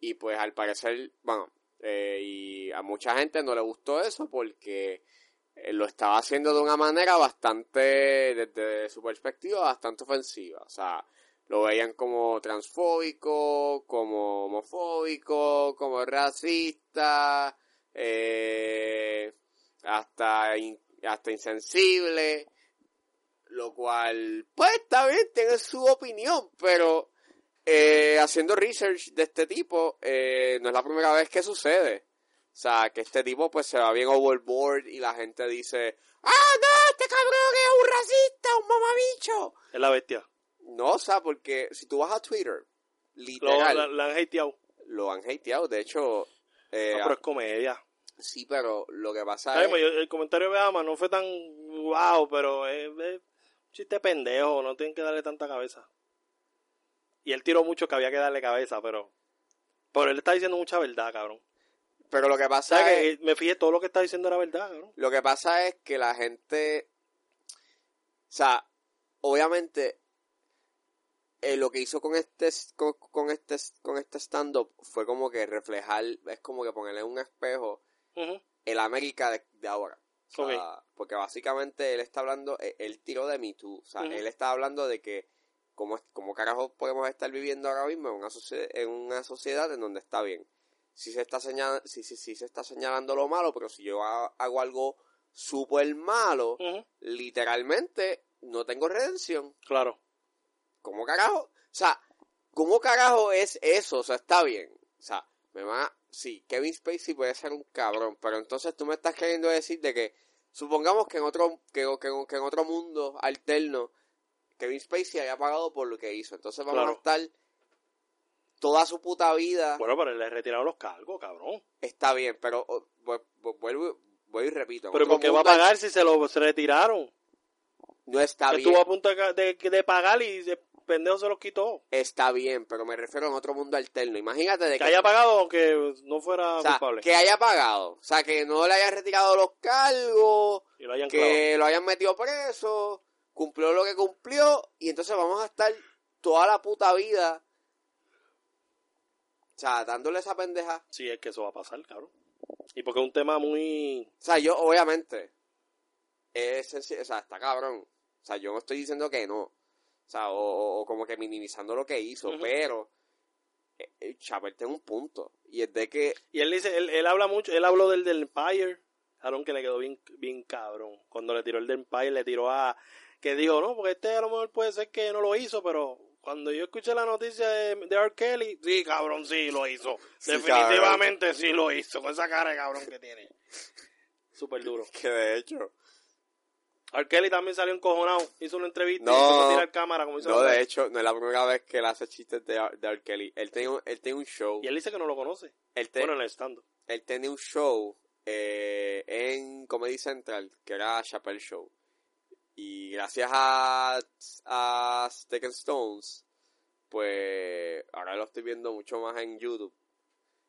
[SPEAKER 2] y pues al parecer, bueno, eh, y a mucha gente no le gustó eso porque eh, lo estaba haciendo de una manera bastante, desde su perspectiva, bastante ofensiva, o sea, lo veían como transfóbico, como homofóbico, como racista, eh, hasta, in- hasta insensible, lo cual, pues está bien, tiene su opinión, pero eh, haciendo research de este tipo, eh, no es la primera vez que sucede. O sea, que este tipo pues se va bien overboard y la gente dice, ah, no, este cabrón es un racista, un mamabicho.
[SPEAKER 3] Es la bestia.
[SPEAKER 2] No, o sea, porque si tú vas a Twitter,
[SPEAKER 3] Lo,
[SPEAKER 2] literal,
[SPEAKER 3] la, la han hateado.
[SPEAKER 2] lo han hateado. De hecho, eh,
[SPEAKER 3] No, pero es comedia.
[SPEAKER 2] sí, pero lo que pasa
[SPEAKER 3] Ay,
[SPEAKER 2] es...
[SPEAKER 3] pues, yo- el comentario de Ama no fue tan wow, pero es, es un chiste pendejo. No tienen que darle tanta cabeza. Y él tiró mucho que había que darle cabeza, pero. Pero él está diciendo mucha verdad, cabrón.
[SPEAKER 2] Pero lo que
[SPEAKER 3] O
[SPEAKER 2] pasa
[SPEAKER 3] sea,
[SPEAKER 2] es...
[SPEAKER 3] que eh, me fijé, todo lo que está diciendo era verdad, cabrón.
[SPEAKER 2] Lo que pasa es que la gente. O sea, obviamente. eh, lo que hizo con este s- con, con este s- con este stand up fue como que reflejar, es como que ponerle en un espejo
[SPEAKER 3] Ujú.
[SPEAKER 2] el América de, de ahora. O sea, Porque básicamente él está hablando, eh, él tiró de Me Too. O sea,
[SPEAKER 3] Ujú.
[SPEAKER 2] él está hablando de que cómo, es- cómo carajo podemos estar viviendo ahora mismo en una, socie- en una sociedad en donde está bien. Si se está, señal, si, si, si se está señalando lo malo, pero si yo ha- hago algo súper malo,
[SPEAKER 3] Ujú.
[SPEAKER 2] literalmente no tengo redención.
[SPEAKER 3] Claro.
[SPEAKER 2] ¿Cómo carajo? O sea, ¿cómo carajo es eso? O sea, está bien. O sea, me va. Sí, Kevin Spacey puede ser un cabrón, pero entonces tú me estás queriendo decir de que, supongamos que en otro, que, que, que en otro mundo alterno, Kevin Spacey haya pagado por lo que hizo. Entonces vamos
[SPEAKER 3] Claro.
[SPEAKER 2] a estar toda su puta vida.
[SPEAKER 3] Bueno, pero le retiraron los cargos, cabrón.
[SPEAKER 2] Está bien, pero oh, vu- vu- vuelvo, voy y repito. en
[SPEAKER 3] Pero
[SPEAKER 2] otro
[SPEAKER 3] ¿por qué va a
[SPEAKER 2] mundo
[SPEAKER 3] pagar si se lo se retiraron?
[SPEAKER 2] No está bien.
[SPEAKER 3] Estuvo a punto de, de- de pagar y el pendejo se los quitó.
[SPEAKER 2] Está bien, pero me refiero en otro mundo alterno. Imagínate de
[SPEAKER 3] Que haya pagado aunque no fuera
[SPEAKER 2] O sea,
[SPEAKER 3] culpable.
[SPEAKER 2] que haya pagado. O sea, que no le hayan retirado los cargos,
[SPEAKER 3] Y lo hayan clavado.
[SPEAKER 2] que lo hayan metido preso, cumplió lo que cumplió, y entonces vamos a estar toda la puta vida. O sea, dándole esa pendeja.
[SPEAKER 3] Sí, es que eso va a pasar, cabrón. Y porque es un tema muy...
[SPEAKER 2] O sea, yo, obviamente, es sensi- o sea, está cabrón. O sea, yo no estoy diciendo que no. O sea, o, o- o como que minimizando lo que hizo,
[SPEAKER 3] Ujú.
[SPEAKER 2] pero. eh, eh, Chapel tiene un punto. Y es de que
[SPEAKER 3] Y él dice, él, él habla mucho, él habló del, del Empire, cabrón, que le quedó bien, bien cabrón. Cuando le tiró el del Empire, le tiró a... Que dijo, no, porque este a lo mejor puede ser que no lo hizo, pero cuando yo escuché la noticia de, de R. Kelly, sí, cabrón, sí lo hizo.
[SPEAKER 2] Sí,
[SPEAKER 3] Definitivamente sí lo hizo, con esa cara de cabrón que tiene. Súper duro.
[SPEAKER 2] Que de hecho.
[SPEAKER 3] R. Kelly también salió encojonado, hizo una entrevista
[SPEAKER 2] No.
[SPEAKER 3] y empezó a tirar cámara, como hizo
[SPEAKER 2] No,
[SPEAKER 3] la
[SPEAKER 2] de
[SPEAKER 3] vez.
[SPEAKER 2] hecho, no es la primera vez que él hace chistes de, R- de R. Kelly. Él tiene un, él tiene un show.
[SPEAKER 3] Y él dice que no lo conoce.
[SPEAKER 2] Él, te-
[SPEAKER 3] Bueno, en el stand
[SPEAKER 2] él tiene un show eh, en Comedy Central, que era Chappelle Show. Y gracias a, a Steak and Stones, pues ahora lo estoy viendo mucho más en YouTube.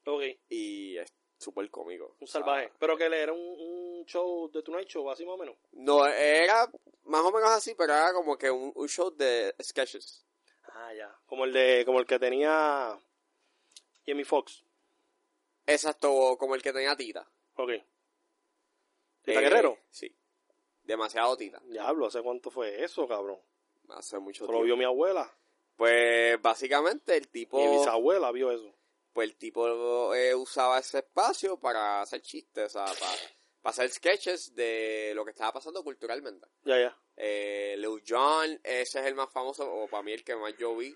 [SPEAKER 3] Ok,
[SPEAKER 2] Y es súper cómico.
[SPEAKER 3] un
[SPEAKER 2] O sea,
[SPEAKER 3] salvaje. Pero que le era un, un show de Tonight Show, así más o menos.
[SPEAKER 2] No, era más o menos así, pero era como que un, un show de sketches.
[SPEAKER 3] Ah, ya. Como el de, como el que tenía Jamie Foxx.
[SPEAKER 2] Exacto, o como el que tenía Tita.
[SPEAKER 3] Ok. ¿Tita
[SPEAKER 2] Eh,
[SPEAKER 3] Guerrero?
[SPEAKER 2] Sí. Demasiado Tita.
[SPEAKER 3] Diablo, ¿hace cuánto fue eso, cabrón?
[SPEAKER 2] Hace mucho
[SPEAKER 3] Eso lo
[SPEAKER 2] tiempo.
[SPEAKER 3] vio mi abuela.
[SPEAKER 2] Pues básicamente el tipo,
[SPEAKER 3] Mi bisabuela vio eso.
[SPEAKER 2] pues el tipo eh, usaba ese espacio para hacer chistes, o sea, para, para hacer sketches de lo que estaba pasando culturalmente.
[SPEAKER 3] Ya, ya.
[SPEAKER 2] Eh, Lil Jon, ese es el más famoso, o para mí el que más yo vi,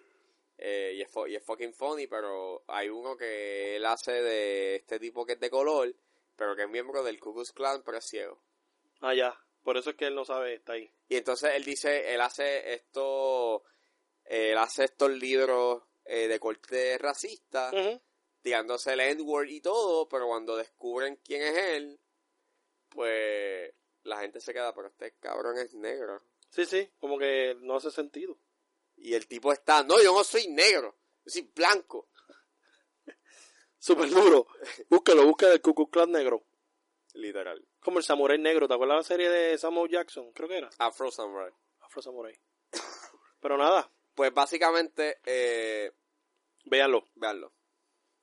[SPEAKER 2] eh, y, es fu- y es fucking funny, pero hay uno que él hace de este tipo que es de color, pero que es miembro del Ku Klux Klan, pero es ciego.
[SPEAKER 3] Ah, ya. Por eso es que él no sabe, está ahí.
[SPEAKER 2] Y entonces él dice, él hace esto, él hace estos libros eh, de corte racista,
[SPEAKER 3] Ujú.
[SPEAKER 2] tirándose el N-word y todo, pero cuando descubren quién es él, pues la gente se queda, pero este cabrón es negro.
[SPEAKER 3] Sí, sí. Como que no hace sentido.
[SPEAKER 2] Y el tipo está, no, yo no soy negro, yo soy blanco.
[SPEAKER 3] Súper duro. Búscalo, búscalo el Ku Klux Klan negro.
[SPEAKER 2] Literal.
[SPEAKER 3] Como el Samurai negro. ¿Te acuerdas la serie de Samuel Jackson? Creo que era.
[SPEAKER 2] Afro Samurai.
[SPEAKER 3] Afro Samurai. Pero nada,
[SPEAKER 2] Pues básicamente, eh,
[SPEAKER 3] véanlo.
[SPEAKER 2] veanlo.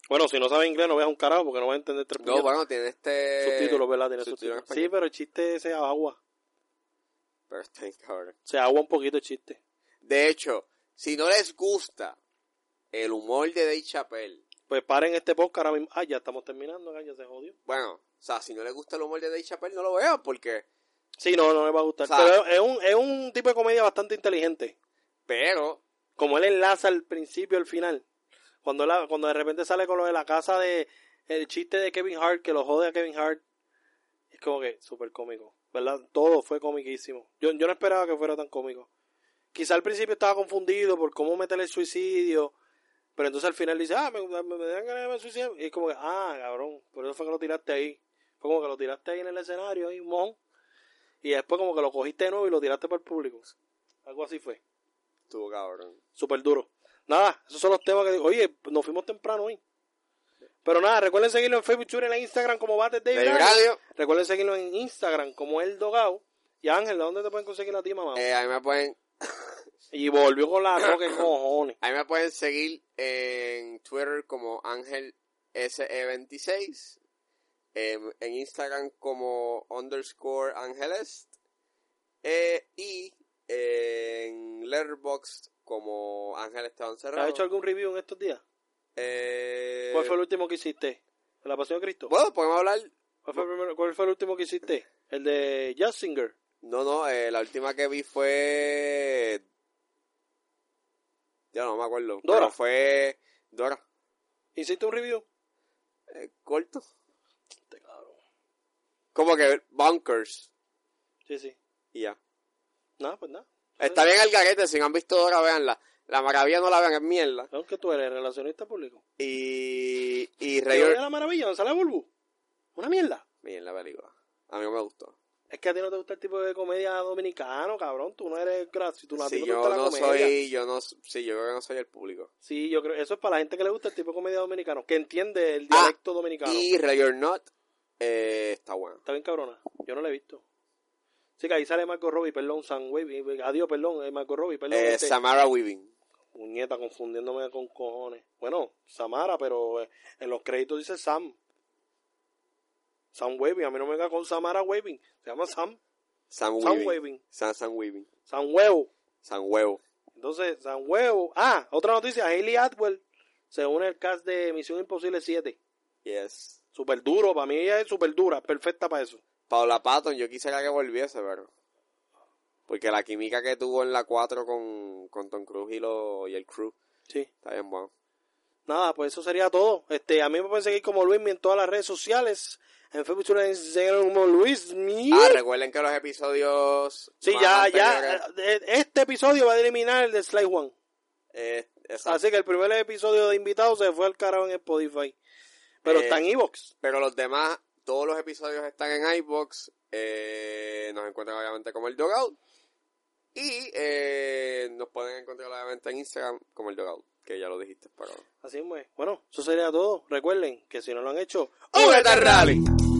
[SPEAKER 3] Bueno, si no sabe inglés, no veas un carajo porque no vas a entender tres
[SPEAKER 2] No,
[SPEAKER 3] puñetas.
[SPEAKER 2] bueno, tiene este...
[SPEAKER 3] subtítulos, ¿verdad? Tiene
[SPEAKER 2] subtítulo en
[SPEAKER 3] subtítulos. Sí,
[SPEAKER 2] español.
[SPEAKER 3] pero el chiste ese agua.
[SPEAKER 2] Pero está bien cabrón.
[SPEAKER 3] Se agua un poquito el chiste.
[SPEAKER 2] De hecho, si no les gusta el humor de Dave Chappelle,
[SPEAKER 3] Pues paren este podcast ahora mismo. Ah, ya estamos terminando, acá, ya se jodió.
[SPEAKER 2] bueno, o sea, si no les gusta el humor de Dave Chappelle, no lo vean porque,
[SPEAKER 3] Sí, no, no les va a gustar.
[SPEAKER 2] O sea-
[SPEAKER 3] pero es un, es un tipo de comedia bastante inteligente.
[SPEAKER 2] pero,
[SPEAKER 3] Como él enlaza al principio y al final. Cuando, la, cuando de repente sale con lo de la casa de. El chiste de Kevin Hart, que lo jode a Kevin Hart. Es como que súper cómico. ¿Verdad? Todo fue comiquísimo. Yo, yo no esperaba que fuera tan cómico. Quizá al principio estaba confundido por cómo meter el suicidio. Pero entonces al final dice, ah, me, me, me dan ganas de me suicidar. Y es como que, ah, cabrón, por eso fue que lo tiraste ahí. Fue como que lo tiraste ahí en el escenario, ahí, mon. Y después como que lo cogiste de nuevo y lo tiraste para el público. Algo así fue.
[SPEAKER 2] estuvo cabrón.
[SPEAKER 3] Súper duro. Nada, esos son los temas que digo. Oye, nos fuimos temprano hoy. Pero nada, recuerden seguirlo en Facebook, Twitter, en Instagram como Bates David.
[SPEAKER 2] Dave
[SPEAKER 3] Allen.
[SPEAKER 2] Radio,
[SPEAKER 3] Recuerden seguirlo en Instagram como El Dogao. Y Ángel, ¿dónde te pueden conseguir la ti, mamá?
[SPEAKER 2] eh, a mí me pueden
[SPEAKER 3] Y volvió con la roca que cojones.
[SPEAKER 2] A mí me pueden seguir en Twitter como Ángel SE26, em, en Instagram como underscore Angelest eh, y en Letterboxd como Ángel Esteban Serrano.
[SPEAKER 3] ¿Has hecho algún review en estos días?
[SPEAKER 2] Eh,
[SPEAKER 3] ¿Cuál fue el último que hiciste? ¿De la Pasión de Cristo?
[SPEAKER 2] Bueno, podemos hablar.
[SPEAKER 3] ¿Cuál fue, el primero- cuál fue el último que hiciste? El de Jazz Singer.
[SPEAKER 2] No, no, eh, la última que vi fue. Ya no me acuerdo.
[SPEAKER 3] Dora.
[SPEAKER 2] Pero fue. Dora.
[SPEAKER 3] ¿Hiciste un review?
[SPEAKER 2] Eh, corto.
[SPEAKER 3] Este cabrón.
[SPEAKER 2] Como que Bunkers.
[SPEAKER 3] Sí, sí.
[SPEAKER 2] Y ya.
[SPEAKER 3] Nada, pues nada.
[SPEAKER 2] Está bien el garete, si no han visto Dora, veanla. La maravilla no la vean, es mierda.
[SPEAKER 3] Aunque tú eres relacionista público.
[SPEAKER 2] Y. Y
[SPEAKER 3] ¿Te
[SPEAKER 2] Rayo.
[SPEAKER 3] la maravilla? ¿Dónde sale Bulbu? Una mierda.
[SPEAKER 2] Miren la película. A mí no me gustó.
[SPEAKER 3] Es que a ti no te gusta el tipo de comedia dominicano, cabrón. Tú no eres gracioso. Tú no, a ti
[SPEAKER 2] Si
[SPEAKER 3] no te
[SPEAKER 2] yo
[SPEAKER 3] gusta la
[SPEAKER 2] no
[SPEAKER 3] comedia.
[SPEAKER 2] soy. Yo no. Sí, yo creo que no soy el público.
[SPEAKER 3] Sí, yo creo. Eso es para la gente que le gusta el tipo de comedia dominicano. Que entiende el dialecto dominicano.
[SPEAKER 2] Ah, Y Ray or Not. eh, está bueno.
[SPEAKER 3] Está bien cabrona. Yo no la he visto. Así que ahí sale Marco Robbie, perdón, San Wavy. Adiós, perdón, eh, Marco Robbie, perdón.
[SPEAKER 2] Eh,
[SPEAKER 3] este,
[SPEAKER 2] Samara Weaving.
[SPEAKER 3] Puñeta, confundiéndome con cojones. Bueno, Samara, pero eh, en los créditos dice Sam. Sam Waving, a mí no me venga con Samara Waving. Se llama Sam.
[SPEAKER 2] Sam
[SPEAKER 3] Sam
[SPEAKER 2] Weaving.
[SPEAKER 3] Waving.
[SPEAKER 2] Sam, Sam Weaving.
[SPEAKER 3] Sam Huevo.
[SPEAKER 2] San Huevo.
[SPEAKER 3] Entonces, San Huevo. Ah, otra noticia. Hailey Atwell se une al cast de Misión Imposible 7.
[SPEAKER 2] Yes.
[SPEAKER 3] Súper duro, para mí ella es súper dura, perfecta para eso.
[SPEAKER 2] Paula Patton, yo quisiera que volviese, pero. Porque la química que tuvo en la 4 con, con Tom Cruise y, lo, y el crew
[SPEAKER 3] Sí.
[SPEAKER 2] está bien bueno.
[SPEAKER 3] Nada, pues eso sería todo. Este, a mí me pueden seguir como Luismi en todas las redes sociales. En Facebook, Twitter, Instagram como Luismi.
[SPEAKER 2] Ah, recuerden que los episodios.
[SPEAKER 3] Sí,
[SPEAKER 2] más
[SPEAKER 3] ya,
[SPEAKER 2] anteriores,
[SPEAKER 3] ya. eh, Este episodio va a eliminar el de Sly One.
[SPEAKER 2] eh, exacto.
[SPEAKER 3] Así que el primer episodio de invitados se fue al carajo en Spotify. Pero
[SPEAKER 2] Eh,
[SPEAKER 3] está en Evox.
[SPEAKER 2] Pero los demás, todos los episodios están en iBox. eh, nos encuentran obviamente como el Dogout. Y eh, nos pueden encontrar obviamente en Instagram como el Dogout, que ya lo dijiste, pero.
[SPEAKER 3] pues, Así es. Bueno, eso sería todo. Recuerden que si no lo han hecho,
[SPEAKER 2] ¡Únete al rally!